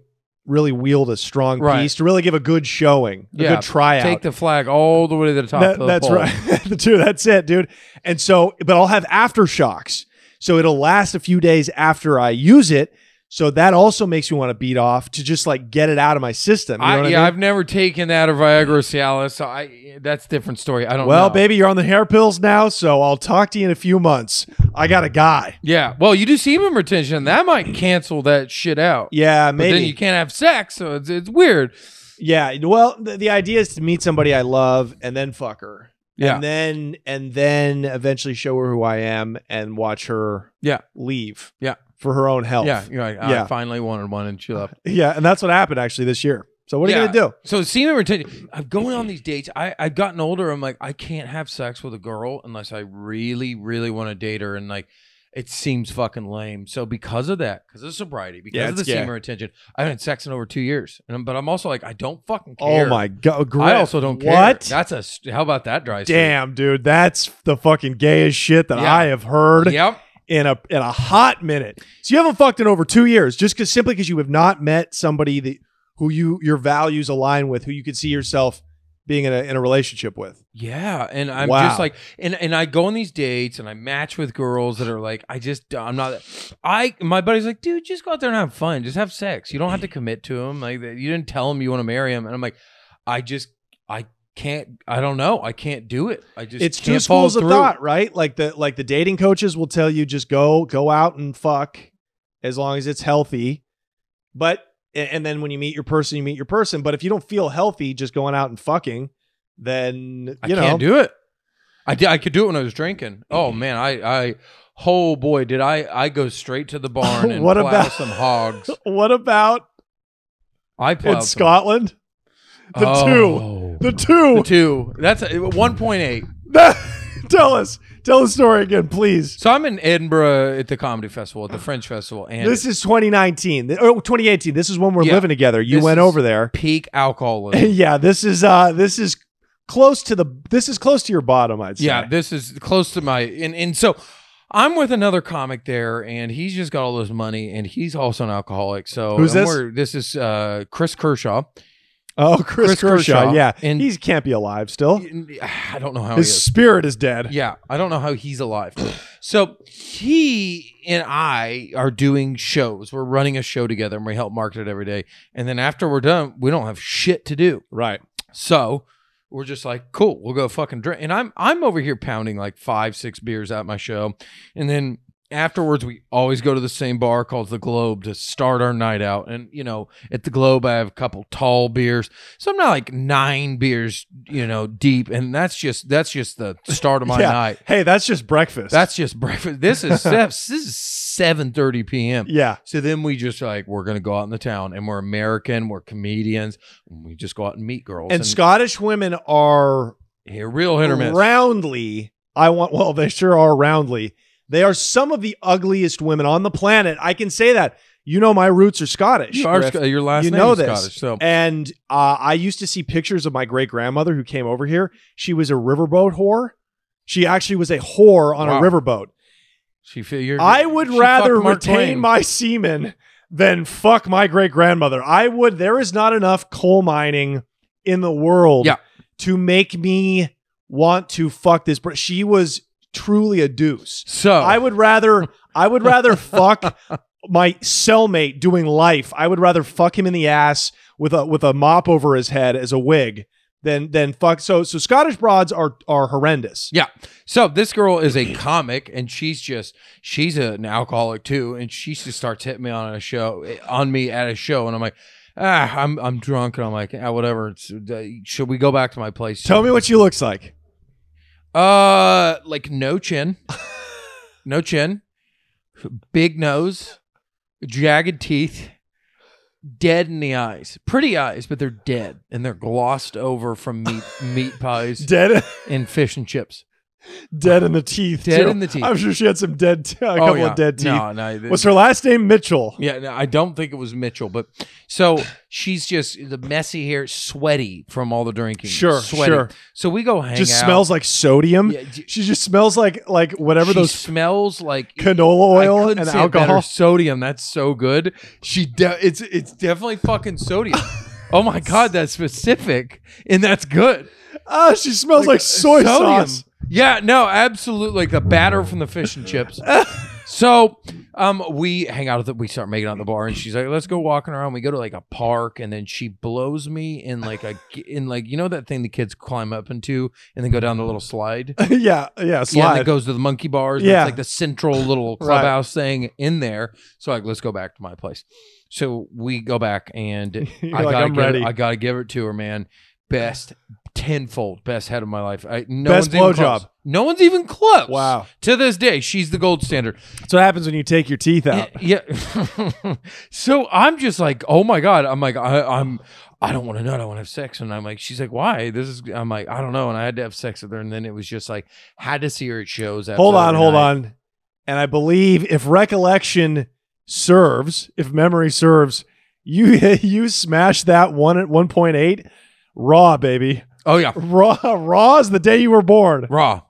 Speaker 1: really wield a strong
Speaker 2: Right.
Speaker 1: piece to really give a good showing, a
Speaker 2: Yeah,
Speaker 1: good tryout.
Speaker 2: take the flag all the way to the top
Speaker 1: That-
Speaker 2: of the
Speaker 1: that's
Speaker 2: pole.
Speaker 1: right, dude. That's it, dude. And so, but I'll have aftershocks, so it'll last a few days after I use it. So that also makes me want to beat off to just like get it out of my system. You know
Speaker 2: I,
Speaker 1: what I
Speaker 2: yeah,
Speaker 1: mean?
Speaker 2: I've never taken that or Viagra or Cialis, so I that's a different story. I don't
Speaker 1: well,
Speaker 2: know.
Speaker 1: baby, you're on the hair pills now, so I'll talk to you in a few months. I got a guy.
Speaker 2: Yeah, well, you do semen retention. That might cancel that shit out.
Speaker 1: Yeah,
Speaker 2: but
Speaker 1: maybe.
Speaker 2: then you can't have sex, so it's, it's weird.
Speaker 1: Yeah. Well, the, the idea is to meet somebody I love and then fuck her.
Speaker 2: Yeah.
Speaker 1: And then and then eventually show her who I am and watch her
Speaker 2: Yeah.
Speaker 1: leave.
Speaker 2: Yeah.
Speaker 1: For her own health.
Speaker 2: Yeah, you're like, I
Speaker 1: Yeah.
Speaker 2: finally wanted one, and she left.
Speaker 1: Yeah. And that's what happened actually this year. So what are
Speaker 2: Yeah.
Speaker 1: you gonna do?
Speaker 2: So semen retention. I'm going on these dates. I I've gotten older. I'm like I can't have sex with a girl unless I really really want to date her, and like it seems fucking lame. So because of that, because of sobriety, because
Speaker 1: Yeah,
Speaker 2: of the
Speaker 1: it's gay.
Speaker 2: semen retention, I haven't had sex in over two years. And I'm, but I'm also like I don't fucking care.
Speaker 1: Oh my god. Great.
Speaker 2: I also don't care.
Speaker 1: What?
Speaker 2: That's a st- how about that dry? streak?
Speaker 1: Damn, dude. That's the fucking gayest shit that
Speaker 2: Yeah.
Speaker 1: I have heard
Speaker 2: Yep.
Speaker 1: in a in a hot minute. So you haven't fucked in over two years, just cause simply because you have not met somebody that who you your values align with, who you could see yourself being in a in a relationship with.
Speaker 2: Yeah, and I'm
Speaker 1: Wow.
Speaker 2: just like, and and I go on these dates and I match with girls that are like, I just I'm not. I my buddy's like, dude, just go out there and have fun, just have sex. You don't have to commit to him. Like you didn't tell him you want to marry him, and I'm like, I just I can't. I don't know. I can't do it. I just
Speaker 1: it's
Speaker 2: can't
Speaker 1: two
Speaker 2: follow
Speaker 1: schools of
Speaker 2: through.
Speaker 1: thought, right? Like the like the dating coaches will tell you just go go out and fuck as long as it's healthy. But a- and then when you meet your person, you meet your person. But if you don't feel healthy just going out and fucking, then you
Speaker 2: I
Speaker 1: know
Speaker 2: can't do it. I did. I could do it when I was drinking. Oh man, I I oh boy, did I I go straight to the barn and
Speaker 1: What
Speaker 2: plow
Speaker 1: about-
Speaker 2: some hogs?
Speaker 1: what about
Speaker 2: I
Speaker 1: in
Speaker 2: plowed some-
Speaker 1: Scotland? the
Speaker 2: oh.
Speaker 1: The two.
Speaker 2: The two. That's a, 1.8.
Speaker 1: tell us. Tell the story again, please.
Speaker 2: So I'm in Edinburgh at the comedy festival, at the French festival, and
Speaker 1: This is 2019 th- or 2018. This is when we're
Speaker 2: Yeah.
Speaker 1: living together. You
Speaker 2: This
Speaker 1: went
Speaker 2: is-
Speaker 1: over there.
Speaker 2: peak alcoholism.
Speaker 1: yeah, this is uh this is close to the this is close to your bottom, I'd say.
Speaker 2: Yeah, this is close to my and and so I'm with another comic there, and he's just got all this money, and he's also an alcoholic. So
Speaker 1: Who's
Speaker 2: and
Speaker 1: this?
Speaker 2: we're- This is uh, Chris Kershaw.
Speaker 1: Oh, Chris,
Speaker 2: Chris
Speaker 1: Kershaw.
Speaker 2: Kershaw.
Speaker 1: Yeah,
Speaker 2: And-
Speaker 1: he can't be alive still.
Speaker 2: I don't know how he
Speaker 1: His
Speaker 2: is.
Speaker 1: spirit is dead.
Speaker 2: Yeah, I don't know how he's alive. So he and I are doing shows. We're running a show together, and we help market it every day. And then after we're done, we don't have shit to do.
Speaker 1: Right.
Speaker 2: So we're just like, cool, we'll go fucking drink. And I'm I'm over here pounding like five, six beers at my show. And then afterwards we always go to the same bar called the Globe to start our night out. And you know, at the Globe I have a couple tall beers. So I'm not like nine beers, you know, deep. And that's just that's just the start of my
Speaker 1: Yeah.
Speaker 2: night.
Speaker 1: Hey, that's just breakfast.
Speaker 2: That's just breakfast. This is sev- this is seven thirty p.m.
Speaker 1: yeah.
Speaker 2: So then we just like we're gonna go out in the town, and we're American, we're comedians, and we just go out and meet girls.
Speaker 1: And Scottish women are
Speaker 2: Here, real hit or miss.
Speaker 1: roundly. I want. Well, they sure are roundly. They are some of the ugliest women on the planet. I can say that. You know, my roots are Scottish.
Speaker 2: You are
Speaker 1: Griff.
Speaker 2: Sc- your last
Speaker 1: you
Speaker 2: name
Speaker 1: know
Speaker 2: is
Speaker 1: this.
Speaker 2: Scottish, so
Speaker 1: And uh, I used to see pictures of my great grandmother who came over here. She was a riverboat whore. She actually was a whore on
Speaker 2: Wow.
Speaker 1: a riverboat.
Speaker 2: she figured.
Speaker 1: I would
Speaker 2: she
Speaker 1: rather
Speaker 2: fucked Mark
Speaker 1: retain
Speaker 2: Twain.
Speaker 1: my semen than fuck my great grandmother. I would. There is not enough coal mining in the world
Speaker 2: Yeah.
Speaker 1: to make me want to fuck this. br- She was truly a deuce.
Speaker 2: So
Speaker 1: I would rather. I would rather fuck my cellmate doing life. I would rather fuck him in the ass with a with a mop over his head as a wig than than fuck. So so Scottish broads are are horrendous.
Speaker 2: Yeah. So this girl is a comic, and she's just she's an alcoholic too, and she just starts hitting me on a show eh, on me at a show, and I'm like, ah, I'm I'm drunk, and I'm like, ah, whatever. It's, uh, should we go back to my place?
Speaker 1: Tell me what she looks like.
Speaker 2: Uh, like no chin, no chin, big nose, jagged teeth, dead in the eyes. Pretty eyes, but they're dead and they're glossed over from meat meat pies
Speaker 1: Dead.
Speaker 2: and fish and chips.
Speaker 1: dead in the teeth.
Speaker 2: Dead
Speaker 1: too.
Speaker 2: in the teeth.
Speaker 1: I'm sure she had some dead, t- a
Speaker 2: Oh,
Speaker 1: couple
Speaker 2: yeah.
Speaker 1: of dead teeth.
Speaker 2: No, no, th-
Speaker 1: Was her last name Mitchell?
Speaker 2: Yeah, no, I don't think it was Mitchell, but so she's just the messy hair, sweaty from all the drinking.
Speaker 1: Sure,
Speaker 2: sweaty.
Speaker 1: sure.
Speaker 2: So we go hang
Speaker 1: just
Speaker 2: out.
Speaker 1: smells like sodium.
Speaker 2: Yeah, j-
Speaker 1: She just smells like like whatever
Speaker 2: she
Speaker 1: those
Speaker 2: smells like
Speaker 1: canola
Speaker 2: I
Speaker 1: oil
Speaker 2: couldn't
Speaker 1: and
Speaker 2: say it better.
Speaker 1: alcohol.
Speaker 2: sodium. That's so good. She de- it's it's definitely fucking sodium. oh my god, that's specific and that's good.
Speaker 1: Ah, she smells like,
Speaker 2: uh,
Speaker 1: soy
Speaker 2: sodium.
Speaker 1: sauce.
Speaker 2: Yeah, no, absolutely like the batter from the fish and chips. so, um, we hang out at the we start making out at the bar, and she's like, "Let's go walking around." We go to like a park, and then she blows me in like a in like you know that thing the kids climb up into and then go down the little slide.
Speaker 1: yeah, yeah,
Speaker 2: Yeah, and
Speaker 1: slide.
Speaker 2: it goes to the monkey bars. and
Speaker 1: Yeah.
Speaker 2: It's like the central little
Speaker 1: Right.
Speaker 2: clubhouse thing in there. So like, let's go back to my place. So we go back and I
Speaker 1: You're like,
Speaker 2: gotta
Speaker 1: "I'm
Speaker 2: give
Speaker 1: ready."
Speaker 2: It, I gotta give it to her, man. Best tenfold, best head of my life. I, no
Speaker 1: Best
Speaker 2: one's even
Speaker 1: blowjob.
Speaker 2: close. No one's even close.
Speaker 1: Wow.
Speaker 2: To this day, she's the gold standard.
Speaker 1: That's what happens when you take your teeth out.
Speaker 2: Yeah. yeah. so I'm just like, oh my god. I'm like, I, I'm. I don't want to know. I don't want to have sex. And I'm like, she's like, why? This is. I'm like, I don't know. And I had to have sex with her. And then it was just like, had to see her at shows. after
Speaker 1: hold on,
Speaker 2: every
Speaker 1: hold
Speaker 2: night.
Speaker 1: on. And I believe if recollection serves, if memory serves, you you smashed that one at 1.8 raw, baby.
Speaker 2: Oh yeah,
Speaker 1: Raw, raw is the day you were born.
Speaker 2: raw.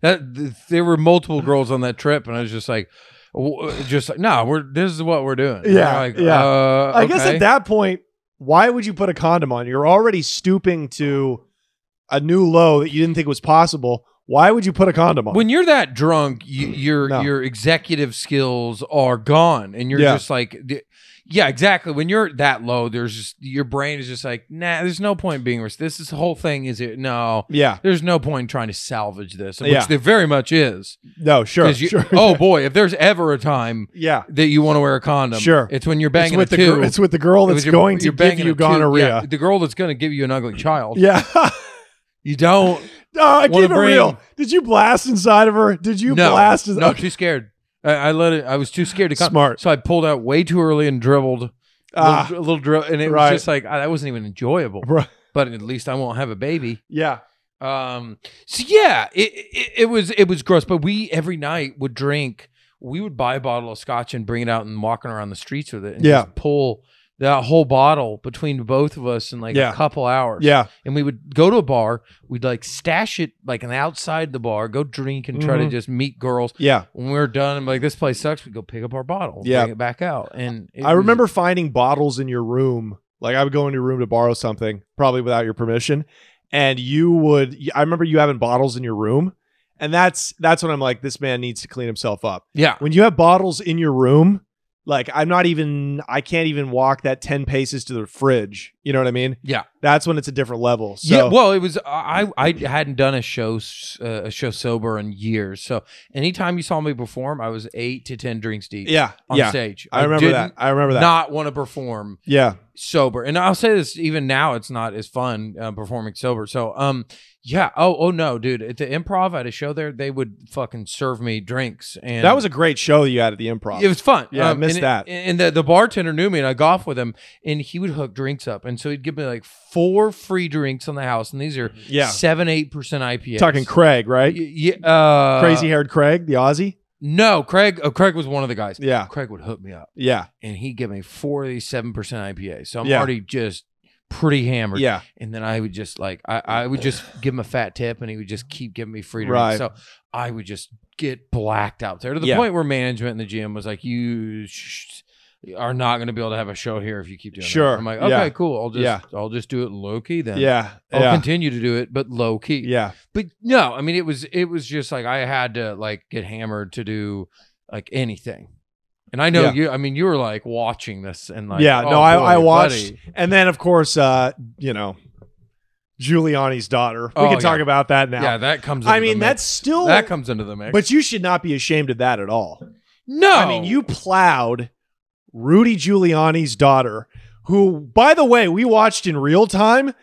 Speaker 2: That th- there were multiple girls on that trip, and I was just like, w- just like, nah, we're this is what we're doing. And
Speaker 1: Yeah,
Speaker 2: they're like,
Speaker 1: yeah.
Speaker 2: Uh,
Speaker 1: I guess
Speaker 2: okay.
Speaker 1: at that point, why would you put a condom on? You're already stooping to a new low that you didn't think was possible. Why would you put a condom on?
Speaker 2: when you're that drunk, you, your
Speaker 1: No.
Speaker 2: your executive skills are gone, and you're
Speaker 1: Yeah.
Speaker 2: just like, th- Yeah, exactly. When you're that low, there's just your brain is just like, nah, there's no point being risk. This is the whole thing is it no.
Speaker 1: Yeah.
Speaker 2: There's no point trying to salvage this, which
Speaker 1: Yeah.
Speaker 2: there very much is.
Speaker 1: No, sure.
Speaker 2: 'Cause you-
Speaker 1: sure.
Speaker 2: Oh boy, if there's ever a time
Speaker 1: yeah.
Speaker 2: that you want to wear a condom,
Speaker 1: Sure.
Speaker 2: it's when you're
Speaker 1: It's
Speaker 2: banging
Speaker 1: with, the
Speaker 2: a two.
Speaker 1: gir- it's with the girl
Speaker 2: It
Speaker 1: that's
Speaker 2: was your-
Speaker 1: going to
Speaker 2: you're
Speaker 1: give
Speaker 2: banging
Speaker 1: you
Speaker 2: a two. Yeah,
Speaker 1: gonorrhea.
Speaker 2: the girl that's going to give you an ugly child.
Speaker 1: Yeah.
Speaker 2: You don't.
Speaker 1: no, I
Speaker 2: Wanna
Speaker 1: keep it
Speaker 2: bring-
Speaker 1: real. Did you blast inside of her? Did you
Speaker 2: no,
Speaker 1: blast? Ins-
Speaker 2: No, too scared. I, I let it. I was too scared to come.
Speaker 1: Smart.
Speaker 2: So I pulled out way too early and dribbled
Speaker 1: Ah,
Speaker 2: a little, little drill, and it
Speaker 1: right.
Speaker 2: was just like ah, that wasn't even enjoyable.
Speaker 1: bro.
Speaker 2: But at least I won't have a baby.
Speaker 1: Yeah.
Speaker 2: Um. So yeah, it, it it was it was gross. But we every night would drink. We would buy a bottle of scotch and bring it out and walking around the streets with it. And
Speaker 1: Yeah.
Speaker 2: just pull that whole bottle between both of us in like
Speaker 1: Yeah.
Speaker 2: a couple hours.
Speaker 1: Yeah.
Speaker 2: And we would go to a bar. We'd like stash it like an outside the bar. Go drink and try to
Speaker 1: Mhm.
Speaker 2: just meet girls.
Speaker 1: Yeah.
Speaker 2: When we were done, I'm like, this place sucks. We go pick up our bottle.
Speaker 1: Yeah.
Speaker 2: Bring it back out. And it
Speaker 1: I
Speaker 2: was-
Speaker 1: remember finding bottles in your room. Like I would go into your room to borrow something, probably without your permission, and you would. I remember you having bottles in your room, and that's that's when I'm like, this man needs to clean himself up.
Speaker 2: Yeah.
Speaker 1: When you have bottles in your room, like I'm not even. I can't even walk that ten paces to the fridge. You know what I mean?
Speaker 2: Yeah.
Speaker 1: That's when it's a different level. So
Speaker 2: yeah, well, it was I I hadn't done a show s- uh, a show sober in years. So anytime you saw me perform, I was eight to ten drinks deep
Speaker 1: yeah,
Speaker 2: on
Speaker 1: yeah.
Speaker 2: stage.
Speaker 1: I remember that.
Speaker 2: didn't
Speaker 1: I remember that.
Speaker 2: Not want to perform
Speaker 1: yeah,
Speaker 2: sober, and I'll say this even now, it's not as fun uh, performing sober. So um yeah oh oh no dude at the improv I had a show there they would fucking serve me drinks and
Speaker 1: that was a great show you had at the improv.
Speaker 2: It was fun. Um,
Speaker 1: Yeah, I missed
Speaker 2: and,
Speaker 1: that.
Speaker 2: And the, the bartender knew me, and I golfed with him, and he would hook drinks up, and so he'd give me like four free drinks on the house, and these are
Speaker 1: yeah,
Speaker 2: seven eight percent IPA.
Speaker 1: talking Craig, right?
Speaker 2: yeah, uh,
Speaker 1: Crazy haired Craig, the Aussie.
Speaker 2: No, Craig. Oh, Craig was one of the guys.
Speaker 1: Yeah,
Speaker 2: Craig would hook me up,
Speaker 1: yeah,
Speaker 2: and he'd give me four of these seven percent IPA. So I'm
Speaker 1: Yeah.
Speaker 2: already just pretty hammered.
Speaker 1: yeah.
Speaker 2: And then I would just like I, I would just give him a fat tip, and he would just keep giving me free drinks.
Speaker 1: Right.
Speaker 2: So I would just get blacked out there to the
Speaker 1: Yeah.
Speaker 2: point where management in the gym was like, "You sh- are not going to be able to have a show here if you keep doing that."
Speaker 1: Sure.
Speaker 2: I'm like,
Speaker 1: Yeah.
Speaker 2: "Okay, cool. I'll just
Speaker 1: Yeah.
Speaker 2: I'll just do it low key then.
Speaker 1: Yeah.
Speaker 2: I'll
Speaker 1: yeah.
Speaker 2: continue to do it, but low key.
Speaker 1: yeah.
Speaker 2: But no, I mean it was it was just like I had to like get hammered to do like anything. And I know
Speaker 1: Yeah.
Speaker 2: you I mean you were like watching this and like
Speaker 1: Yeah, no,
Speaker 2: "Oh,
Speaker 1: I-
Speaker 2: boy,
Speaker 1: I watched-
Speaker 2: buddy."
Speaker 1: And then of course, uh, you know, Giuliani's daughter. We
Speaker 2: Oh,
Speaker 1: can talk
Speaker 2: yeah.
Speaker 1: about that now.
Speaker 2: Yeah, that comes into
Speaker 1: I
Speaker 2: the
Speaker 1: mean,
Speaker 2: mix.
Speaker 1: that's still
Speaker 2: that comes into the mix.
Speaker 1: but you should not be ashamed of that at all.
Speaker 2: no.
Speaker 1: I mean, you plowed Rudy Giuliani's daughter, who, by the way, we watched in real time.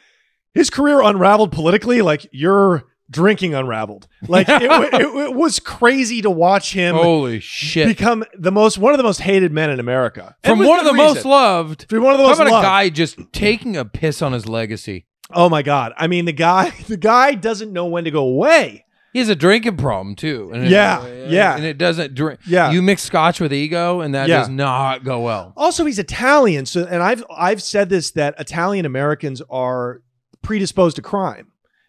Speaker 1: His career unraveled politically, like your drinking unraveled. Like it, wa- it, it was crazy to watch him
Speaker 2: Holy Oh, shit.
Speaker 1: become the most one of the most hated men in America. And
Speaker 2: From
Speaker 1: with
Speaker 2: one of the
Speaker 1: good
Speaker 2: most
Speaker 1: reason.
Speaker 2: loved.
Speaker 1: From one of the
Speaker 2: How
Speaker 1: most
Speaker 2: about
Speaker 1: loved.
Speaker 2: a guy just taking a piss on his legacy?
Speaker 1: Oh my god! I mean, the guy, the guy doesn't know when to go away.
Speaker 2: He has a drinking problem too. And
Speaker 1: Yeah,
Speaker 2: it,
Speaker 1: yeah.
Speaker 2: And it doesn't drink.
Speaker 1: Yeah.
Speaker 2: You mix scotch with ego, and that
Speaker 1: Yeah.
Speaker 2: does not go well.
Speaker 1: also, he's Italian, so and I've I've said this that Italian Americans are predisposed to crime.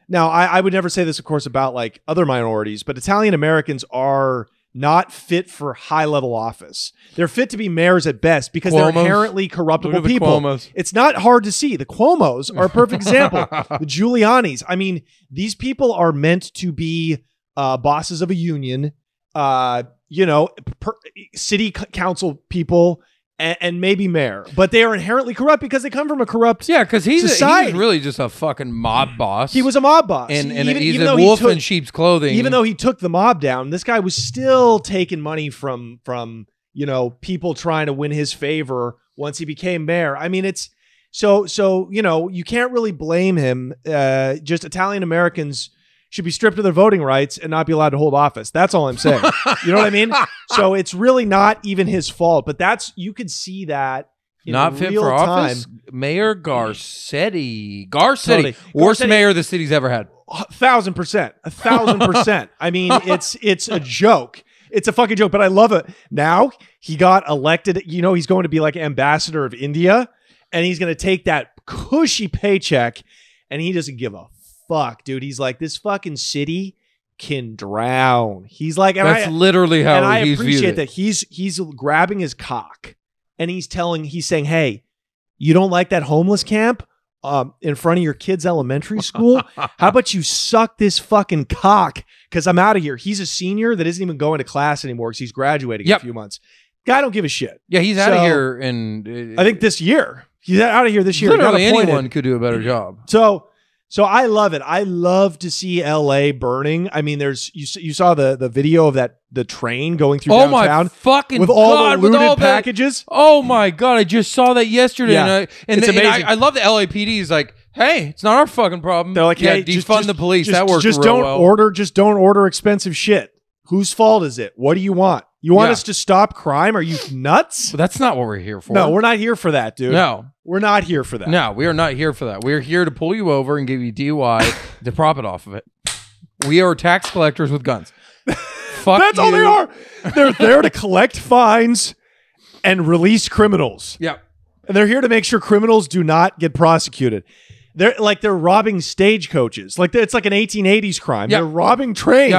Speaker 1: Now, I, I would never say this, of course, about like other minorities, but Italian Americans are not fit for high level office. They're fit to be mayors at best because
Speaker 2: Cuomo's.
Speaker 1: they're inherently corruptible
Speaker 2: Look at the
Speaker 1: people.
Speaker 2: Cuomos.
Speaker 1: It's not hard to see. The Cuomo's are a perfect example. the Giuliani's. I mean, these people are meant to be uh, bosses of a union, uh, you know, per- city c- council people, and, and maybe mayor. But they are inherently corrupt because they come from a corrupt.
Speaker 2: yeah, because he's, a-
Speaker 1: Society.
Speaker 2: he's really just a fucking mob boss.
Speaker 1: He was a mob boss,
Speaker 2: and, and
Speaker 1: even,
Speaker 2: he's
Speaker 1: even
Speaker 2: a
Speaker 1: though
Speaker 2: wolf
Speaker 1: he took,
Speaker 2: in sheep's clothing.
Speaker 1: even though he took the mob down, this guy was still taking money from from you know people trying to win his favor once he became mayor. I mean, it's so so you know you can't really blame him. Uh, just Italian Americans should be stripped of their voting rights and not be allowed to hold office. That's all I'm saying. you know what I mean? So it's really not even his fault. But that's you could see that in
Speaker 2: not fit
Speaker 1: real
Speaker 2: for
Speaker 1: time.
Speaker 2: office, Mayor Garcetti. Garcetti,
Speaker 1: Totally.
Speaker 2: worst
Speaker 1: Garcetti-
Speaker 2: mayor the city's ever had.
Speaker 1: A thousand percent, a thousand percent. I mean, it's it's a joke. It's a fucking joke, but I love it. Now he got elected. You know, he's going to be like ambassador of India, and he's going to take that cushy paycheck, and he doesn't give a fuck, dude. He's like, this fucking city can drown. He's like, and
Speaker 2: That's
Speaker 1: I,
Speaker 2: literally how
Speaker 1: and I
Speaker 2: he's
Speaker 1: appreciate
Speaker 2: viewed it.
Speaker 1: that he's he's grabbing his cock and he's telling he's saying, "Hey, you don't like that homeless camp um, in front of your kids' elementary school? How about you suck this fucking cock? Because I'm out of here." He's a senior that isn't even going to class anymore because he's graduating in
Speaker 2: Yep.
Speaker 1: a few months. Guy don't give a shit.
Speaker 2: Yeah, he's out of
Speaker 1: So-
Speaker 2: here, and uh,
Speaker 1: I think this year he's out of here this year. He got
Speaker 2: literally
Speaker 1: appointed.
Speaker 2: anyone could do a better job.
Speaker 1: So, so I love it. I love to see L.A. burning. I mean, there's you. s- You saw the the video of that the train going through
Speaker 2: Oh my
Speaker 1: downtown
Speaker 2: fucking
Speaker 1: with all
Speaker 2: god!
Speaker 1: the looted
Speaker 2: with all the
Speaker 1: packages.
Speaker 2: Oh my god! I just saw that yesterday,
Speaker 1: Yeah.
Speaker 2: and, I, and,
Speaker 1: It's
Speaker 2: the- and I-
Speaker 1: amazing.
Speaker 2: I, love the LAPD is like, hey, it's not our fucking problem.
Speaker 1: They're like,
Speaker 2: yeah,
Speaker 1: hey,
Speaker 2: defund
Speaker 1: just- just-
Speaker 2: the police.
Speaker 1: just,
Speaker 2: that works.
Speaker 1: Just
Speaker 2: real
Speaker 1: don't
Speaker 2: well.
Speaker 1: order. Just don't order expensive shit. Whose fault is it? What do you want? You want
Speaker 2: Yeah.
Speaker 1: us to stop crime? Are you nuts?
Speaker 2: But that's not what we're here for.
Speaker 1: No, we're not here for that, dude.
Speaker 2: no,
Speaker 1: We're not here for that.
Speaker 2: no, we are not here for that. We are here to pull you over and give you DUI to profit off of it. We are tax collectors with guns. Fuck
Speaker 1: That's all they
Speaker 2: you.
Speaker 1: are. They're there to collect fines and release criminals.
Speaker 2: Yeah,
Speaker 1: And they're here to make sure criminals do not get prosecuted. They're like they're robbing stagecoaches. Like it's like an 1880s crime.
Speaker 2: Yeah.
Speaker 1: They're robbing trains.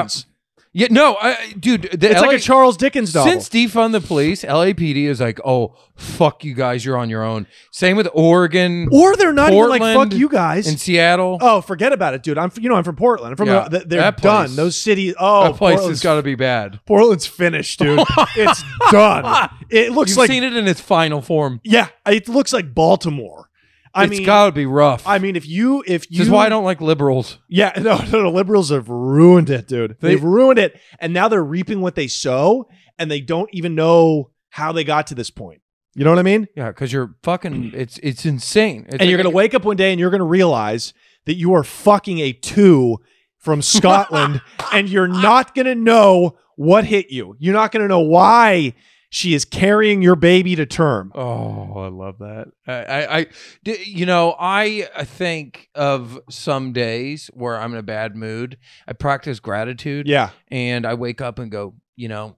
Speaker 2: Yeah. yeah. No, I, dude, the
Speaker 1: It's
Speaker 2: LA,
Speaker 1: like a Charles Dickens novel.
Speaker 2: Since defund the police, LAPD is like, oh, fuck you guys, you're on your own. Same with Oregon
Speaker 1: or they're not even like
Speaker 2: Portland
Speaker 1: fuck you guys.
Speaker 2: and Seattle.
Speaker 1: oh, forget about it, dude. I'm f- you know I'm from Portland. I'm from
Speaker 2: Yeah.
Speaker 1: the- they're
Speaker 2: That
Speaker 1: done.
Speaker 2: place-
Speaker 1: Those cities. Oh,
Speaker 2: that place
Speaker 1: Portland's,
Speaker 2: has got to be bad.
Speaker 1: Portland's finished, dude. it's done. It looks
Speaker 2: You've
Speaker 1: like
Speaker 2: seen it in its final form.
Speaker 1: yeah, it looks like Baltimore. I
Speaker 2: It's
Speaker 1: mean,
Speaker 2: got to be rough.
Speaker 1: I mean, if you if you
Speaker 2: this is why I don't like liberals.
Speaker 1: Yeah, no, no, no, liberals have ruined it, dude.
Speaker 2: They-
Speaker 1: They've ruined it, and now they're reaping what they sow, and they don't even know how they got to this point. You know what I mean?
Speaker 2: Yeah, because you're fucking. It's it's insane. It's
Speaker 1: and you're gonna wake up one day and you're gonna realize that you are fucking a two from Scotland, and you're not gonna know what hit you. You're not gonna know why she is carrying your baby to term.
Speaker 2: Oh, I love that. I, I, I d- you know, I I think of some days where I'm in a bad mood. I practice gratitude.
Speaker 1: Yeah,
Speaker 2: and I wake up and go, you know,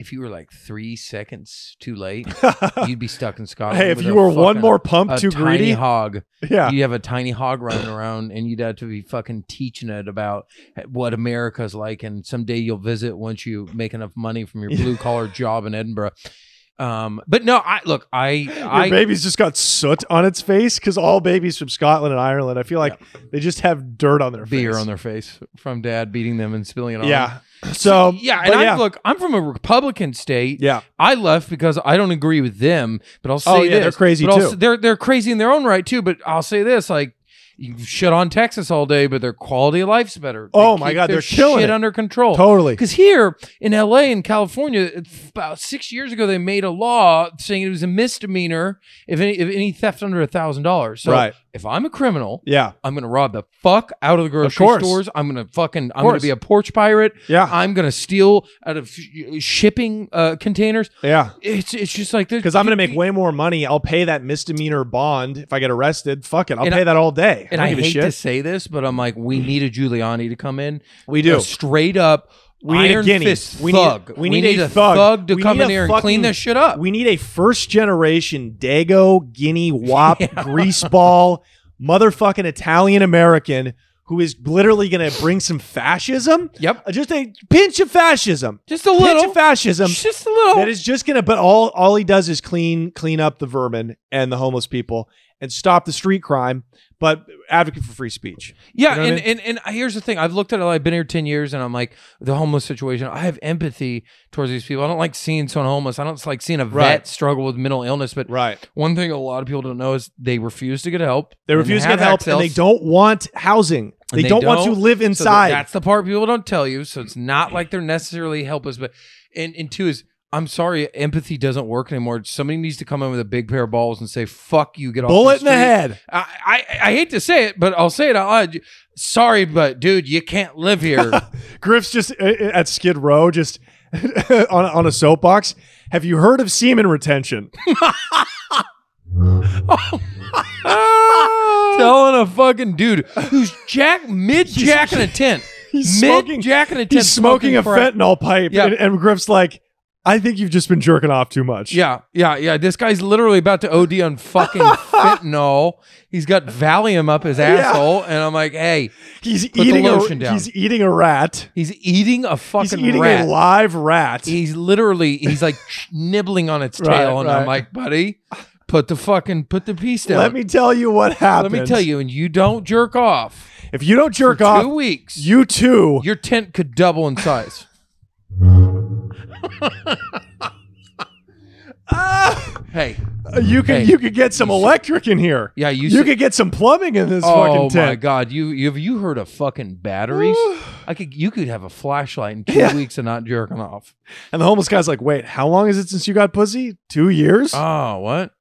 Speaker 2: if you were like three seconds too late,
Speaker 1: hey,
Speaker 2: you'd be stuck in Scotland.
Speaker 1: if
Speaker 2: with
Speaker 1: you
Speaker 2: a
Speaker 1: were one
Speaker 2: fucking-
Speaker 1: more
Speaker 2: a
Speaker 1: pump too
Speaker 2: tiny
Speaker 1: greedy,
Speaker 2: hog,
Speaker 1: yeah,
Speaker 2: you have a tiny hog running around, and you'd have to be fucking teaching it about what America's like. And someday you'll visit once you make enough money from your
Speaker 1: Yeah.
Speaker 2: blue collar job in Edinburgh. Um, but no, I look, I,
Speaker 1: Your
Speaker 2: I,
Speaker 1: baby's just got soot on its face because all babies from Scotland and Ireland, I feel like they just have dirt on their
Speaker 2: beer
Speaker 1: face.
Speaker 2: on their face from dad beating them and spilling it on.
Speaker 1: yeah. So
Speaker 2: yeah,
Speaker 1: but
Speaker 2: and
Speaker 1: yeah.
Speaker 2: I look, I'm from a Republican state.
Speaker 1: yeah,
Speaker 2: I left because I don't agree with them, but I'll say
Speaker 1: Oh, yeah,
Speaker 2: this.
Speaker 1: they're crazy
Speaker 2: but I'll
Speaker 1: too.
Speaker 2: s- they're they're crazy in their own right too. But I'll say this: like you can shit on Texas all day, but their quality of life's better. They
Speaker 1: Oh, my
Speaker 2: keep
Speaker 1: God,
Speaker 2: their
Speaker 1: they're killing
Speaker 2: shit
Speaker 1: it.
Speaker 2: under control.
Speaker 1: totally.
Speaker 2: Because here in LA and California, it's about six years ago, they made a law saying it was a misdemeanor if any, if any theft under a thousand dollars. So
Speaker 1: right.
Speaker 2: if I'm a criminal,
Speaker 1: Yeah.
Speaker 2: I'm gonna rob the fuck out of the grocery
Speaker 1: course.
Speaker 2: stores. I'm gonna fucking I'm gonna
Speaker 1: course. Ah.
Speaker 2: be a porch pirate.
Speaker 1: Yeah.
Speaker 2: I'm gonna steal out of sh- shipping uh, containers
Speaker 1: Yeah.
Speaker 2: it's it's just like
Speaker 1: Because I'm going to make way more money. I'll pay that misdemeanor bond if I get arrested. Fuck it. I'll
Speaker 2: And
Speaker 1: pay that all day.
Speaker 2: And
Speaker 1: don't
Speaker 2: I,
Speaker 1: give a
Speaker 2: hate
Speaker 1: shit.
Speaker 2: to say this, but I'm like, we need a Giuliani to come in.
Speaker 1: We
Speaker 2: A
Speaker 1: do.
Speaker 2: straight up,
Speaker 1: We need a
Speaker 2: iron
Speaker 1: guinea.
Speaker 2: fist
Speaker 1: We need-
Speaker 2: thug.
Speaker 1: we need a thug.
Speaker 2: to
Speaker 1: We
Speaker 2: come
Speaker 1: need
Speaker 2: in
Speaker 1: a
Speaker 2: here and
Speaker 1: fucking-
Speaker 2: clean this shit up.
Speaker 1: We need a first generation Dago, Guinea, Wop, Greaseball, motherfucking Italian American who is literally going to bring some fascism
Speaker 2: yep,
Speaker 1: Uh, just a pinch of fascism,
Speaker 2: just a
Speaker 1: pinch
Speaker 2: little,
Speaker 1: of fascism
Speaker 2: just a little.
Speaker 1: that is just gonna. But all all he does is clean clean up the vermin and the homeless people and stop the street crime, but advocate for free speech. you
Speaker 2: yeah,
Speaker 1: know what I
Speaker 2: and, and and here's the thing: I've looked at it. I've been here ten years, and I'm like the homeless situation. I have empathy towards these people. I don't like seeing someone homeless. I don't like seeing a vet
Speaker 1: Right.
Speaker 2: struggle with mental illness. But
Speaker 1: Right.
Speaker 2: one thing a lot of people don't know is they refuse to get help.
Speaker 1: They
Speaker 2: and
Speaker 1: refuse to
Speaker 2: have
Speaker 1: get help
Speaker 2: access.
Speaker 1: and they don't want housing. They,
Speaker 2: they
Speaker 1: don't, want to
Speaker 2: don't,
Speaker 1: live
Speaker 2: So th-
Speaker 1: inside.
Speaker 2: that's the part people don't tell you. So it's not like they're necessarily helpless. But and and two is I'm sorry, empathy doesn't work anymore. Somebody needs to come in with a big pair of balls and say, "Fuck you, get off."
Speaker 1: Bullet in
Speaker 2: the
Speaker 1: the head.
Speaker 2: street." I, I I hate to say it, but I'll say it out loud. Sorry, but dude, you can't live here.
Speaker 1: Griff's just uh, uh, at Skid Row, just on on a soapbox. Have you heard of semen retention?
Speaker 2: Telling a fucking dude who's jack mid jack in a tent,
Speaker 1: He's
Speaker 2: mid
Speaker 1: smoking.
Speaker 2: jack in a tent,
Speaker 1: He's smoking, a
Speaker 2: crack.
Speaker 1: fentanyl pipe,
Speaker 2: Yeah.
Speaker 1: and, and Griff's like, "I think you've just been jerking off too much."
Speaker 2: Yeah, yeah, yeah. This guy's literally about to OD on fucking fentanyl. He's got Valium up his asshole, and I'm like, hey,
Speaker 1: He's
Speaker 2: the
Speaker 1: eating a
Speaker 2: lotion down.
Speaker 1: he's eating a rat.
Speaker 2: he's eating a
Speaker 1: He's
Speaker 2: fucking
Speaker 1: eating
Speaker 2: rat.
Speaker 1: a live rat.
Speaker 2: he's literally he's like nibbling on its tail,
Speaker 1: Right,
Speaker 2: and I'm
Speaker 1: right.
Speaker 2: like, buddy, put the fucking put the piece down.
Speaker 1: Let me tell you what
Speaker 2: Let
Speaker 1: happened.
Speaker 2: me tell you, and you don't jerk off
Speaker 1: If you don't
Speaker 2: for
Speaker 1: jerk
Speaker 2: two
Speaker 1: off,
Speaker 2: weeks.
Speaker 1: you too.
Speaker 2: your tent could double in size.
Speaker 1: Ah,
Speaker 2: Hey,
Speaker 1: you could
Speaker 2: Hey.
Speaker 1: you could get some electric in here.
Speaker 2: yeah, you.
Speaker 1: You,
Speaker 2: said-
Speaker 1: could get some plumbing in this
Speaker 2: oh
Speaker 1: fucking
Speaker 2: my
Speaker 1: tent.
Speaker 2: God, you you have you heard of fucking batteries? I could you could have a flashlight in two
Speaker 1: Yeah.
Speaker 2: weeks and not jerking off.
Speaker 1: And the homeless guy's like, "Wait, how long is it since you got pussy? Two years?
Speaker 2: Oh, what?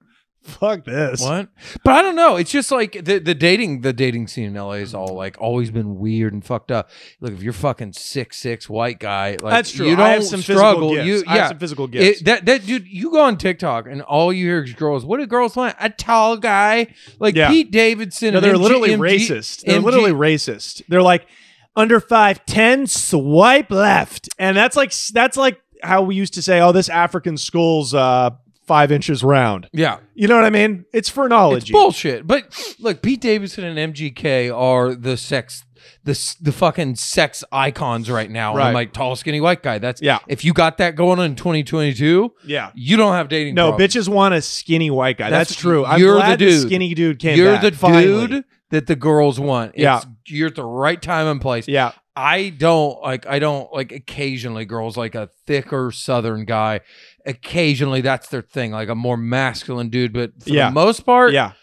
Speaker 1: Fuck this."
Speaker 2: What? But I don't know. It's just like the, the dating the dating scene in LA is all like always been weird and fucked up. Look, if you're fucking six six white guy, like
Speaker 1: That's true.
Speaker 2: You don't
Speaker 1: I have some
Speaker 2: struggle.
Speaker 1: physical
Speaker 2: You
Speaker 1: gifts. I have
Speaker 2: yeah.
Speaker 1: some physical
Speaker 2: It-
Speaker 1: gifts.
Speaker 2: that that dude, you go on TikTok and all you hear is girls. What do girls want? A tall guy like
Speaker 1: Yeah.
Speaker 2: Pete Davidson.
Speaker 1: no,
Speaker 2: and
Speaker 1: they're
Speaker 2: MG
Speaker 1: literally
Speaker 2: MG
Speaker 1: racist. They're
Speaker 2: MG
Speaker 1: literally racist. They're like under five ten, swipe left, and that's like that's like how we used to say, "Oh, this African skull's uh, five inches round."
Speaker 2: Yeah,
Speaker 1: You know what I mean? It's phrenology.
Speaker 2: it's bullshit. But look, Pete Davidson and MGK are the sex, the s- the fucking sex icons right now.
Speaker 1: Right.
Speaker 2: I'm like tall, skinny white guy. That's
Speaker 1: Yeah.
Speaker 2: If you got that going on in 2022,
Speaker 1: yeah.
Speaker 2: you don't have dating.
Speaker 1: No,
Speaker 2: problems.
Speaker 1: bitches want a skinny white guy. That's,
Speaker 2: That's-
Speaker 1: true. I'm
Speaker 2: you're
Speaker 1: glad
Speaker 2: the
Speaker 1: the
Speaker 2: dude.
Speaker 1: skinny dude came
Speaker 2: You're
Speaker 1: back,
Speaker 2: the
Speaker 1: finally.
Speaker 2: dude that the girls want. It's,
Speaker 1: Yeah.
Speaker 2: you're at the right time and place.
Speaker 1: Yeah.
Speaker 2: I don't like I don't like occasionally girls like a thicker southern guy. Occasionally that's their thing, like a more masculine dude, but for
Speaker 1: Yeah.
Speaker 2: the most part,
Speaker 1: Yeah.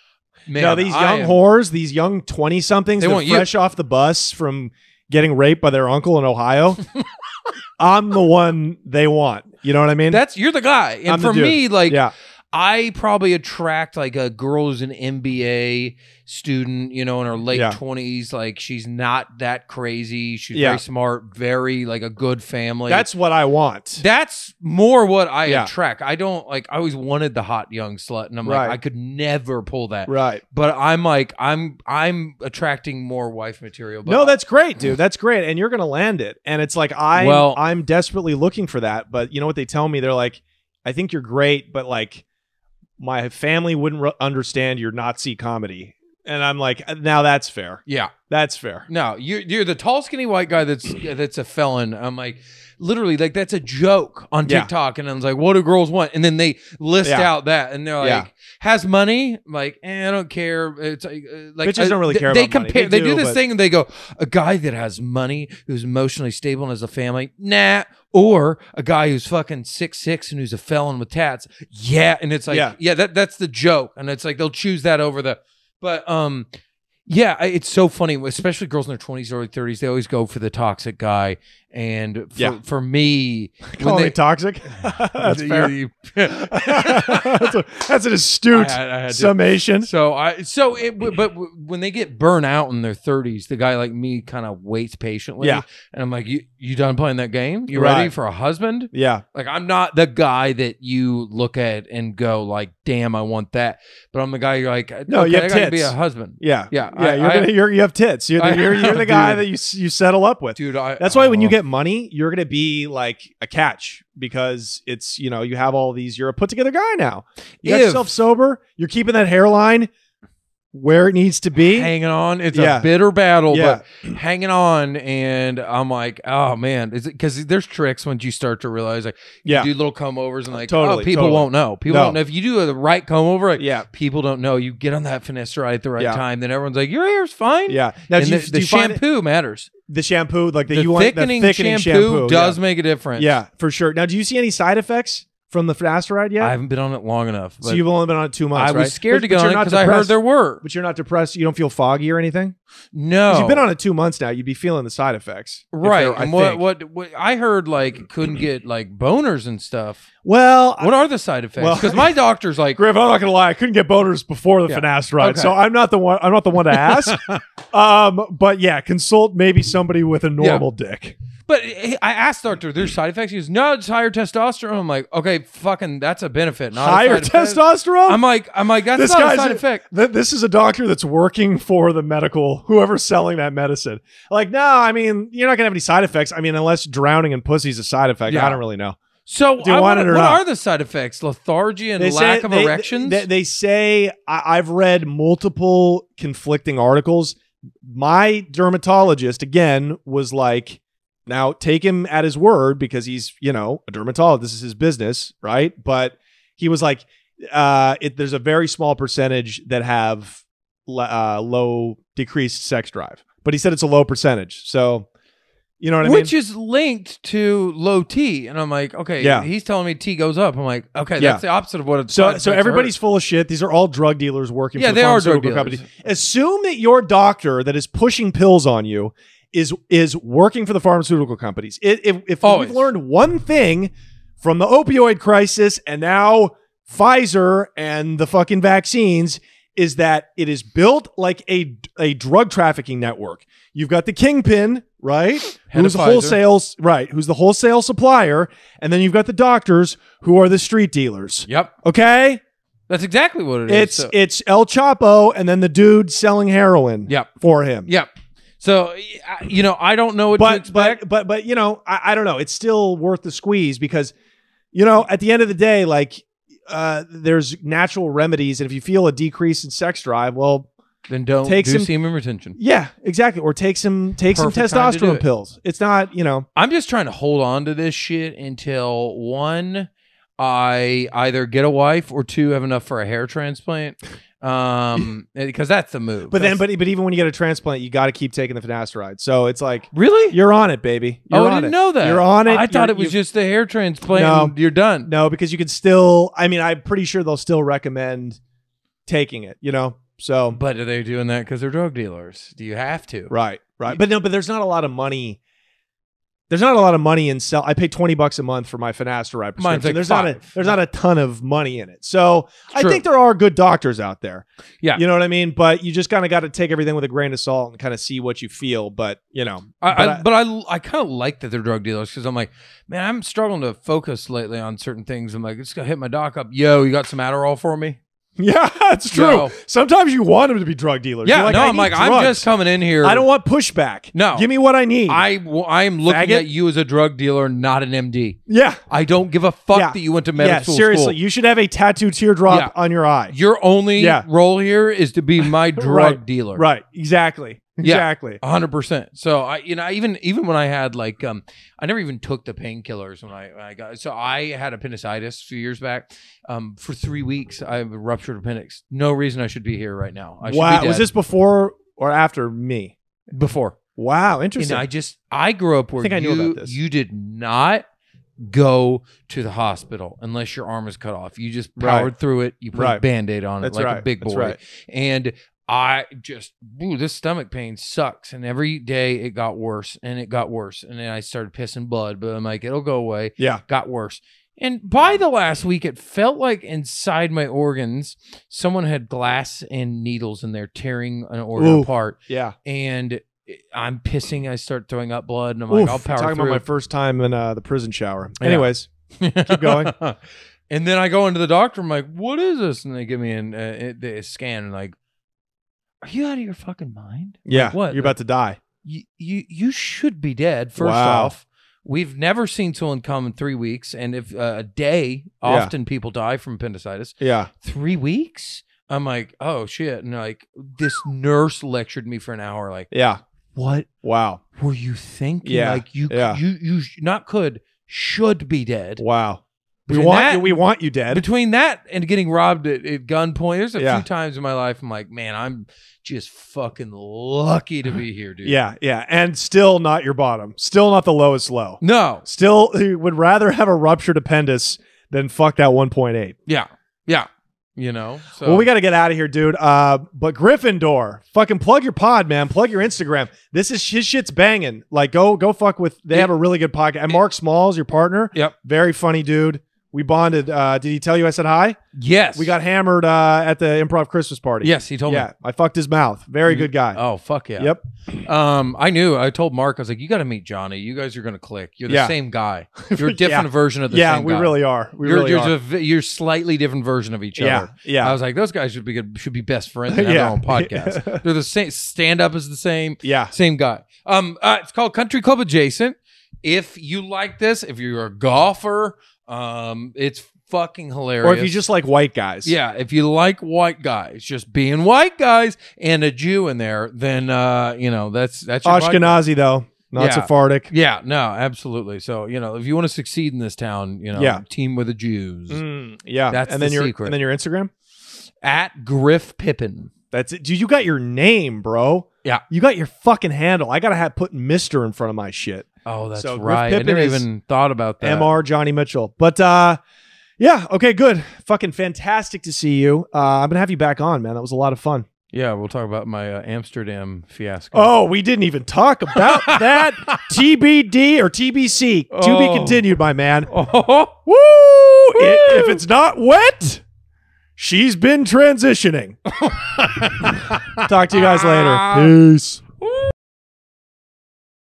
Speaker 2: man,
Speaker 1: no, these
Speaker 2: I
Speaker 1: young
Speaker 2: am-
Speaker 1: whores, these young 20 somethings,
Speaker 2: They
Speaker 1: they're
Speaker 2: want you.
Speaker 1: fresh off the bus from getting raped by their uncle in Ohio. I'm the one they want. You know what I mean?
Speaker 2: that's you're the guy. And
Speaker 1: I'm the
Speaker 2: for
Speaker 1: dude.
Speaker 2: me, like
Speaker 1: yeah.
Speaker 2: I probably attract like a girl who's an MBA student, you know, in her late
Speaker 1: Yeah.
Speaker 2: 20s. Like she's not that crazy. She's
Speaker 1: Yeah.
Speaker 2: very smart, very like a good family.
Speaker 1: that's what I want.
Speaker 2: That's more what I
Speaker 1: Yeah.
Speaker 2: attract. I don't like. I always wanted the hot young slut, and I'm
Speaker 1: Right.
Speaker 2: like, I could never pull that.
Speaker 1: right.
Speaker 2: But I'm like, I'm I'm attracting more wife material. But
Speaker 1: No, that's great, dude. That's great. And you're going to land it. And it's like I
Speaker 2: Well-
Speaker 1: I'm desperately looking for that, but you know what they tell me? They're like, "I think you're great, but like my family wouldn't re- understand your Nazi comedy." And I'm like, "Uh, "Now that's fair.
Speaker 2: yeah,
Speaker 1: That's fair."
Speaker 2: no, you're you're the tall, skinny white guy that's that's a felon. I'm like, literally, like that's a joke on
Speaker 1: Yeah.
Speaker 2: TikTok, and I was like, what do girls want? And then they list
Speaker 1: Yeah.
Speaker 2: out that, and they're like,
Speaker 1: Yeah.
Speaker 2: has money? I'm like, eh, I don't care. It's like, uh, like
Speaker 1: Bitches
Speaker 2: uh,
Speaker 1: don't really
Speaker 2: th-
Speaker 1: care
Speaker 2: They
Speaker 1: about money.
Speaker 2: compare.
Speaker 1: They
Speaker 2: They,
Speaker 1: do,
Speaker 2: do, this
Speaker 1: but-
Speaker 2: thing and they go, a guy that has money, who's emotionally stable and has a family, nah. Or a guy who's fucking six six and who's a felon with tats, yeah. And it's like,
Speaker 1: Yeah.
Speaker 2: yeah, that that's the joke, and it's like they'll choose that over the, but um. Yeah, I- it's so funny, especially girls in their twenties, early thirties. They always go for the toxic guy, and for,
Speaker 1: Yeah.
Speaker 2: for me,
Speaker 1: Calling me toxic. that's
Speaker 2: you-
Speaker 1: fair.
Speaker 2: you-
Speaker 1: that's, a, that's an
Speaker 2: I
Speaker 1: astute
Speaker 2: had- I had to-
Speaker 1: summation.
Speaker 2: So I so it but w- when they get burnt out in their 30s, the guy like me kind of waits patiently.
Speaker 1: Yeah.
Speaker 2: And I'm like, you you done playing that game? You
Speaker 1: Right.
Speaker 2: ready for a husband?
Speaker 1: Yeah,
Speaker 2: Like I'm not the guy that you look at and go like, damn, I want that. But I'm the guy you're like,
Speaker 1: No, you
Speaker 2: okay, I
Speaker 1: have
Speaker 2: gotta be
Speaker 1: tits.
Speaker 2: a husband.
Speaker 1: yeah,
Speaker 2: Yeah.
Speaker 1: yeah.
Speaker 2: I-
Speaker 1: you're,
Speaker 2: I-
Speaker 1: gonna, you're you have tits. You're the,
Speaker 2: I-
Speaker 1: you're, you're the guy
Speaker 2: Dude.
Speaker 1: that you s- you settle up with.
Speaker 2: Dude, I
Speaker 1: That's why when you
Speaker 2: oh.
Speaker 1: get money, you're gonna be like a catch because it's you know you have all these. You're a put together guy now. You got
Speaker 2: If-
Speaker 1: yourself sober. You're keeping that hairline where it needs to be.
Speaker 2: hanging on. It's
Speaker 1: Yeah.
Speaker 2: a bitter battle,
Speaker 1: Yeah.
Speaker 2: but hanging on. And I'm like, oh man, is it because there's tricks once you start to realize like you
Speaker 1: Yeah.
Speaker 2: do little come overs and like
Speaker 1: Totally,
Speaker 2: oh, people
Speaker 1: totally.
Speaker 2: won't know. People
Speaker 1: No.
Speaker 2: don't know if you do a right comb over. Like,
Speaker 1: Yeah,
Speaker 2: People don't know. You get on that finasteride at the right
Speaker 1: Yeah.
Speaker 2: time, then everyone's like, your hair's fine.
Speaker 1: yeah. Now,
Speaker 2: And
Speaker 1: do you,
Speaker 2: the,
Speaker 1: do
Speaker 2: the
Speaker 1: you find it-
Speaker 2: shampoo matters.
Speaker 1: the shampoo like that
Speaker 2: The
Speaker 1: you want
Speaker 2: thickening,
Speaker 1: the thickening
Speaker 2: shampoo,
Speaker 1: shampoo
Speaker 2: does
Speaker 1: yeah.
Speaker 2: make a difference.
Speaker 1: yeah for sure. Now, do you see any side effects from the finasteride yet?
Speaker 2: I haven't been on it long enough.
Speaker 1: so
Speaker 2: but
Speaker 1: you've only been on it two months.
Speaker 2: I was
Speaker 1: right? But-
Speaker 2: scared to go
Speaker 1: but
Speaker 2: on
Speaker 1: you're
Speaker 2: it
Speaker 1: not
Speaker 2: because I heard
Speaker 1: depressed-
Speaker 2: there were.
Speaker 1: But you're not depressed. You don't feel foggy or anything. 'Cause
Speaker 2: No,
Speaker 1: You've been on it two months now. You'd be feeling the side effects, if
Speaker 2: right.
Speaker 1: they're- I
Speaker 2: And what,
Speaker 1: think.
Speaker 2: what what I heard like couldn't get like boners and stuff.
Speaker 1: Well,
Speaker 2: What are the side effects?
Speaker 1: Well,
Speaker 2: Because my doctor's like,
Speaker 1: Griff, I'm not gonna lie, I couldn't get boners before the
Speaker 2: Yeah.
Speaker 1: finasteride,
Speaker 2: Okay.
Speaker 1: so I'm not the one. I'm not the one to ask. um, but yeah, consult maybe somebody with a normal dick.
Speaker 2: but I I asked doctor, there's side effects. He goes, no, it's higher testosterone. I'm like, okay, fucking, that's a benefit. Not
Speaker 1: Higher
Speaker 2: a side effect."
Speaker 1: testosterone.
Speaker 2: I'm like, I'm like, that's
Speaker 1: This
Speaker 2: not
Speaker 1: guy's
Speaker 2: a side
Speaker 1: a-
Speaker 2: effect.
Speaker 1: Th- this is a doctor that's working for the medical whoever's selling that medicine. Like, no, I mean, you're not gonna have any side effects. I mean, unless drowning in pussy is a side effect.
Speaker 2: Yeah.
Speaker 1: I don't really know.
Speaker 2: So
Speaker 1: Do you
Speaker 2: I
Speaker 1: want
Speaker 2: wanna-
Speaker 1: it or
Speaker 2: what
Speaker 1: not?
Speaker 2: are the side effects? Lethargy and
Speaker 1: They say-
Speaker 2: lack of
Speaker 1: they-
Speaker 2: erections.
Speaker 1: They, they say I, I've read multiple conflicting articles. My dermatologist again was like, now take him at his word because he's you know a dermatologist. This is his business, right? But he was like, uh, it, there's a very small percentage that have l- uh, low decreased sex drive, but he said it's a low percentage. So You know what I
Speaker 2: Which
Speaker 1: mean?
Speaker 2: is linked to low T, and I'm like, okay,
Speaker 1: Yeah.
Speaker 2: He's telling me T goes up. I'm like, okay,
Speaker 1: Yeah.
Speaker 2: that's the opposite of what. it's
Speaker 1: So, so everybody's full of shit. These are all drug dealers working
Speaker 2: Yeah,
Speaker 1: for
Speaker 2: they are drug
Speaker 1: pharmaceutical
Speaker 2: dealers.
Speaker 1: companies. Assume that your doctor that is pushing pills on you is is working for the pharmaceutical companies. If if, if
Speaker 2: Always.
Speaker 1: we've learned one thing from the opioid crisis and now Pfizer and the fucking vaccines is that it is built like a a drug trafficking network. You've got the kingpin, right?
Speaker 2: Head of
Speaker 1: who's the
Speaker 2: Pfizer.
Speaker 1: wholesale right? Who's the wholesale supplier, and then you've got the doctors who are the street dealers.
Speaker 2: Yep,
Speaker 1: Okay?
Speaker 2: that's exactly what it is.
Speaker 1: It's
Speaker 2: So-
Speaker 1: it's El Chapo and then the dude selling heroin
Speaker 2: Yep.
Speaker 1: for him.
Speaker 2: Yep. So y- I- you know, I don't know what to
Speaker 1: But
Speaker 2: expect.
Speaker 1: but but but you know, I, I don't know. It's still worth the squeeze because, you know, at the end of the day, like uh there's natural remedies, and if you feel a decrease in sex drive, well,
Speaker 2: then don't
Speaker 1: take
Speaker 2: do
Speaker 1: some-
Speaker 2: semen retention.
Speaker 1: yeah, exactly. Or take some take
Speaker 2: Perfect
Speaker 1: some
Speaker 2: time to do
Speaker 1: testosterone
Speaker 2: it.
Speaker 1: pills. It's not, you know,
Speaker 2: I'm just trying to hold on to this shit until one, I either get a wife or two have enough for a hair transplant. Um, because that's the move.
Speaker 1: but then
Speaker 2: That's-
Speaker 1: but but even when you get a transplant, you gotta keep taking the finasteride. So it's like
Speaker 2: really,
Speaker 1: you're on it, baby. You're
Speaker 2: oh, I
Speaker 1: on
Speaker 2: didn't
Speaker 1: it.
Speaker 2: know that.
Speaker 1: You're on it.
Speaker 2: I thought
Speaker 1: You're-
Speaker 2: it was
Speaker 1: you-
Speaker 2: just the hair transplant.
Speaker 1: No.
Speaker 2: and you're done.
Speaker 1: No, because you can still. I mean, I'm pretty sure they'll still recommend taking it. You know, so
Speaker 2: But are they doing that because they're drug dealers? Do you have to?
Speaker 1: right, right. But no, but there's not a lot of money. There's not a lot of money in sell. I pay twenty bucks a month for my finasteride prescription.
Speaker 2: like
Speaker 1: there's not a
Speaker 2: five.
Speaker 1: there's not a ton of money in it. So I
Speaker 2: True.
Speaker 1: think there are good doctors out there.
Speaker 2: Yeah.
Speaker 1: you know what I mean. But you just kind of got to take everything with a grain of salt and kind of see what you feel. But you know, but
Speaker 2: I,
Speaker 1: I-
Speaker 2: but I, but I, I kind of like that they're drug dealers because I'm like, man, I'm struggling to focus lately on certain things. I'm like, it's gonna hit my doc up. Yo, you got some Adderall for me?
Speaker 1: yeah, that's true.
Speaker 2: Yo.
Speaker 1: Sometimes you want them to be drug dealers.
Speaker 2: Yeah,
Speaker 1: You're like,
Speaker 2: no,
Speaker 1: I
Speaker 2: I'm
Speaker 1: need
Speaker 2: like, I'm
Speaker 1: drugs.
Speaker 2: just coming in here.
Speaker 1: I don't want pushback.
Speaker 2: No.
Speaker 1: give me what I need.
Speaker 2: I w- I'm looking
Speaker 1: Faggot.
Speaker 2: at you as a drug dealer, not an MD.
Speaker 1: yeah.
Speaker 2: I don't give a fuck
Speaker 1: Yeah.
Speaker 2: that you went to medical
Speaker 1: yeah,
Speaker 2: school.
Speaker 1: seriously, you should have a tattoo teardrop
Speaker 2: Yeah.
Speaker 1: on your eye.
Speaker 2: your only
Speaker 1: Yeah.
Speaker 2: role here is to be my drug
Speaker 1: Right.
Speaker 2: dealer.
Speaker 1: Right, exactly, exactly.
Speaker 2: A hundred percent. So I, you know, I even even when I had like, um, I never even took the painkillers when I, when I got. So I had appendicitis a few years back. Um, for three weeks, I have a ruptured appendix. No reason I should be here right now. I should
Speaker 1: Wow,
Speaker 2: be
Speaker 1: was
Speaker 2: dead
Speaker 1: this before or after me?
Speaker 2: before?
Speaker 1: Wow,
Speaker 2: You
Speaker 1: interesting.
Speaker 2: know, I just I grew up where
Speaker 1: think I knew
Speaker 2: you
Speaker 1: about this.
Speaker 2: you did not go to the hospital unless your arm was cut off. You just
Speaker 1: Right.
Speaker 2: powered through it. You put a
Speaker 1: Right.
Speaker 2: band-aid on it
Speaker 1: That's
Speaker 2: like
Speaker 1: right.
Speaker 2: a big boy.
Speaker 1: That's right.
Speaker 2: and I just, ooh, this stomach pain sucks. And every day it got worse and it got worse. And then I started pissing blood, but I'm like, it'll go away.
Speaker 1: Yeah.
Speaker 2: Got worse. And by the last week, it felt like inside my organs, someone had glass and needles in there tearing an organ
Speaker 1: Ooh.
Speaker 2: apart.
Speaker 1: Yeah,
Speaker 2: And I'm pissing. I start throwing up blood and I'm
Speaker 1: Oof,
Speaker 2: like, I'll power
Speaker 1: talking
Speaker 2: through.
Speaker 1: about my first time in uh, the prison shower.
Speaker 2: Yeah.
Speaker 1: Anyways, Keep going.
Speaker 2: and then I go into the doctor. I'm like, "What is this?" And they give me an uh, it- they scan and like, "Are you out of your fucking mind?
Speaker 1: yeah,
Speaker 2: what?
Speaker 1: you're about to die.
Speaker 2: You you, you should be dead. First
Speaker 1: Wow.
Speaker 2: off, we've never seen someone come in three weeks, and if uh, a day,
Speaker 1: Yeah.
Speaker 2: often people die from appendicitis.
Speaker 1: Yeah,
Speaker 2: Three weeks." I'm like, "Oh shit!" And like this nurse lectured me for an hour. Like,
Speaker 1: yeah.
Speaker 2: what
Speaker 1: Wow,
Speaker 2: were you thinking?
Speaker 1: Yeah,
Speaker 2: Like you
Speaker 1: yeah.
Speaker 2: you you sh- not could should be dead.
Speaker 1: wow. We
Speaker 2: Between
Speaker 1: want
Speaker 2: that-
Speaker 1: you. We want you dead.
Speaker 2: between that and getting robbed at, at gunpoint, there's a
Speaker 1: Yeah.
Speaker 2: few times in my life I'm like, man, I'm just fucking lucky to be here, dude.
Speaker 1: Yeah, yeah, and still not your bottom. Still not the lowest low.
Speaker 2: No.
Speaker 1: Still you would rather have a ruptured appendix than fuck that 1.8.
Speaker 2: Yeah. Yeah. You know. So
Speaker 1: Well, we got to get out of here, dude. Uh, but Gryffindor, fucking plug your pod, man. Plug your Instagram. This is his shit's banging. Like, go go fuck with. They
Speaker 2: It-
Speaker 1: have a really good podcast. And Mark Smalls, your partner.
Speaker 2: Yep.
Speaker 1: Very funny dude. We bonded. Uh, did he tell you I said hi?
Speaker 2: yes.
Speaker 1: We got hammered uh, at the improv Christmas party.
Speaker 2: yes. He told
Speaker 1: yeah. I fucked his mouth. Very
Speaker 2: Mm.
Speaker 1: good guy.
Speaker 2: me. Oh fuck yeah.
Speaker 1: Yep.
Speaker 2: Um, I knew. I told Mark. I was like, you got to meet Johnny. You guys are gonna click. You're the
Speaker 1: Yeah.
Speaker 2: same guy. You're a different version of the
Speaker 1: yeah,
Speaker 2: same
Speaker 1: we
Speaker 2: guy.
Speaker 1: really are. We
Speaker 2: you're
Speaker 1: really
Speaker 2: you're,
Speaker 1: are.
Speaker 2: a v- you're slightly different version of each
Speaker 1: yeah,
Speaker 2: other. I
Speaker 1: yeah,
Speaker 2: was like, those guys should be good, should be best friends and have
Speaker 1: Yeah.
Speaker 2: their own podcast. They're the same. Stand up is the same.
Speaker 1: yeah.
Speaker 2: Same guy. Um, uh, it's called Country Club Adjacent. If you like this, if you're a golfer, um, it's fucking hilarious.
Speaker 1: Or if you just like white guys.
Speaker 2: yeah, if you like white guys, just being white guys and a Jew in there, then uh, you know that's that's your podcast.
Speaker 1: Ashkenazi though, not
Speaker 2: Yeah.
Speaker 1: Sephardic.
Speaker 2: Yeah, no, absolutely. So you know, if you want to succeed in this town, you know,
Speaker 1: Yeah.
Speaker 2: team with the Jews
Speaker 1: Mm, yeah.
Speaker 2: That's
Speaker 1: and then
Speaker 2: the
Speaker 1: your
Speaker 2: secret.
Speaker 1: and then your Instagram.
Speaker 2: at Griff Pippin.
Speaker 1: That's it. Dude, you got your name, bro.
Speaker 2: Yeah.
Speaker 1: You got your fucking handle. I gotta have put Mister in front of my shit.
Speaker 2: Oh, that's
Speaker 1: So Griff
Speaker 2: right. I
Speaker 1: Pippen
Speaker 2: never
Speaker 1: is
Speaker 2: even thought about that.
Speaker 1: Mr. Johnny Mitchell. But uh, yeah, okay, good. Fucking fantastic to see you. Uh, I'm gonna have you back on, man. That was a lot of fun.
Speaker 2: Yeah, we'll talk about my uh, Amsterdam fiasco.
Speaker 1: Oh, we didn't even talk about that. TBD or TBC. To
Speaker 2: Oh.
Speaker 1: be continued, my man.
Speaker 2: Oh,
Speaker 1: Woo! I- If it's not wet, she's been transitioning. Talk to you guys later. Peace.